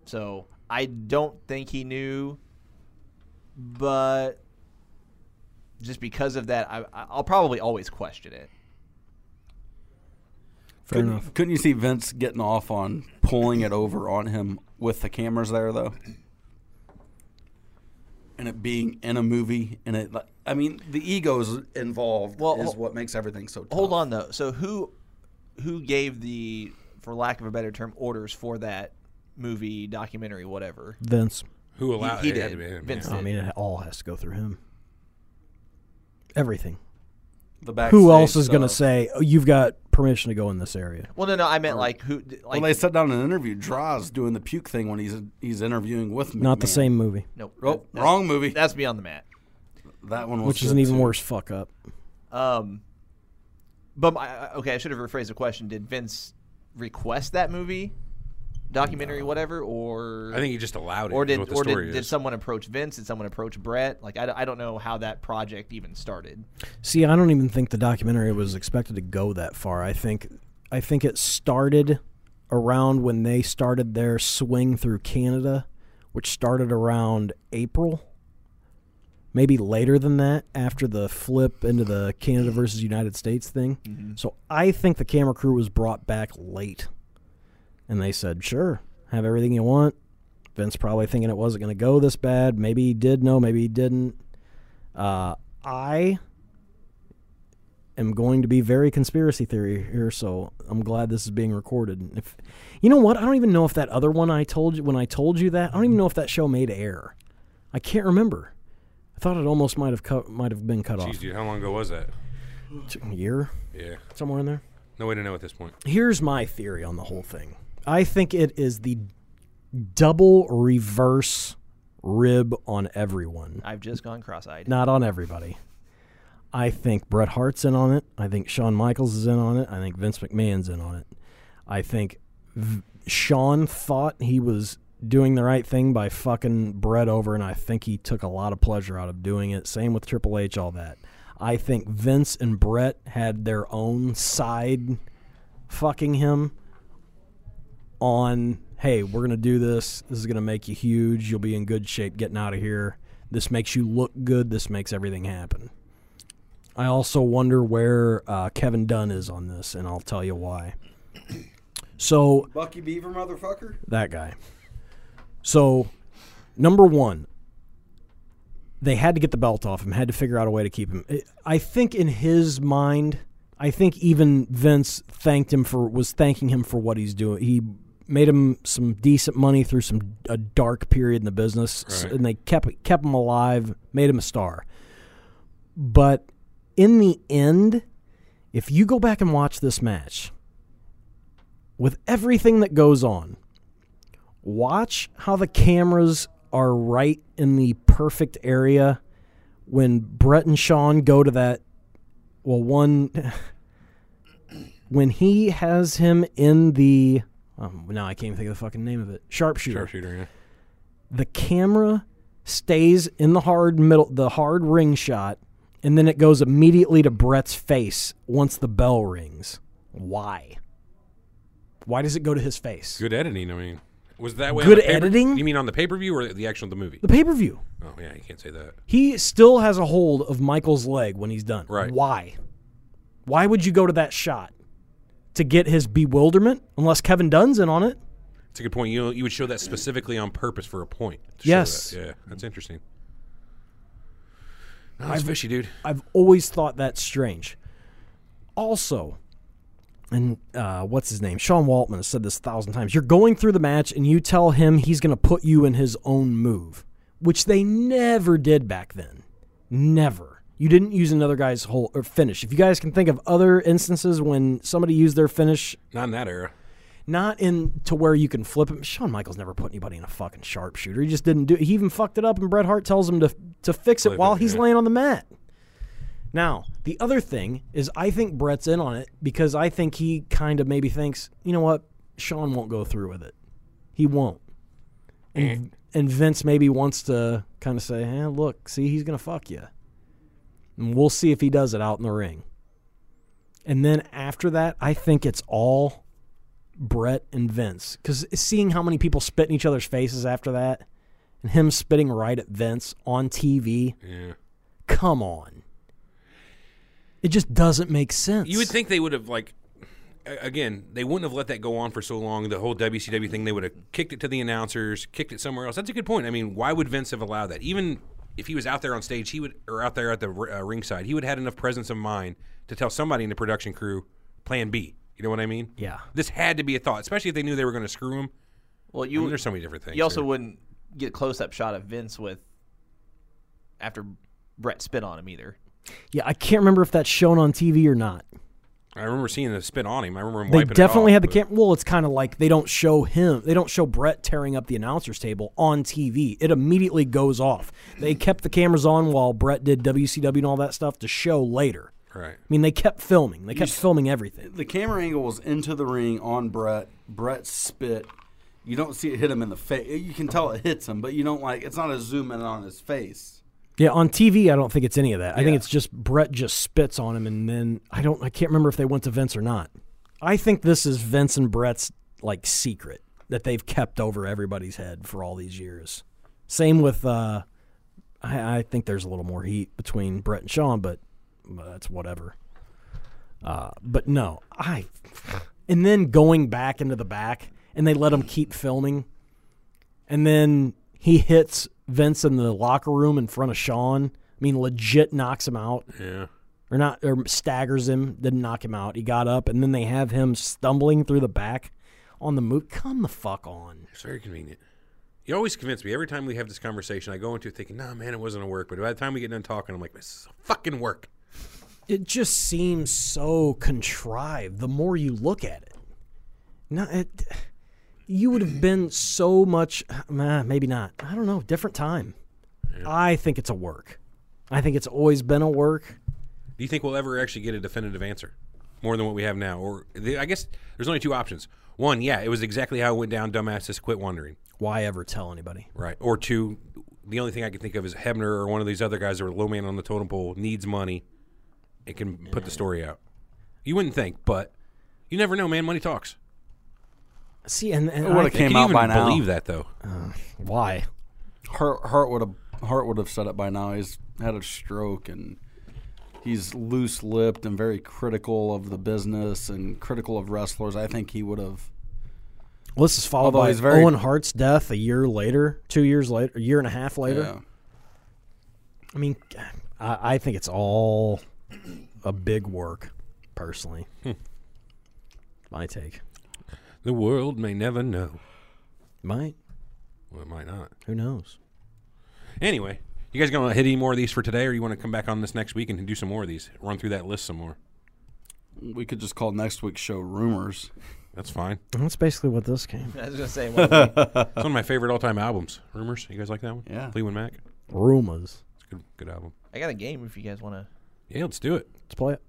Speaker 5: So I don't think he knew, but just because of that, I, I'll probably always question it.
Speaker 3: Fair
Speaker 6: couldn't,
Speaker 3: enough.
Speaker 6: couldn't you see Vince getting off on pulling it over on him with the cameras there though? And it being in a movie, and it like, I mean, the egos involved
Speaker 5: Well,
Speaker 6: is
Speaker 5: hol-
Speaker 6: what makes everything so. Tough.
Speaker 5: Hold on though. So who who gave the for lack of a better term orders for that movie, documentary, whatever?
Speaker 3: Vince.
Speaker 4: Who allowed?
Speaker 5: he
Speaker 4: it had
Speaker 5: did.
Speaker 4: to be him,
Speaker 5: Vince
Speaker 4: yeah.
Speaker 3: I mean, it all has to go through him. Everything.
Speaker 6: The
Speaker 3: Who
Speaker 6: backstage
Speaker 3: else is going to
Speaker 6: stuff.
Speaker 3: say, oh, you've got permission to go in this area?
Speaker 5: Well, no, no, I meant like who like
Speaker 6: Well, they sat down in an interview. Draws doing the puke thing when he's he's interviewing with me.
Speaker 3: Not the same movie,
Speaker 5: no
Speaker 6: Oh,
Speaker 5: that-
Speaker 6: wrong movie.
Speaker 5: That's beyond the mat.
Speaker 6: That one was
Speaker 3: which is
Speaker 6: good,
Speaker 3: an even
Speaker 6: too.
Speaker 3: worse fuck up.
Speaker 5: Um, but my, I- okay, I should have rephrased the question. Did Vince request that movie, documentary, whatever, or
Speaker 4: I think he just allowed it.
Speaker 5: or
Speaker 4: is
Speaker 5: did
Speaker 4: what the
Speaker 5: or
Speaker 4: story
Speaker 5: did, did
Speaker 4: is.
Speaker 5: someone approach Vince? Did someone approach Brett? Like I, don't- I don't know how that project even started.
Speaker 3: See, I don't even think the documentary was expected to go that far. I think, I think it started around when they started their swing through Canada, which started around April, maybe later than that, after the flip into the Canada versus United States thing. So I think the camera crew was brought back late, and they said, "Sure, have everything you want." Vince probably thinking it wasn't going to go this bad. Maybe he did know, maybe he didn't. Uh, I am going to be very conspiracy theory here, so I'm glad this is being recorded. If you know what, I don't even know if that other one I told you when I told you that I don't even know if that show made air. I can't remember. I thought it almost might have cut, might have been cut
Speaker 4: Jeez, dude, how long ago was that?
Speaker 3: off. A year,
Speaker 4: Yeah.
Speaker 3: somewhere in there.
Speaker 4: No way to know at this point.
Speaker 3: Here's my theory on the whole thing. I think it is the double reverse rib on everyone,
Speaker 5: I've just gone cross-eyed.
Speaker 3: not on everybody. I think Bret Hart's in on it. I think Shawn Michaels is in on it. I think Vince McMahon's in on it. I think v- Shawn thought he was doing the right thing by fucking Bret over, and I think he took a lot of pleasure out of doing it. Same with Triple H, all that. I think Vince and Bret had their own side fucking him on hey we're gonna do this this is gonna make you huge you'll be in good shape getting out of here this makes you look good this makes everything happen i also wonder where uh, kevin dunn is on this and i'll tell you why so
Speaker 6: Bucky Beaver, motherfucker.
Speaker 3: that guy. So, number one, they had to get the belt off him, had to figure out a way to keep him. I- I think in his mind, I think even Vince thanked him for, was thanking him for what he's doing. He made him some decent money through some a dark period in the business, s-
Speaker 4: Right.
Speaker 3: and they kept kept him alive, made him a star. But in the end, if you go back and watch this match, with everything that goes on, watch how the cameras are right in the perfect area when Brett and Sean go to that. Well, one when he has him in the. Um, now I can't even think of the fucking name of it. Sharpshooter.
Speaker 4: Sharpshooter, yeah.
Speaker 3: The camera stays in the hard middle, the hard ring shot, and then it goes immediately to Brett's face once the bell rings. Why? Why does it go to his face?
Speaker 4: Good editing, I mean. Was that way on
Speaker 3: Good
Speaker 4: the pay-per-
Speaker 3: editing?
Speaker 4: You mean on the pay per view or the actual the movie?
Speaker 3: The pay per view.
Speaker 4: Oh yeah, you can't say that.
Speaker 3: He still has a hold of Michael's leg when he's done.
Speaker 4: Right.
Speaker 3: Why? Why would you go to that shot? To get his bewilderment? Unless Kevin Dunn's in on it.
Speaker 4: It's a good point. You you would show that specifically on purpose for a point. to show
Speaker 3: Yes.
Speaker 4: that. Yeah, that's interesting. No, that's fishy, dude.
Speaker 3: I've always thought that strange. Also, and uh, what's his name? Sean Waltman has said this a thousand times. You're going through the match and you tell him he's going to put you in his own move, which they never did back then. Never. You didn't use another guy's whole or finish. If you guys can think of other instances when somebody used their finish
Speaker 4: Not in that era.
Speaker 3: not in to where you can flip him. Shawn Michaels never put anybody in a fucking sharpshooter. He just didn't do. He even fucked it up, and Bret Hart tells him to to fix
Speaker 4: Flip
Speaker 3: it
Speaker 4: it,
Speaker 3: while he's
Speaker 4: yeah.
Speaker 3: laying on the mat. Now, the other thing is, I think Bret's in on it because I think he kind of maybe thinks, you know what, Sean won't go through with it. He won't. And, and Vince maybe wants to kind of say, eh, look, see, he's going to fuck you. And we'll see if he does it out in the ring. And then after that, I think it's all Brett and Vince. Because seeing how many people spit in each other's faces after that, and him spitting right at Vince on TV,
Speaker 4: Yeah.
Speaker 3: come on. It just doesn't make sense.
Speaker 4: You would think they would have like a- again, they wouldn't have let that go on for so long. The whole WCW thing, they would have kicked it to the announcers, kicked it somewhere else. That's a good point. I mean, why would Vince have allowed that? Even if he was out there on stage, he would or out there at the r- uh, ringside, he would have had enough presence of mind to tell somebody in the production crew, Plan B. You know what I mean?
Speaker 3: Yeah.
Speaker 4: This had to be a thought, especially if they knew they were going to screw him.
Speaker 5: Well,
Speaker 4: I
Speaker 5: you
Speaker 4: mean, there's so many different things.
Speaker 5: you also
Speaker 4: there.
Speaker 5: wouldn't get a close-up shot of Vince with after Brett spit on him either.
Speaker 3: Yeah, I can't remember if that's shown on TV or not.
Speaker 4: I remember seeing the spit on him. I remember him
Speaker 3: They
Speaker 4: wiping it
Speaker 3: definitely
Speaker 4: off,
Speaker 3: had the
Speaker 4: but-
Speaker 3: camera. Well, it's kind of like they don't show him. They don't show Brett tearing up the announcer's table on TV. It immediately goes off. They kept the cameras on while Brett did WCW and all that stuff to show later.
Speaker 4: Right.
Speaker 3: I mean, they kept filming. They kept filming everything.
Speaker 6: The camera angle was into the ring on Brett. Brett spit. You don't see it hit him in the face. You can tell it hits him, but you don't like. It's not a zoom in on his face.
Speaker 3: Yeah, on TV, I don't think it's any of that. I think it's just Brett just spits on him, and then I don't. I can't remember if they went to Vince or not. I think this is Vince and Brett's like secret that they've kept over everybody's head for all these years. Same with. Uh, I, I think there's a little more heat between Brett and Sean, but, but that's whatever. Uh, but no, I. And then going back into the back, and they let him keep filming and then he hits Vince in the locker room in front of Sean. mean, legit knocks him out
Speaker 4: Yeah.
Speaker 3: or not or staggers him, didn't knock him out. He got up and then they have him stumbling through the back on the move. Come the fuck on.
Speaker 4: It's very convenient. You always convince me. Every time we have this conversation, I go into it thinking, nah, man, it wasn't a work. But by the time we get done talking, I'm like, this is a fucking work.
Speaker 3: It just seems so contrived the more you look at it. Not it, you would have been so much nah, maybe not. I don't know, different time. I think it's a work. I think it's always been a work.
Speaker 4: Do you think we'll ever actually get a definitive answer? More than what we have now? Or the, I guess there's only two options. One, yeah, it was exactly how it went down. Dumbasses quit wandering.
Speaker 3: Why ever tell anybody?
Speaker 4: Right. Or two, the only thing I can think of is Hebner or one of these other guys that were low man on the totem pole needs money and can put the story out. You wouldn't think, but you never know, man. Money talks.
Speaker 3: See, and, and
Speaker 6: It would've
Speaker 3: I-
Speaker 4: I
Speaker 6: Came
Speaker 4: can
Speaker 6: out
Speaker 4: even
Speaker 6: by now.
Speaker 4: believe that, though.
Speaker 3: why?
Speaker 6: Hart, Hart would have Hart would have said it by now. He's had a stroke and he's loose lipped and very critical of the business and critical of wrestlers. I think he would have.
Speaker 3: Well, this is followed
Speaker 6: Although
Speaker 3: by
Speaker 6: he's very-
Speaker 3: Owen Hart's death a year later, two years later, a year and a half later.
Speaker 6: Yeah.
Speaker 3: I mean, I, I think it's all a big work, personally.
Speaker 4: Hmm.
Speaker 3: My take.
Speaker 4: The world may never know.
Speaker 3: Might.
Speaker 4: Well, it might not.
Speaker 3: Who knows?
Speaker 4: Anyway, you guys gonna hit any more of these for today, or you want to come back on this next week and do some more of these? Run through that list some more.
Speaker 6: We could just call next week's show rumors.
Speaker 4: That's fine.
Speaker 3: That's basically what this came.
Speaker 5: I was gonna say, why don't we-
Speaker 4: It's one of my favorite all-time albums. Rumors. You guys like that one?
Speaker 6: Yeah.
Speaker 4: Fleetwood Mac.
Speaker 3: Rumors.
Speaker 4: It's a good, good album.
Speaker 5: I got a game if you guys want
Speaker 4: Yeah, let's do it.
Speaker 3: Let's play it.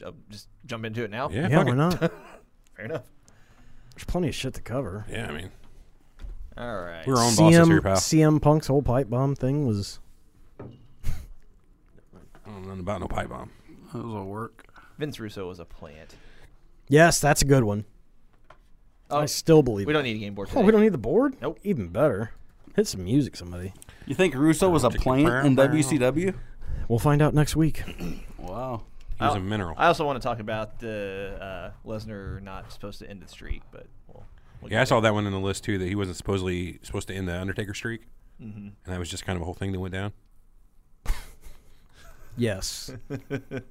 Speaker 5: to uh, just jump into it now.
Speaker 4: Yeah,
Speaker 3: yeah,
Speaker 4: fuck
Speaker 3: why
Speaker 4: it.
Speaker 3: not?
Speaker 5: Fair enough.
Speaker 3: There's plenty of shit to cover.
Speaker 4: Yeah, I mean,
Speaker 5: All right.
Speaker 4: we're our own bosses
Speaker 3: CM,
Speaker 4: here, pal.
Speaker 3: CM Punk's whole pipe bomb thing was
Speaker 4: I don't know nothing about no pipe bomb.
Speaker 6: That will work.
Speaker 5: Vince Russo was a plant.
Speaker 3: yes, that's a good one.
Speaker 5: Oh,
Speaker 3: I still believe.
Speaker 5: we
Speaker 3: it.
Speaker 5: don't need a game board.
Speaker 3: Oh,
Speaker 5: Today.
Speaker 3: we don't need the board.
Speaker 5: Nope.
Speaker 3: Even better. Hit some music, somebody.
Speaker 6: You think Russo was a plant in WCW?
Speaker 3: We'll find out next week.
Speaker 6: Wow.
Speaker 4: He was a mineral.
Speaker 5: I also want to talk about the uh, Lesnar not supposed to end the streak, but we'll, we'll
Speaker 4: yeah, I
Speaker 5: get
Speaker 4: saw that one in the list too. That he wasn't supposedly supposed to end the Undertaker streak,
Speaker 6: Mm-hmm.
Speaker 4: and that was just kind of a whole thing that went down.
Speaker 3: Yes.
Speaker 5: there.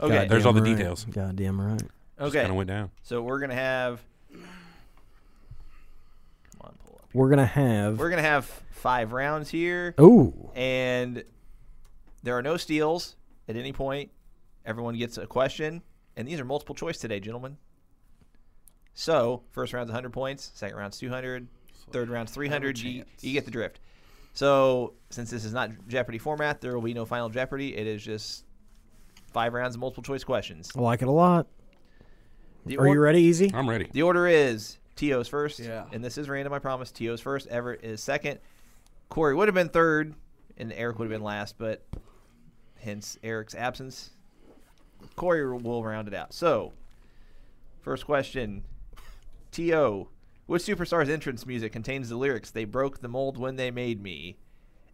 Speaker 5: Okay.
Speaker 4: There's all the
Speaker 3: Goddamn
Speaker 4: details.
Speaker 3: Right. Goddamn right.
Speaker 5: okay.
Speaker 4: Kind of went down.
Speaker 5: So we're gonna have. Come on, pull up.
Speaker 3: We're gonna have.
Speaker 5: We're gonna have five rounds here,
Speaker 3: Ooh.
Speaker 5: and there are no steals at any point. Everyone gets a question, and these are multiple choice today, gentlemen. So first round's 100 points, second round's 200, third round's 300. You, you get the drift. So since this is not Jeopardy format, there will be no final Jeopardy. It is just five rounds of multiple choice questions.
Speaker 3: I like it a lot.
Speaker 5: The
Speaker 3: Are you
Speaker 5: or-
Speaker 3: ready, Easy?
Speaker 4: I'm ready.
Speaker 5: The order is T.O.'s first.
Speaker 6: Yeah.
Speaker 5: And this is random, I promise. T.O.'s first. Everett is second. Corey would have been third, and Eric would have been last, but hence Eric's absence. Corey will round it out. So, first question T.O. Which superstar's entrance music contains the lyrics, They broke the mold when they made me?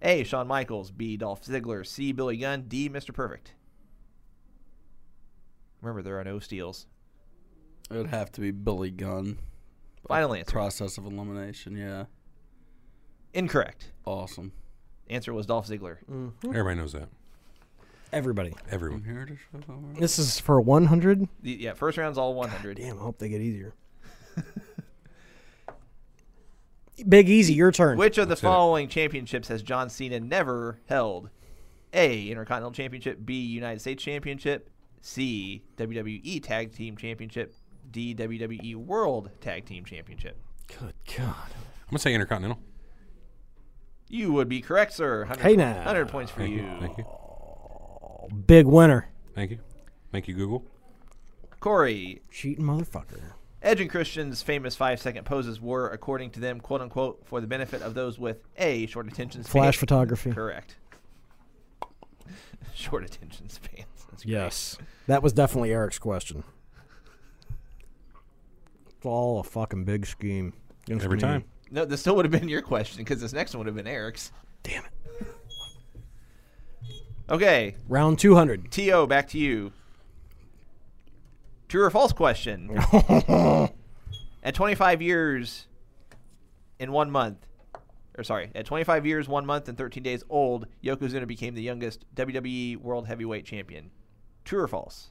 Speaker 5: A. Shawn Michaels. B. Dolph Ziggler. C. Billy Gunn. D. Mr. Perfect. Remember, there are no steals.
Speaker 6: It would have to be Billy Gunn.
Speaker 5: Final answer.
Speaker 6: Process of elimination. Yeah.
Speaker 5: Incorrect.
Speaker 6: Awesome.
Speaker 5: Answer was Dolph Ziggler.
Speaker 3: Mm.
Speaker 4: Everybody knows that.
Speaker 3: Everybody.
Speaker 4: Everyone.
Speaker 6: Here to show over.
Speaker 3: This is for 100.
Speaker 5: The- yeah, first round's all 100.
Speaker 3: Damn, I hope they get easier. Big Easy, your turn.
Speaker 5: Which of the
Speaker 4: That's it.
Speaker 5: following championships has John Cena never held? A. Intercontinental Championship. B. United States Championship. C. WWE Tag Team Championship. D. WWE World Tag Team Championship.
Speaker 3: Good God.
Speaker 4: I'm gonna say Intercontinental.
Speaker 5: You would be correct, sir. 100,
Speaker 3: Hey now.
Speaker 5: 100 points for
Speaker 4: Thank
Speaker 5: you.
Speaker 4: you. Thank you.
Speaker 3: Big winner.
Speaker 4: Thank you. Thank you, Google.
Speaker 5: Corey,
Speaker 3: Cheating motherfucker.
Speaker 5: Edge and Christian's famous five second poses were, according to them, quote unquote, for the benefit of those with A. Short attention span.
Speaker 3: Flash photography.
Speaker 5: Correct. Short attention spans. That's great.
Speaker 3: Yes. That was definitely Eric's question. It's all a fucking big scheme. Against
Speaker 4: Every
Speaker 3: me.
Speaker 4: time.
Speaker 5: No, this still would have been your question because this next one would have been Eric's.
Speaker 3: Damn it.
Speaker 5: Okay,
Speaker 3: Round 200.
Speaker 5: T.O., back to you. True or false question. At 25 years in one month, or sorry, at 25 years, one month, and 13 days old, Yokozuna became the youngest WWE World Heavyweight Champion. True or false?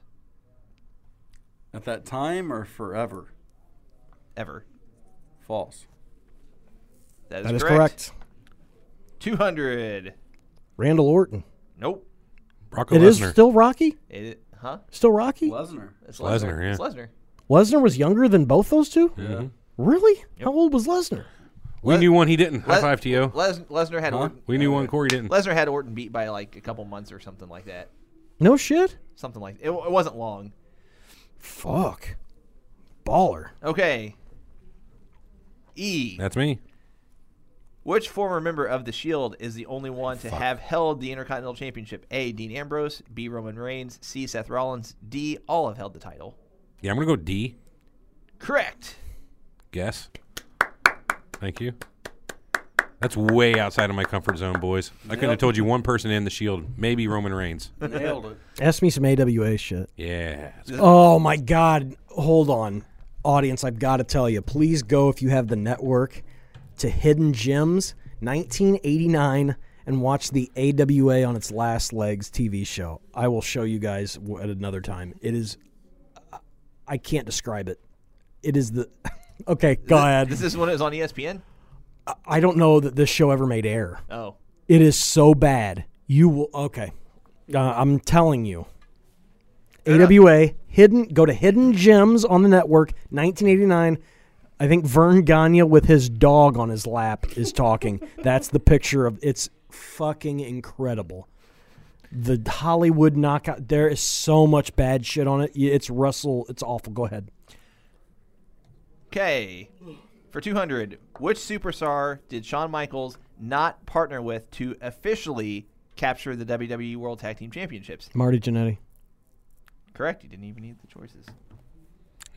Speaker 6: At that time or forever?
Speaker 5: Ever.
Speaker 6: False.
Speaker 5: That is,
Speaker 3: That is
Speaker 5: correct.
Speaker 3: correct.
Speaker 5: 200.
Speaker 3: Randall Orton.
Speaker 5: Nope.
Speaker 4: Brock
Speaker 3: It is
Speaker 4: Lesnar.
Speaker 3: still Rocky?
Speaker 5: It, huh?
Speaker 3: Still Rocky?
Speaker 6: Lesnar.
Speaker 5: It's
Speaker 4: Lesnar, yeah.
Speaker 5: It's Lesnar.
Speaker 3: Lesnar was younger than both those two? Really? How old was Lesnar?
Speaker 4: Mm-hmm. we knew one he didn't. High
Speaker 5: Les-
Speaker 4: five to you.
Speaker 5: Les- Lesnar had Orton.
Speaker 4: Oh. We knew one Corey didn't.
Speaker 5: Lesnar had Orton beat by like a couple months or something like that.
Speaker 3: No shit?
Speaker 5: Something like it, it wasn't long.
Speaker 3: Fuck. Baller.
Speaker 5: Okay. E.
Speaker 4: That's me.
Speaker 5: Which former member of the Shield is the only one to have held the Intercontinental Championship? A. Dean Ambrose. B. Roman Reigns. C. Seth Rollins. D. All have held the title.
Speaker 4: Yeah, I'm gonna go D.
Speaker 5: Correct.
Speaker 4: Guess. Thank you. That's way outside of my comfort zone, boys. I could have told you one person in the Shield, maybe Roman Reigns.
Speaker 6: Nailed it.
Speaker 3: Ask me some AWA shit.
Speaker 4: Yeah.
Speaker 3: Oh my God. Hold on. Audience, I've got to tell you, please go if you have the network to Hidden Gems 1989 and watch the AWA on its last legs TV show. I will show you guys w- at another time. It is, I can't describe it. It is the, okay, go ahead.
Speaker 5: This is when it was on E ESPN.
Speaker 3: I don't know that this show ever made air.
Speaker 5: Oh,
Speaker 3: It is so bad. You will okay. Uh, I'm telling you. AWA hidden. Go to Hidden Gems on the network. 1989. I think Vern Gagne with his dog on his lap is talking. That's the picture of. It's fucking incredible. The Hollywood knockout. There is so much bad shit on it. Y- It's Russell. It's awful. Go ahead.
Speaker 5: Okay. For 200, which superstar did Shawn Michaels not partner with to officially capture the WWE World Tag Team Championships?
Speaker 3: Marty Jannetty.
Speaker 5: Correct. You didn't even need the choices.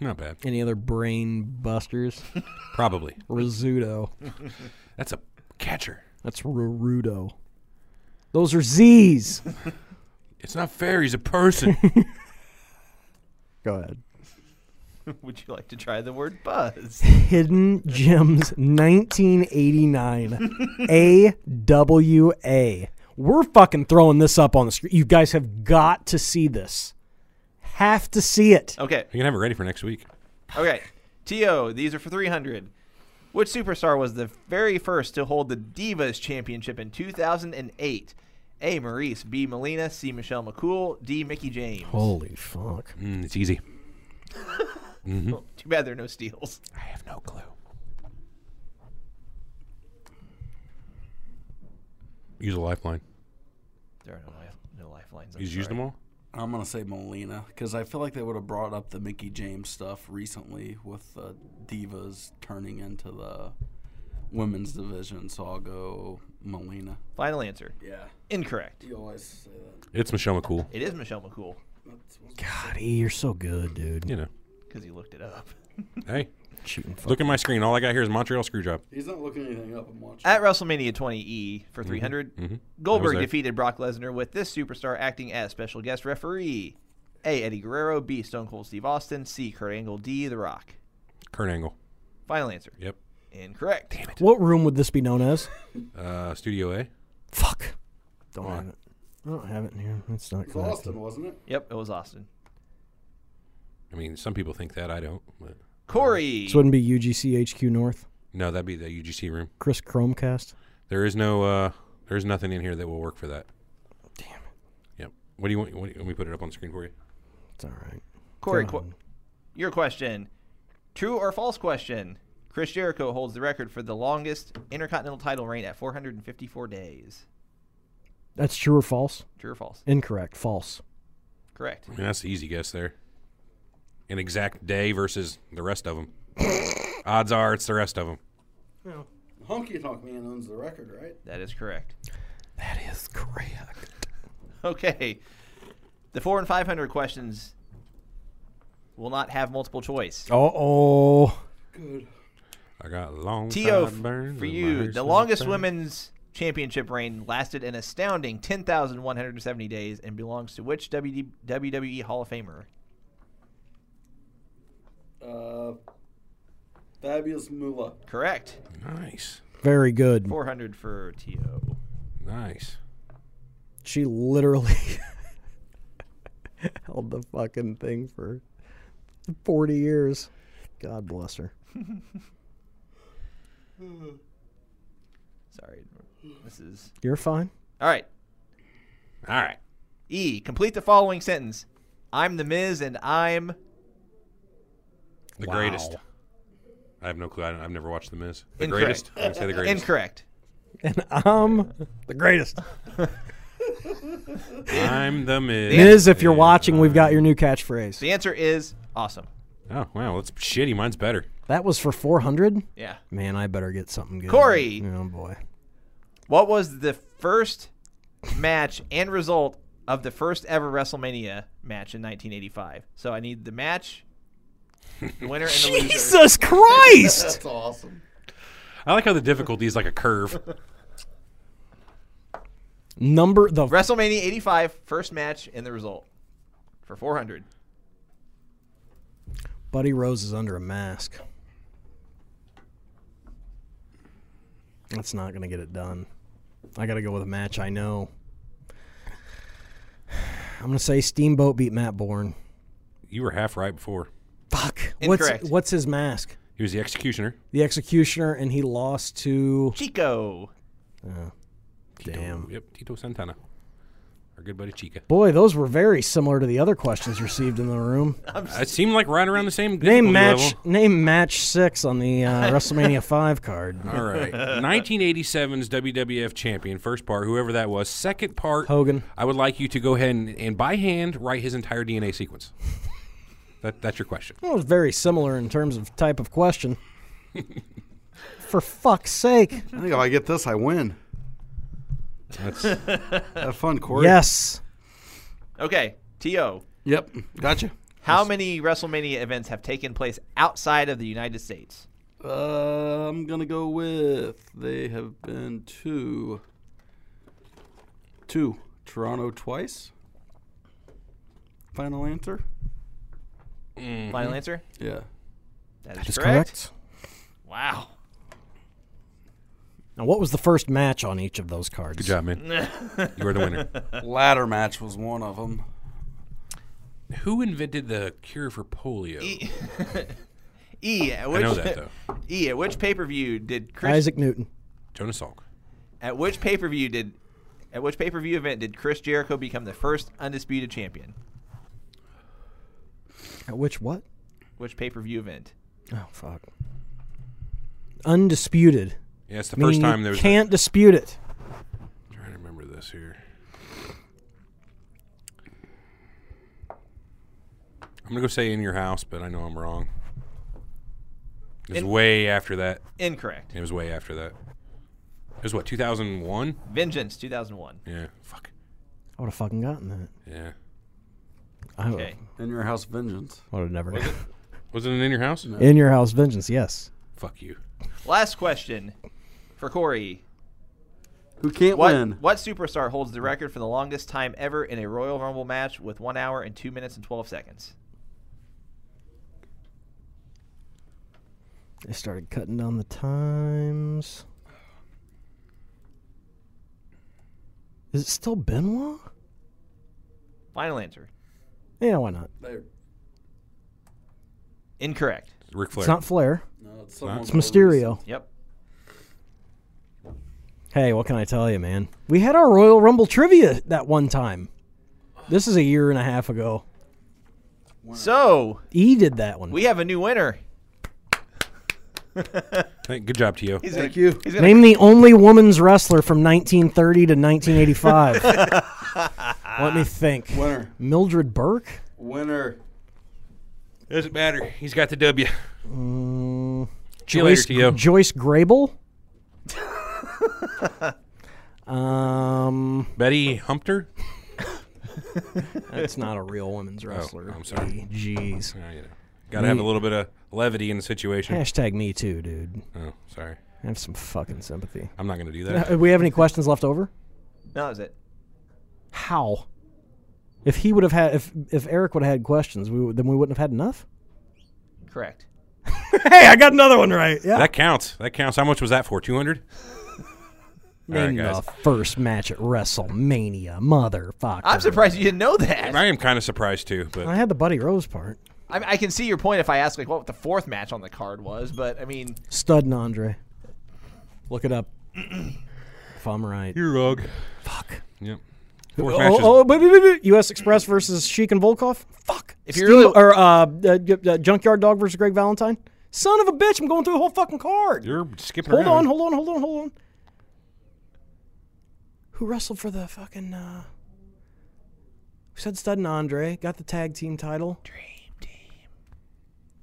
Speaker 4: Not bad.
Speaker 3: Any other brain busters?
Speaker 4: Probably.
Speaker 3: Rizzuto.
Speaker 4: That's a catcher.
Speaker 3: That's Rurudo. Those are Z's.
Speaker 4: It's not fair. He's a person.
Speaker 3: Go ahead.
Speaker 5: Would you like to try the word buzz?
Speaker 3: Hidden Gems 1989 AWA. We're fucking throwing this up on the screen. You guys have got to see this. Have to see it.
Speaker 5: Okay.
Speaker 4: You can have it ready for next week.
Speaker 5: Okay. T.O., these are for 300. Which superstar was the very first to hold the Divas Championship in 2008? A. Maurice. B. Melina. C. Michelle McCool. D. Mickey James.
Speaker 4: Oh.
Speaker 3: Holy fuck.
Speaker 4: Mm, it's easy.
Speaker 5: Too bad there are no steals.
Speaker 4: I have no clue. Use a lifeline.
Speaker 5: There are no, li- no lifelines. I'm
Speaker 4: He's used
Speaker 5: sorry.
Speaker 4: them all.
Speaker 6: I'm gonna say Molina because I feel like they would have brought up the Mickey James stuff recently with the divas turning into the women's division. So I'll go Molina.
Speaker 5: Final answer.
Speaker 6: Yeah,
Speaker 5: Incorrect.
Speaker 6: you always say that.
Speaker 4: It's Michelle McCool.
Speaker 5: It is Michelle McCool
Speaker 3: God, E, you're so good, dude.
Speaker 4: You know.
Speaker 5: because he looked it up.
Speaker 4: Hey,
Speaker 3: Cheating fuck.
Speaker 4: look at my screen. All I got here is Montreal Screwjob.
Speaker 6: He's not looking anything up. I'm watching.
Speaker 5: At WrestleMania 20E for 300,
Speaker 4: I Mm-hmm. was
Speaker 5: Goldberg
Speaker 4: there.
Speaker 5: defeated Brock Lesnar with this superstar acting as special guest referee. A. Eddie Guerrero. B. Stone Cold Steve Austin. C. Kurt Angle. D. The Rock.
Speaker 4: Kurt Angle.
Speaker 5: Final answer.
Speaker 4: Yep.
Speaker 5: Incorrect.
Speaker 3: What room would this be known as?
Speaker 4: Uh, Studio A.
Speaker 3: Fuck. Don't have it. I don't have it in here. It's not connected.
Speaker 6: wasn't it?
Speaker 5: Yep, it was Austin.
Speaker 4: I mean, some people think that. I don't. But
Speaker 5: Corey.
Speaker 3: This wouldn't be UGC HQ North.
Speaker 4: no, that'd be the UGC room.
Speaker 3: Chris Chromecast.
Speaker 4: There is no. Uh, there's nothing in here that will work for that. Damn it. Yep. What do you want? What do you, let me put it up on the screen for you.
Speaker 3: It's all right.
Speaker 5: Corey,
Speaker 3: Go
Speaker 5: qu-
Speaker 3: on.
Speaker 5: your question. True or false question? Chris Jericho holds the record for the longest intercontinental title reign at 454 days.
Speaker 3: That's true or false?
Speaker 5: True or false?
Speaker 3: Incorrect. False.
Speaker 5: Correct.
Speaker 4: I mean, that's the easy guess there. An exact day versus the rest of them. Odds are it's the rest of them.
Speaker 6: Honky Tonk Man owns the record, right?
Speaker 5: That is correct.
Speaker 3: That is correct.
Speaker 5: Okay. The four and five hundred questions will not have multiple choice.
Speaker 3: Uh oh.
Speaker 4: I got long.
Speaker 5: T.O.
Speaker 4: side burns
Speaker 5: for
Speaker 4: and my
Speaker 5: you,
Speaker 4: hair's
Speaker 5: the
Speaker 4: in
Speaker 5: longest
Speaker 4: pain.
Speaker 5: women's championship reign lasted an astounding 10,170 days and belongs to which WD- WWE E Hall of Famer?
Speaker 6: Uh, Fabulous Moolah.
Speaker 5: Correct.
Speaker 4: Nice.
Speaker 3: Very good.
Speaker 5: 400 for TO.
Speaker 4: Nice.
Speaker 3: She literally held the fucking thing for 40 years. God bless her.
Speaker 5: Sorry. This is.
Speaker 3: You're fine.
Speaker 5: All right.
Speaker 4: All right.
Speaker 5: E. Complete the following sentence I'm the Miz and I'm.
Speaker 4: The greatest. I have no clue. I don't- I've never watched The Miz. The
Speaker 5: Incorrect.
Speaker 4: greatest. I'm gonna say the greatest.
Speaker 5: Incorrect.
Speaker 3: And I'm the greatest.
Speaker 4: I'm the Miz.
Speaker 3: Miz, if you're
Speaker 4: and
Speaker 3: watching, we've got
Speaker 4: I'm-
Speaker 3: your new catchphrase.
Speaker 5: The answer is awesome.
Speaker 4: Oh wow, that's shitty. Mine's better.
Speaker 3: That was for 400?
Speaker 5: Yeah.
Speaker 3: Man, I better get something good.
Speaker 5: Corey.
Speaker 3: Oh, boy.
Speaker 5: What was the first match and result of the first ever WrestleMania match in 1985? So I need the match, the winner, and the loser.
Speaker 3: Jesus Christ!
Speaker 4: I like how the difficulty is like a curve.
Speaker 3: Number the
Speaker 5: WrestleMania 85, first match and the result for 400.
Speaker 3: Buddy Rose is under a mask. That's not going to get it done. I got to go with a match I know. I'm going to say Steamboat beat Matt Bourne.
Speaker 4: You were half right before.
Speaker 3: Fuck.
Speaker 5: Incorrect.
Speaker 3: What's what's his mask?
Speaker 4: He was the executioner.
Speaker 3: The Executioner, and he lost to.
Speaker 5: Chico.
Speaker 3: Damn.
Speaker 4: Yep, Tito Santana. Our good buddy Chica.
Speaker 3: Boy, those were very similar to the other questions received in the room.
Speaker 4: It seemed like right around the same
Speaker 3: Name
Speaker 4: difficulty
Speaker 3: match.
Speaker 4: level.
Speaker 3: Name match six on the uh, WrestleMania five card.
Speaker 4: All right. 1987's WWF champion, first part, whoever that was. Second part,
Speaker 3: Hogan.
Speaker 4: I would like you to go ahead and, and by hand write his entire DNA sequence. that, that's your question.
Speaker 3: Well, it's very similar in terms of type of question. For fuck's sake.
Speaker 6: I think if I get this, I win.
Speaker 4: That's,
Speaker 6: Have fun, Corey.
Speaker 3: Yes.
Speaker 5: Okay, T.O.
Speaker 6: Yep. Gotcha.
Speaker 5: How many WrestleMania events have taken place outside of the United States?
Speaker 6: Uh, I'm gonna go with they have been two. Two. Toronto twice. Final answer.
Speaker 4: Mm-hmm.
Speaker 5: Final answer?
Speaker 6: Yeah.
Speaker 5: that is correct. Wow.
Speaker 3: Now, what was the first match on each of those cards?
Speaker 4: good job, man. you are the winner.
Speaker 6: Ladder match was one of them.
Speaker 4: Who invented the cure for polio?
Speaker 5: E. At
Speaker 4: I
Speaker 5: which,
Speaker 4: know that, though.
Speaker 5: E. At which pay per view did Chris
Speaker 3: Isaac Newton.
Speaker 4: Jonas Salk.
Speaker 5: At which pay per view did at which pay per view event did Chris Jericho become the first undisputed champion?
Speaker 3: At which what?
Speaker 5: Which pay per view event?
Speaker 3: Oh, fuck. Undisputed.
Speaker 4: Yeah, it's the
Speaker 3: Meaning
Speaker 4: first time
Speaker 3: you
Speaker 4: there was. a-
Speaker 3: can't dispute it.
Speaker 4: trying to remember this here. I'm gonna go say in your house, but I know I'm wrong. It was
Speaker 5: In-
Speaker 4: way after that.
Speaker 5: Incorrect.
Speaker 4: It was way after that. It was what 2001?
Speaker 5: Vengeance, two thousand one.
Speaker 4: Yeah. Fuck.
Speaker 3: I would have fucking gotten that.
Speaker 4: Yeah.
Speaker 3: I
Speaker 5: Okay.
Speaker 6: In your house, vengeance.
Speaker 3: would have never.
Speaker 4: Was it in your house?
Speaker 3: In your house, vengeance. Yes.
Speaker 4: Fuck you.
Speaker 5: Last question for Corey.
Speaker 6: Who can't
Speaker 5: What
Speaker 6: win?
Speaker 5: what superstar holds the record for the longest time ever in a Royal Rumble match with one hour and two minutes and twelve seconds?
Speaker 3: They started cutting down the times. Is it still Benoit?
Speaker 5: Final answer.
Speaker 3: Yeah, why not?
Speaker 5: Incorrect.
Speaker 4: Ric Flair.
Speaker 3: It's not Flair.
Speaker 6: No, it's,
Speaker 3: It's Mysterio.
Speaker 5: Yep.
Speaker 3: Hey, what can I tell you, man? We had our Royal Rumble trivia that one time. This is a year and a half ago.
Speaker 5: So
Speaker 3: E did that one.
Speaker 5: we have a new winner.
Speaker 4: Thank- good job, Tio.
Speaker 5: He's
Speaker 6: Thank
Speaker 5: gonna,
Speaker 6: you.
Speaker 5: He's gonna,
Speaker 3: Name the only woman's wrestler from 1930 to 1985. Let me think.
Speaker 6: Winner.
Speaker 3: Mildred Burke?
Speaker 6: Winner.
Speaker 4: Doesn't matter. He's got the W. See you later,
Speaker 3: Joyce,
Speaker 4: Tio.
Speaker 3: Joyce Grable? um,
Speaker 4: Betty Humpter.
Speaker 3: that's not a real women's wrestler.
Speaker 4: Oh, I'm sorry.
Speaker 3: Jeez.
Speaker 4: Oh, you know. Got to have a little bit of levity in the situation.
Speaker 3: Hashtag me too, dude.
Speaker 4: Oh, sorry.
Speaker 3: Have some fucking sympathy.
Speaker 4: I'm not gonna do
Speaker 3: Uh,
Speaker 4: that.
Speaker 3: Do we have any questions left over?
Speaker 5: no, that was it.
Speaker 3: How? If he would have had, if if Eric would have had questions, we would, then we wouldn't have had enough.
Speaker 5: Correct.
Speaker 7: hey, I got another one right. Yeah.
Speaker 4: That counts. That counts. How much was that for? Two hundred.
Speaker 3: Name
Speaker 4: All right,
Speaker 3: the
Speaker 4: guys.
Speaker 3: first match at WrestleMania, motherfucker.
Speaker 5: I'm surprised you didn't know that.
Speaker 4: I am kind of surprised too,
Speaker 3: I
Speaker 4: but
Speaker 3: had the Buddy Rose part.
Speaker 5: I, I can see your point if I ask like what the fourth match on the card was, but I mean,
Speaker 3: Stud and Andre. Look it up. if I'm right.
Speaker 4: you're rug. Fuck. Yep. Fourth match
Speaker 3: Oh,
Speaker 4: is-
Speaker 3: oh, wait, wait, wait, wait. U.S. Express versus Sheik and Volkov. Fuck.
Speaker 5: If you're
Speaker 3: Steel-
Speaker 5: really-
Speaker 3: or uh, uh, j- uh, Junkyard Dog versus Greg Valentine. Son of a bitch! I'm going through a whole fucking card.
Speaker 4: You're skipping
Speaker 3: hold on,
Speaker 4: around.
Speaker 3: hold on, hold on, hold on. Who wrestled for the fucking? uh Who said Stud and Andre got the tag team title? Dream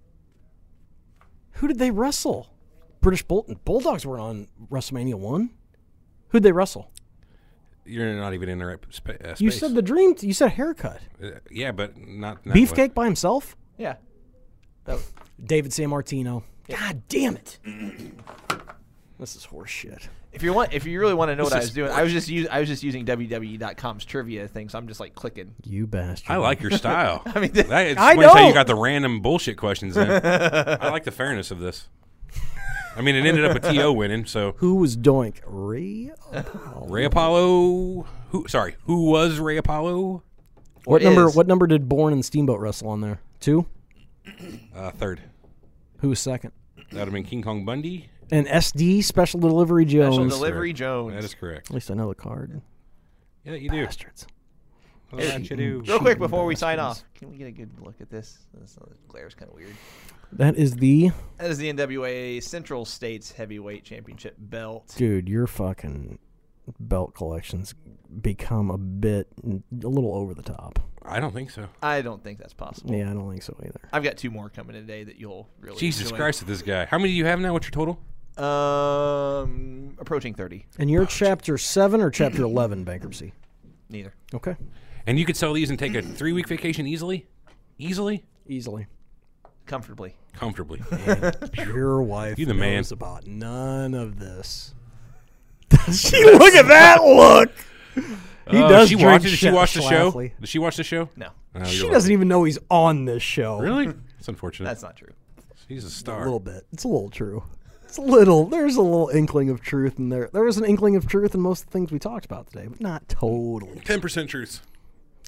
Speaker 3: Team. Who did they wrestle? British Bull- Bulldogs were on WrestleMania one. Who'd they wrestle?
Speaker 4: You're not even in the right spa- uh, space.
Speaker 3: You said the dream. T- you said haircut.
Speaker 4: Uh, yeah, but not, not
Speaker 3: Beefcake by himself.
Speaker 5: yeah.
Speaker 3: David San Martino. God damn it! this is horseshit.
Speaker 5: If you want, if you really want to know what I
Speaker 4: is
Speaker 5: was doing, I was just us I was just using WWE.com's trivia thing, so I'm just like clicking.
Speaker 3: You bastard.
Speaker 4: I like your style. I mean, that
Speaker 3: I
Speaker 4: explains how
Speaker 3: know.
Speaker 4: you got the random bullshit questions in. I like the fairness of this. I mean, it ended up a TO winning, so
Speaker 3: Who was Doink? Ray.
Speaker 4: Ray Apollo. Who? Sorry, who was Ray Apollo?
Speaker 3: What
Speaker 5: Or
Speaker 3: number?
Speaker 5: is.
Speaker 3: What number did Bourne and Steamboat wrestle on there? Two.
Speaker 4: Uh, third.
Speaker 3: Who was second?
Speaker 4: That would have been King Kong Bundy.
Speaker 3: And SD Special Delivery Jones.
Speaker 5: Special Delivery Jones.
Speaker 4: That is correct.
Speaker 3: At least I know the card.
Speaker 4: Yeah, you do.
Speaker 3: Bastards.
Speaker 4: All right, you do.
Speaker 5: Real quick before we sign off, can we get a good look at this? This glare is kind of weird.
Speaker 3: That is the
Speaker 5: That is the NWA Central States Heavyweight Championship belt.
Speaker 3: dude. Your fucking belt collections become a bit a little over the top.
Speaker 4: I don't think so.
Speaker 5: I don't think that's possible.
Speaker 3: Yeah, I don't think so either.
Speaker 5: I've got two more coming today that you'll really.
Speaker 4: Jesus
Speaker 5: enjoy.
Speaker 4: Christ, at this guy. How many do you have now? What's your total?
Speaker 5: Um, approaching thirty.
Speaker 3: And you're chapter seven or chapter eleven bankruptcy.
Speaker 5: Neither.
Speaker 3: Okay.
Speaker 4: And you could sell these and take a three week vacation easily? Easily?
Speaker 3: Easily.
Speaker 5: Comfortably.
Speaker 4: Comfortably. Uh,
Speaker 3: Your wife
Speaker 4: You the man.
Speaker 3: knows about none of this. she look at that look. He
Speaker 4: Oh,
Speaker 3: does
Speaker 4: She
Speaker 3: drink
Speaker 4: watched it. Did she
Speaker 3: Shep
Speaker 4: watch the show?
Speaker 3: Schlafly.
Speaker 4: Did she watch the show?
Speaker 5: No,
Speaker 4: Oh,
Speaker 3: She
Speaker 4: you're
Speaker 3: doesn't even know he's on this show.
Speaker 4: right. Really? It's unfortunate.
Speaker 5: that's not true.
Speaker 4: He's a
Speaker 3: A
Speaker 4: star.
Speaker 3: little bit. It's a little true. It's a little. There's a little inkling of truth in there. There was an inkling of truth in most of the things we talked about today, but not totally.
Speaker 4: Ten percent truth.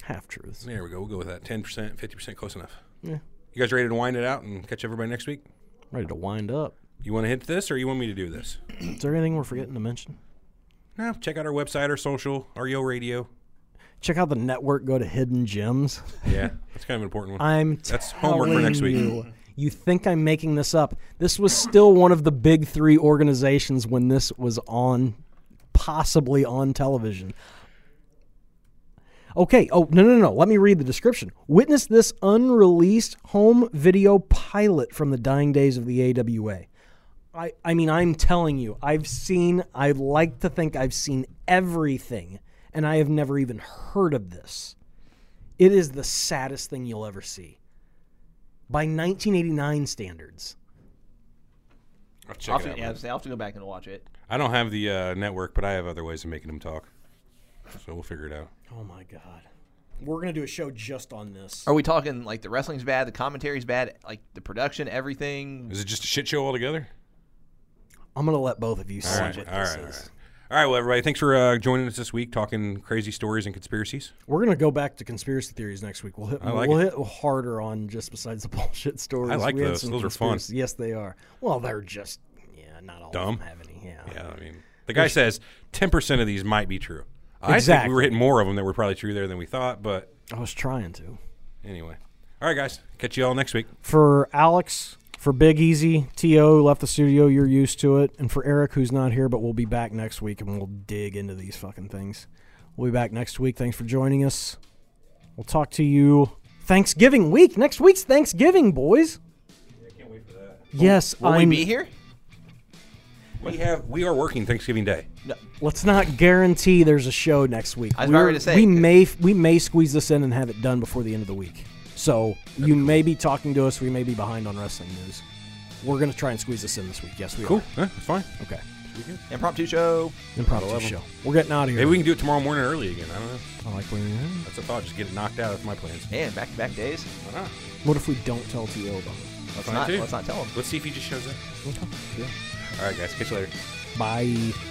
Speaker 3: Half truths.
Speaker 4: There we go. We'll go with that. Ten percent, fifty percent, close enough.
Speaker 3: Yeah.
Speaker 4: You guys ready to wind it out and catch everybody next week?
Speaker 3: Ready to wind up.
Speaker 4: You want to hit this, or you want me to do this?
Speaker 3: Is there anything we're forgetting to mention?
Speaker 4: No. Check out our website, our social, our Yo Radio.
Speaker 3: Check out the network. Go to Hidden Gems.
Speaker 4: Yeah, that's kind of an important one.
Speaker 3: I'm
Speaker 4: That's homework for
Speaker 3: telling
Speaker 4: next week.
Speaker 3: You, you think I'm making this up? This was still one of the big three organizations when this was on, possibly on television. Okay. Oh no no no. Let me read the description. Witness this unreleased home video pilot from the dying days of the AWA. I, I mean, I'm telling you, I've seen, I like to think I've seen everything, and I have never even heard of this. It is the saddest thing you'll ever see. By 1989 standards.
Speaker 4: I'll
Speaker 5: I'll
Speaker 4: check
Speaker 5: have,
Speaker 4: it out.
Speaker 5: to, yeah, I'll have to go back and watch it.
Speaker 4: I don't have the uh, network, but I have other ways of making them talk. So we'll figure it out.
Speaker 3: Oh my God. We're going to do a show just on this.
Speaker 5: Are we talking like the wrestling's bad, the commentary's bad, like the production, everything?
Speaker 4: Is it just a shit show altogether?
Speaker 3: I'm going to let both of you
Speaker 4: All
Speaker 3: see
Speaker 4: right.
Speaker 3: what
Speaker 4: All
Speaker 3: this
Speaker 4: right. All
Speaker 3: is.
Speaker 4: right. All right, well, everybody, thanks for uh, joining us this week, talking crazy stories and conspiracies.
Speaker 3: We're going to go back to conspiracy theories next week. We'll hit,
Speaker 4: like
Speaker 3: we'll hit harder on just besides the bullshit stories.
Speaker 4: I like
Speaker 3: We had
Speaker 4: those.
Speaker 3: some
Speaker 4: Those are fun.
Speaker 3: conspiracy- Yes, they are. Well, they're just, yeah, not all
Speaker 4: Dumb?
Speaker 3: of them have any.
Speaker 4: Yeah, I mean, the guy says 10% of these might be true. I think
Speaker 3: Exactly.
Speaker 4: we were hitting more of them that were probably true there than we thought, but
Speaker 3: I was trying to.
Speaker 4: anyway. All right, guys. Catch you all next week.
Speaker 3: For Alex, for Big Easy, TO left the studio, you're used to it. And for Eric, who's not here, but we'll be back next week and we'll dig into these fucking things. We'll be back next week. Thanks for joining us. We'll talk to you Thanksgiving week. Next week's Thanksgiving, boys. Yes,
Speaker 5: Will
Speaker 3: I'm,
Speaker 5: we be here?
Speaker 4: We have we are working Thanksgiving Day.
Speaker 3: Let's not guarantee there's a show next week.
Speaker 5: I was
Speaker 3: We're-
Speaker 5: about to say-
Speaker 3: we may we may squeeze this in and have it done before the end of the week. So you may be talking to us. We may be behind on wrestling news. We're gonna try and squeeze this in this week. Yes, we
Speaker 4: Cool.
Speaker 3: are.
Speaker 4: Huh, that's fine.
Speaker 3: Okay.
Speaker 5: Impromptu show.
Speaker 3: Impromptu show. We're getting out of here.
Speaker 4: Maybe we can do it tomorrow morning early again. I don't know.
Speaker 3: I like when you-
Speaker 4: That's a thought. Just get it knocked out. That's my plans.
Speaker 5: Man, back to back days.
Speaker 4: Why not?
Speaker 3: What if we don't tell T.O. about it?
Speaker 5: Let's
Speaker 4: Fine,
Speaker 5: not.
Speaker 4: too.
Speaker 5: Let's not tell them.
Speaker 4: Let's see if he just shows up. All right, guys. Catch you later.
Speaker 8: Bye.